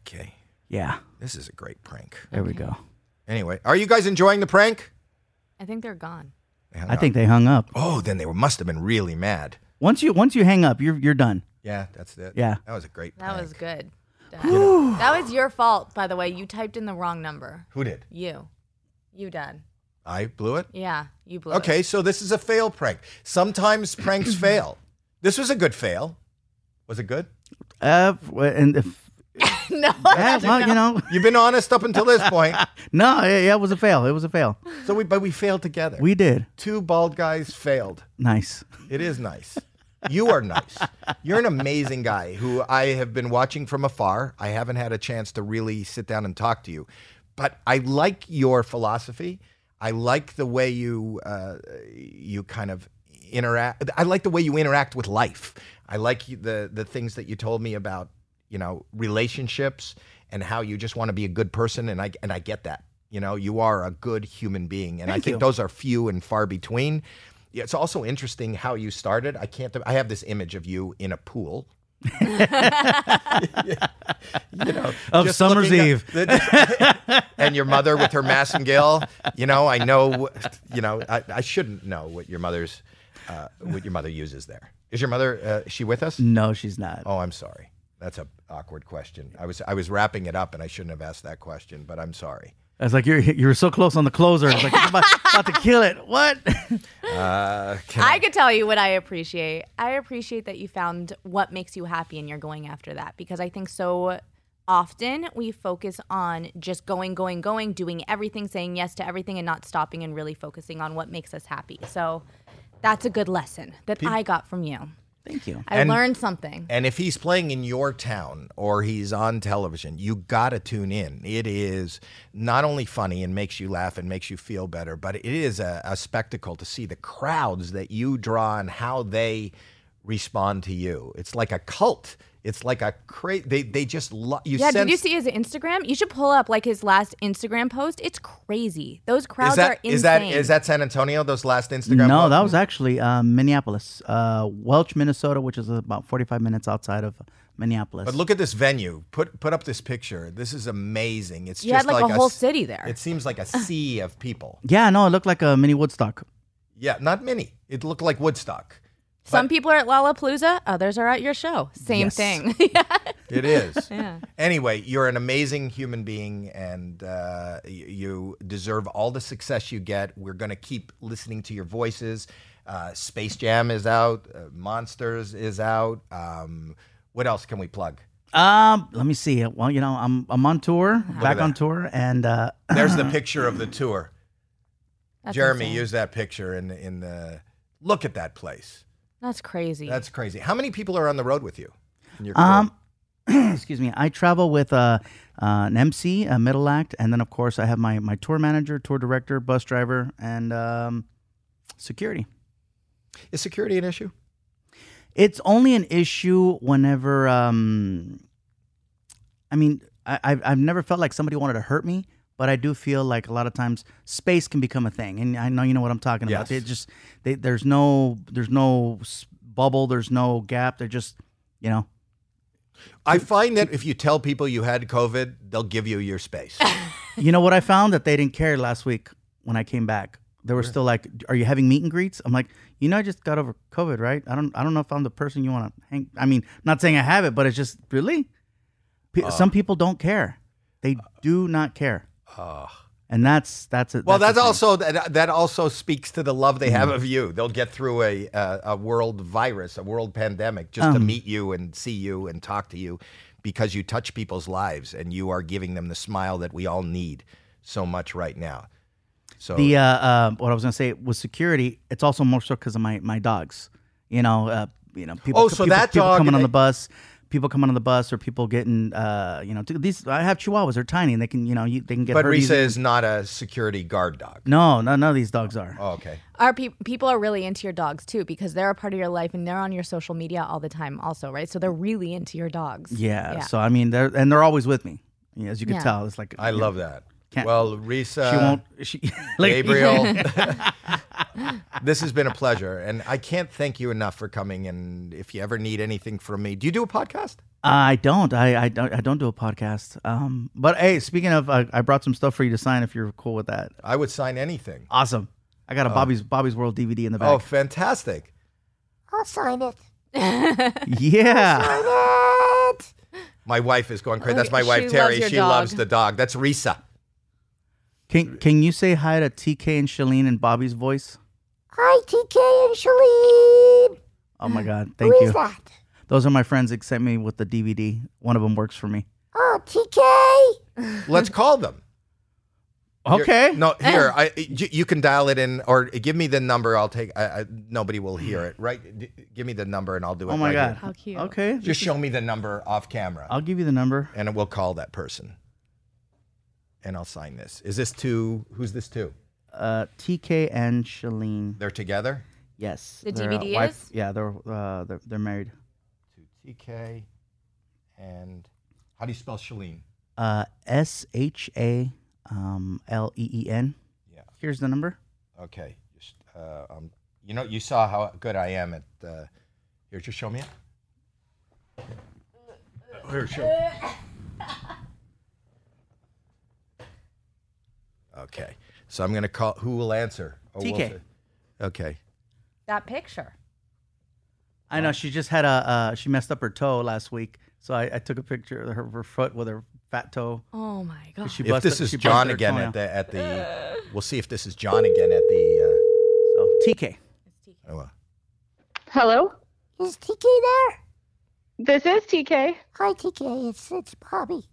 Speaker 1: Okay,
Speaker 4: Yeah.
Speaker 1: this is a great prank.
Speaker 4: There we go.
Speaker 1: Anyway, are you guys enjoying the prank?
Speaker 2: I think they're gone.
Speaker 1: They hung
Speaker 4: I
Speaker 1: up.
Speaker 4: think they hung up.
Speaker 1: Oh, then they were, must have been really mad.
Speaker 4: Once you once you hang up, you're you're done.
Speaker 1: Yeah, that's it.
Speaker 4: Yeah.
Speaker 1: that was a great.
Speaker 2: That
Speaker 1: prank.
Speaker 2: was good. Doug. that was your fault, by the way. You typed in the wrong number.
Speaker 1: Who did?
Speaker 2: You. You done.
Speaker 1: I blew it.
Speaker 2: Yeah, you blew it.
Speaker 1: Okay, so this is a fail prank. Sometimes pranks fail. This was a good fail. Was it good?
Speaker 4: Uh, f- and if,
Speaker 2: no.
Speaker 4: yeah, well, you know,
Speaker 1: You've been honest up until this point.
Speaker 4: no, yeah, yeah, it was a fail. It was a fail.
Speaker 1: So we, but we failed together.
Speaker 4: We did
Speaker 1: two bald guys failed.
Speaker 4: nice.
Speaker 1: It is nice. You are nice. You're an amazing guy who I have been watching from afar. I haven't had a chance to really sit down and talk to you, but I like your philosophy. I like the way you uh, you kind of interact. I like the way you interact with life. I like you- the the things that you told me about you know relationships and how you just want to be a good person and I and I get that. You know, you are a good human being and I think those are few and far between. Yeah, it's also interesting how you started. I can't I have this image of you in a pool. you know,
Speaker 4: Of
Speaker 1: just
Speaker 4: summer's
Speaker 1: looking
Speaker 4: eve.
Speaker 1: at- and your mother with her massingale. You know, I know, you know, I, I shouldn't know what your mother's, uh, what your mother uses there. Is your mother, uh, is she with us?
Speaker 4: No, she's not.
Speaker 1: Oh, I'm sorry. That's a awkward question. I was I was wrapping it up, and I shouldn't have asked that question. But I'm sorry.
Speaker 4: I was like, you're you're so close on the closer. I was like, I'm about, about to kill it. What?
Speaker 1: Uh, can
Speaker 2: I could tell you what I appreciate. I appreciate that you found what makes you happy and you're going after that because I think so often we focus on just going, going, going, doing everything, saying yes to everything, and not stopping and really focusing on what makes us happy. So that's a good lesson that I got from you.
Speaker 4: Thank you.
Speaker 2: I
Speaker 1: And-
Speaker 2: learned something.
Speaker 1: And if he's playing in your town or he's on television, you got to tune in. It is not only funny and makes you laugh and makes you feel better, but it is a, a spectacle to see the crowds that you draw and how they respond to you. It's like a cult. It's like a crazy. They they just love you.
Speaker 2: Yeah, did you
Speaker 1: sense-
Speaker 2: see his Instagram? You should pull up like his last Instagram post. It's crazy. Those crowds
Speaker 1: Is that,
Speaker 2: are insane.
Speaker 1: is that is that San Antonio? Those last Instagram.
Speaker 4: No,
Speaker 1: posts?
Speaker 4: that was actually uh, Minneapolis, uh, Welch, Minnesota, which is about 45 minutes outside of Minneapolis.
Speaker 1: But look at this venue. Put put up this picture. This is amazing. It's
Speaker 2: You
Speaker 1: just
Speaker 2: had like, a whole
Speaker 1: s-
Speaker 2: city there.
Speaker 1: It seems like a sea of people.
Speaker 4: yeah, no, it looked like a mini Woodstock.
Speaker 1: Yeah, not many. It looked like Woodstock.
Speaker 2: Some people are at Lollapalooza, others are at your show. Same thing.
Speaker 1: It is. Anyway, you're an amazing human being, and uh, y- you deserve all the success you get. We're going to keep listening to your voices. Uh, Space Jam is out. Uh, Monsters is out. Um, what else can we plug?
Speaker 4: Um, let me see. Well, you know, I'm I'm on tour, back on
Speaker 1: that.
Speaker 4: tour, and uh,
Speaker 1: There's the picture of the tour.
Speaker 2: Uh-huh. That's
Speaker 1: Jeremy,
Speaker 2: insane.
Speaker 1: use that picture in the, in the. Look at that place.
Speaker 2: That's crazy.
Speaker 1: That's crazy. How many people are on the road with you? In your
Speaker 4: Um,
Speaker 1: crew?
Speaker 4: excuse me. I travel with uh, uh, an MC, a middle act, and then of course I have my my tour manager, tour director, bus driver, and um, security.
Speaker 1: is security an issue?
Speaker 4: It's only an issue whenever um, I mean, I, I've, I've never felt like somebody wanted to hurt me, but I do feel like a lot of times space can become a thing, and I know you know what I'm talking about.
Speaker 1: Yes.
Speaker 4: It just they, there's no there's no s- bubble, there's no gap. They're just you know
Speaker 1: I find that if you tell people you had COVID, they'll give you your space.
Speaker 4: You know what I found that they didn't care last week when I came back. They were still like, "Are you having meet and greets?" I'm like, "You know, I just got over COVID, right? I don't, I don't know if I'm the person you want to hang." I mean, not saying I have it, but it's just really, P-
Speaker 1: Uh.
Speaker 4: some people don't care. They do not care, and that's that's it.
Speaker 1: Uh. Well, that's,
Speaker 4: the thing.
Speaker 1: also that, that also speaks to the love they have of you. They'll get through a uh, a world virus, a world pandemic, just
Speaker 4: Um.
Speaker 1: to meet you and see you and talk to you, because you touch people's lives and you are giving them the smile that we all need so much right now. So
Speaker 4: the uh, uh, what I was gonna say with security. It's also more so because of my my dogs. You know, uh, you know, people.
Speaker 1: Oh, so
Speaker 4: people,
Speaker 1: that
Speaker 4: people
Speaker 1: dog-
Speaker 4: coming on the bus. People coming on the bus, or people getting, uh, you know, t- these. I have Chihuahuas; they're tiny, and they can, you know, you, they can get.
Speaker 1: but
Speaker 4: hurt
Speaker 1: Risa
Speaker 4: easily.
Speaker 1: is not a security guard dog.
Speaker 4: No, no, none of these dogs are.
Speaker 1: Oh, okay.
Speaker 2: Our pe- people are really into your dogs too because they're a part of your life and they're on your social media all the time also, right? So they're really into your dogs.
Speaker 4: Yeah, So I mean, they're and they're always with me. Yeah, as you can
Speaker 2: Yeah.
Speaker 4: tell, it's like
Speaker 1: I love that.
Speaker 4: Can't-
Speaker 1: well, Risa,
Speaker 4: She won't. She like,
Speaker 1: Gabriel. this has been a pleasure, and I can't thank you enough for coming. And if you ever need anything from me, do you do a podcast?
Speaker 4: I don't. I, I don't. I don't do a podcast. Um, but hey, speaking of, uh, I, I brought some stuff for you to sign if you're cool with that.
Speaker 1: I would sign anything.
Speaker 4: Awesome. I got a Bobby's Bobby's World DVD in the
Speaker 1: Oh,
Speaker 4: back.
Speaker 1: fantastic.
Speaker 4: yeah.
Speaker 1: My wife is going crazy.
Speaker 2: Look,
Speaker 1: That's my
Speaker 2: she
Speaker 1: wife,
Speaker 2: loves
Speaker 1: Terry.
Speaker 2: your
Speaker 1: She
Speaker 2: dog.
Speaker 1: loves the dog. That's Risa.
Speaker 4: Can Can you say hi to TK and Shalene in Bobby's voice?
Speaker 9: Hi, TK and Shalene.
Speaker 4: Oh my God!
Speaker 9: Who
Speaker 4: Thank
Speaker 9: is
Speaker 4: you.
Speaker 9: that?
Speaker 4: Those are my friends that sent me with the DVD. One of them works for me.
Speaker 9: Oh, TK.
Speaker 1: Let's call them. Here-
Speaker 4: Okay.
Speaker 1: no, here. I, you, you can dial it in or give me the number. I'll take I, I, Nobody will hear it, right? D- give me the number and I'll do it.
Speaker 4: Oh my
Speaker 1: right
Speaker 4: God.
Speaker 1: here.
Speaker 2: How cute.
Speaker 4: Okay.
Speaker 1: Just show me the number off camera
Speaker 4: I'll give you the number.
Speaker 1: and we'll call that person. And I'll sign this. Is this to, who's this to?
Speaker 4: Uh, TK and Shalene.
Speaker 1: They're together?
Speaker 4: Yes.
Speaker 2: The
Speaker 4: they're, uh,
Speaker 2: DVD is?
Speaker 4: Yeah, they're uh, they're, they're married.
Speaker 1: To TK and how do you spell Shalene?
Speaker 4: Uh, S H A um, L E E N.
Speaker 1: Yeah.
Speaker 4: Here's the number.
Speaker 1: Okay. Just, uh, um, you know, you saw how good I am at. Uh, here, just show me it. Uh, Here, show. Okay. So I'm gonna call. Who will answer? Oh, we'll
Speaker 4: TK.
Speaker 1: see. okay.
Speaker 2: That picture.
Speaker 4: I know she just had a uh, she messed up her toe last week, so I, I took a picture of her, her foot with her fat toe.
Speaker 2: Oh my god.
Speaker 4: She
Speaker 1: If
Speaker 4: busted-
Speaker 1: this is
Speaker 4: she busted
Speaker 1: John
Speaker 4: her
Speaker 1: again
Speaker 4: toenail.
Speaker 1: at the at the, we'll see if this is John again at the.
Speaker 4: so TK.
Speaker 1: Uh, oh, uh,
Speaker 10: Hello,
Speaker 9: Is TK there?
Speaker 10: this is TK.
Speaker 9: Hi, TK. It's, it's Bobby.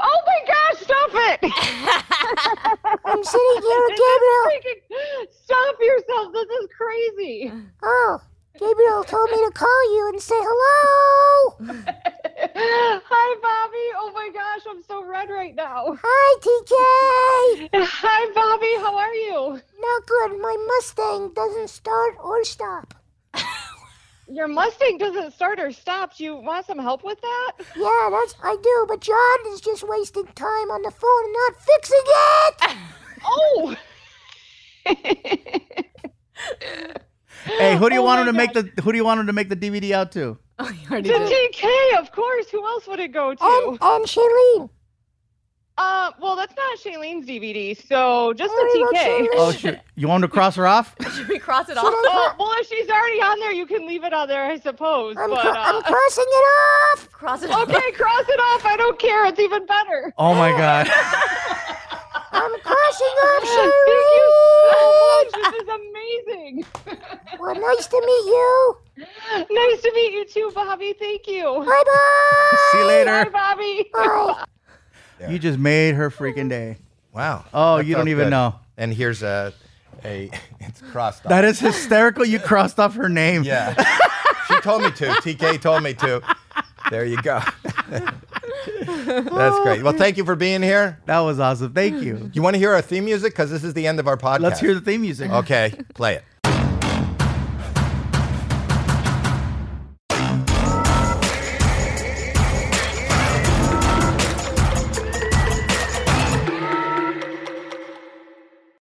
Speaker 10: Oh my gosh, stop it!
Speaker 9: I'm sitting here,
Speaker 10: This is
Speaker 9: Gabriel.
Speaker 10: freaking- Stop yourself, this is crazy.
Speaker 9: Oh, Gabriel told me to call you and say hello.
Speaker 10: Hi, Bobby. Oh my gosh, I'm so red right now.
Speaker 9: Hi, TK.
Speaker 10: Hi, Bobby, how are you?
Speaker 9: Not good. My Mustang doesn't start or stop.
Speaker 10: Your Mustang doesn't start or stop. Do you want some help with that?
Speaker 9: Yeah, that's I do, but John is just wasting time on the phone and not fixing it.
Speaker 10: Oh!
Speaker 4: Hey, who do you
Speaker 10: Oh
Speaker 4: want
Speaker 10: my
Speaker 4: him to make the Who do you want him to make the DVD out to?
Speaker 2: Oh, you already
Speaker 10: to
Speaker 2: did.
Speaker 10: TK, of course. Who else would it go to?
Speaker 9: And and Shailene.
Speaker 10: uh, well, that's not Shailene's DVD, so just
Speaker 9: Sorry
Speaker 10: the
Speaker 9: about
Speaker 10: TK.
Speaker 9: Shailene.
Speaker 4: Oh, shoot. you want him to cross her off?
Speaker 2: Should we cross it
Speaker 9: Should
Speaker 2: off?
Speaker 9: I
Speaker 10: Oh, well, if she's already on there, you can leave it on there, I suppose.
Speaker 9: I'm,
Speaker 10: but,
Speaker 9: cro-
Speaker 10: uh,
Speaker 9: I'm crossing it off.
Speaker 2: Cross it off.
Speaker 10: okay, cross it off. I don't care. It's even better.
Speaker 4: Oh my God.
Speaker 9: I'm crossing off
Speaker 10: Thank you so
Speaker 9: Shailene.
Speaker 10: much. This is amazing.
Speaker 9: Well, nice to meet you.
Speaker 10: nice to meet you too, Bobby. Thank you.
Speaker 9: Bye bye.
Speaker 4: See you
Speaker 10: Bye,
Speaker 4: later.
Speaker 10: Bobby.
Speaker 4: You just made her freaking day.
Speaker 1: wow.
Speaker 4: Oh,
Speaker 1: That
Speaker 4: you don't
Speaker 1: felt
Speaker 4: even
Speaker 1: good.
Speaker 4: know.
Speaker 1: And here's a, a it's crossed. off.
Speaker 4: That is hysterical. You crossed off her name.
Speaker 1: Yeah. she told me to. TK told me to. There you go. That's great. Well, thank you for being here.
Speaker 4: That was awesome. Thank you.
Speaker 1: You want to hear our theme music? Because this is the end of our podcast.
Speaker 4: Let's hear the theme music.
Speaker 1: Okay, play it.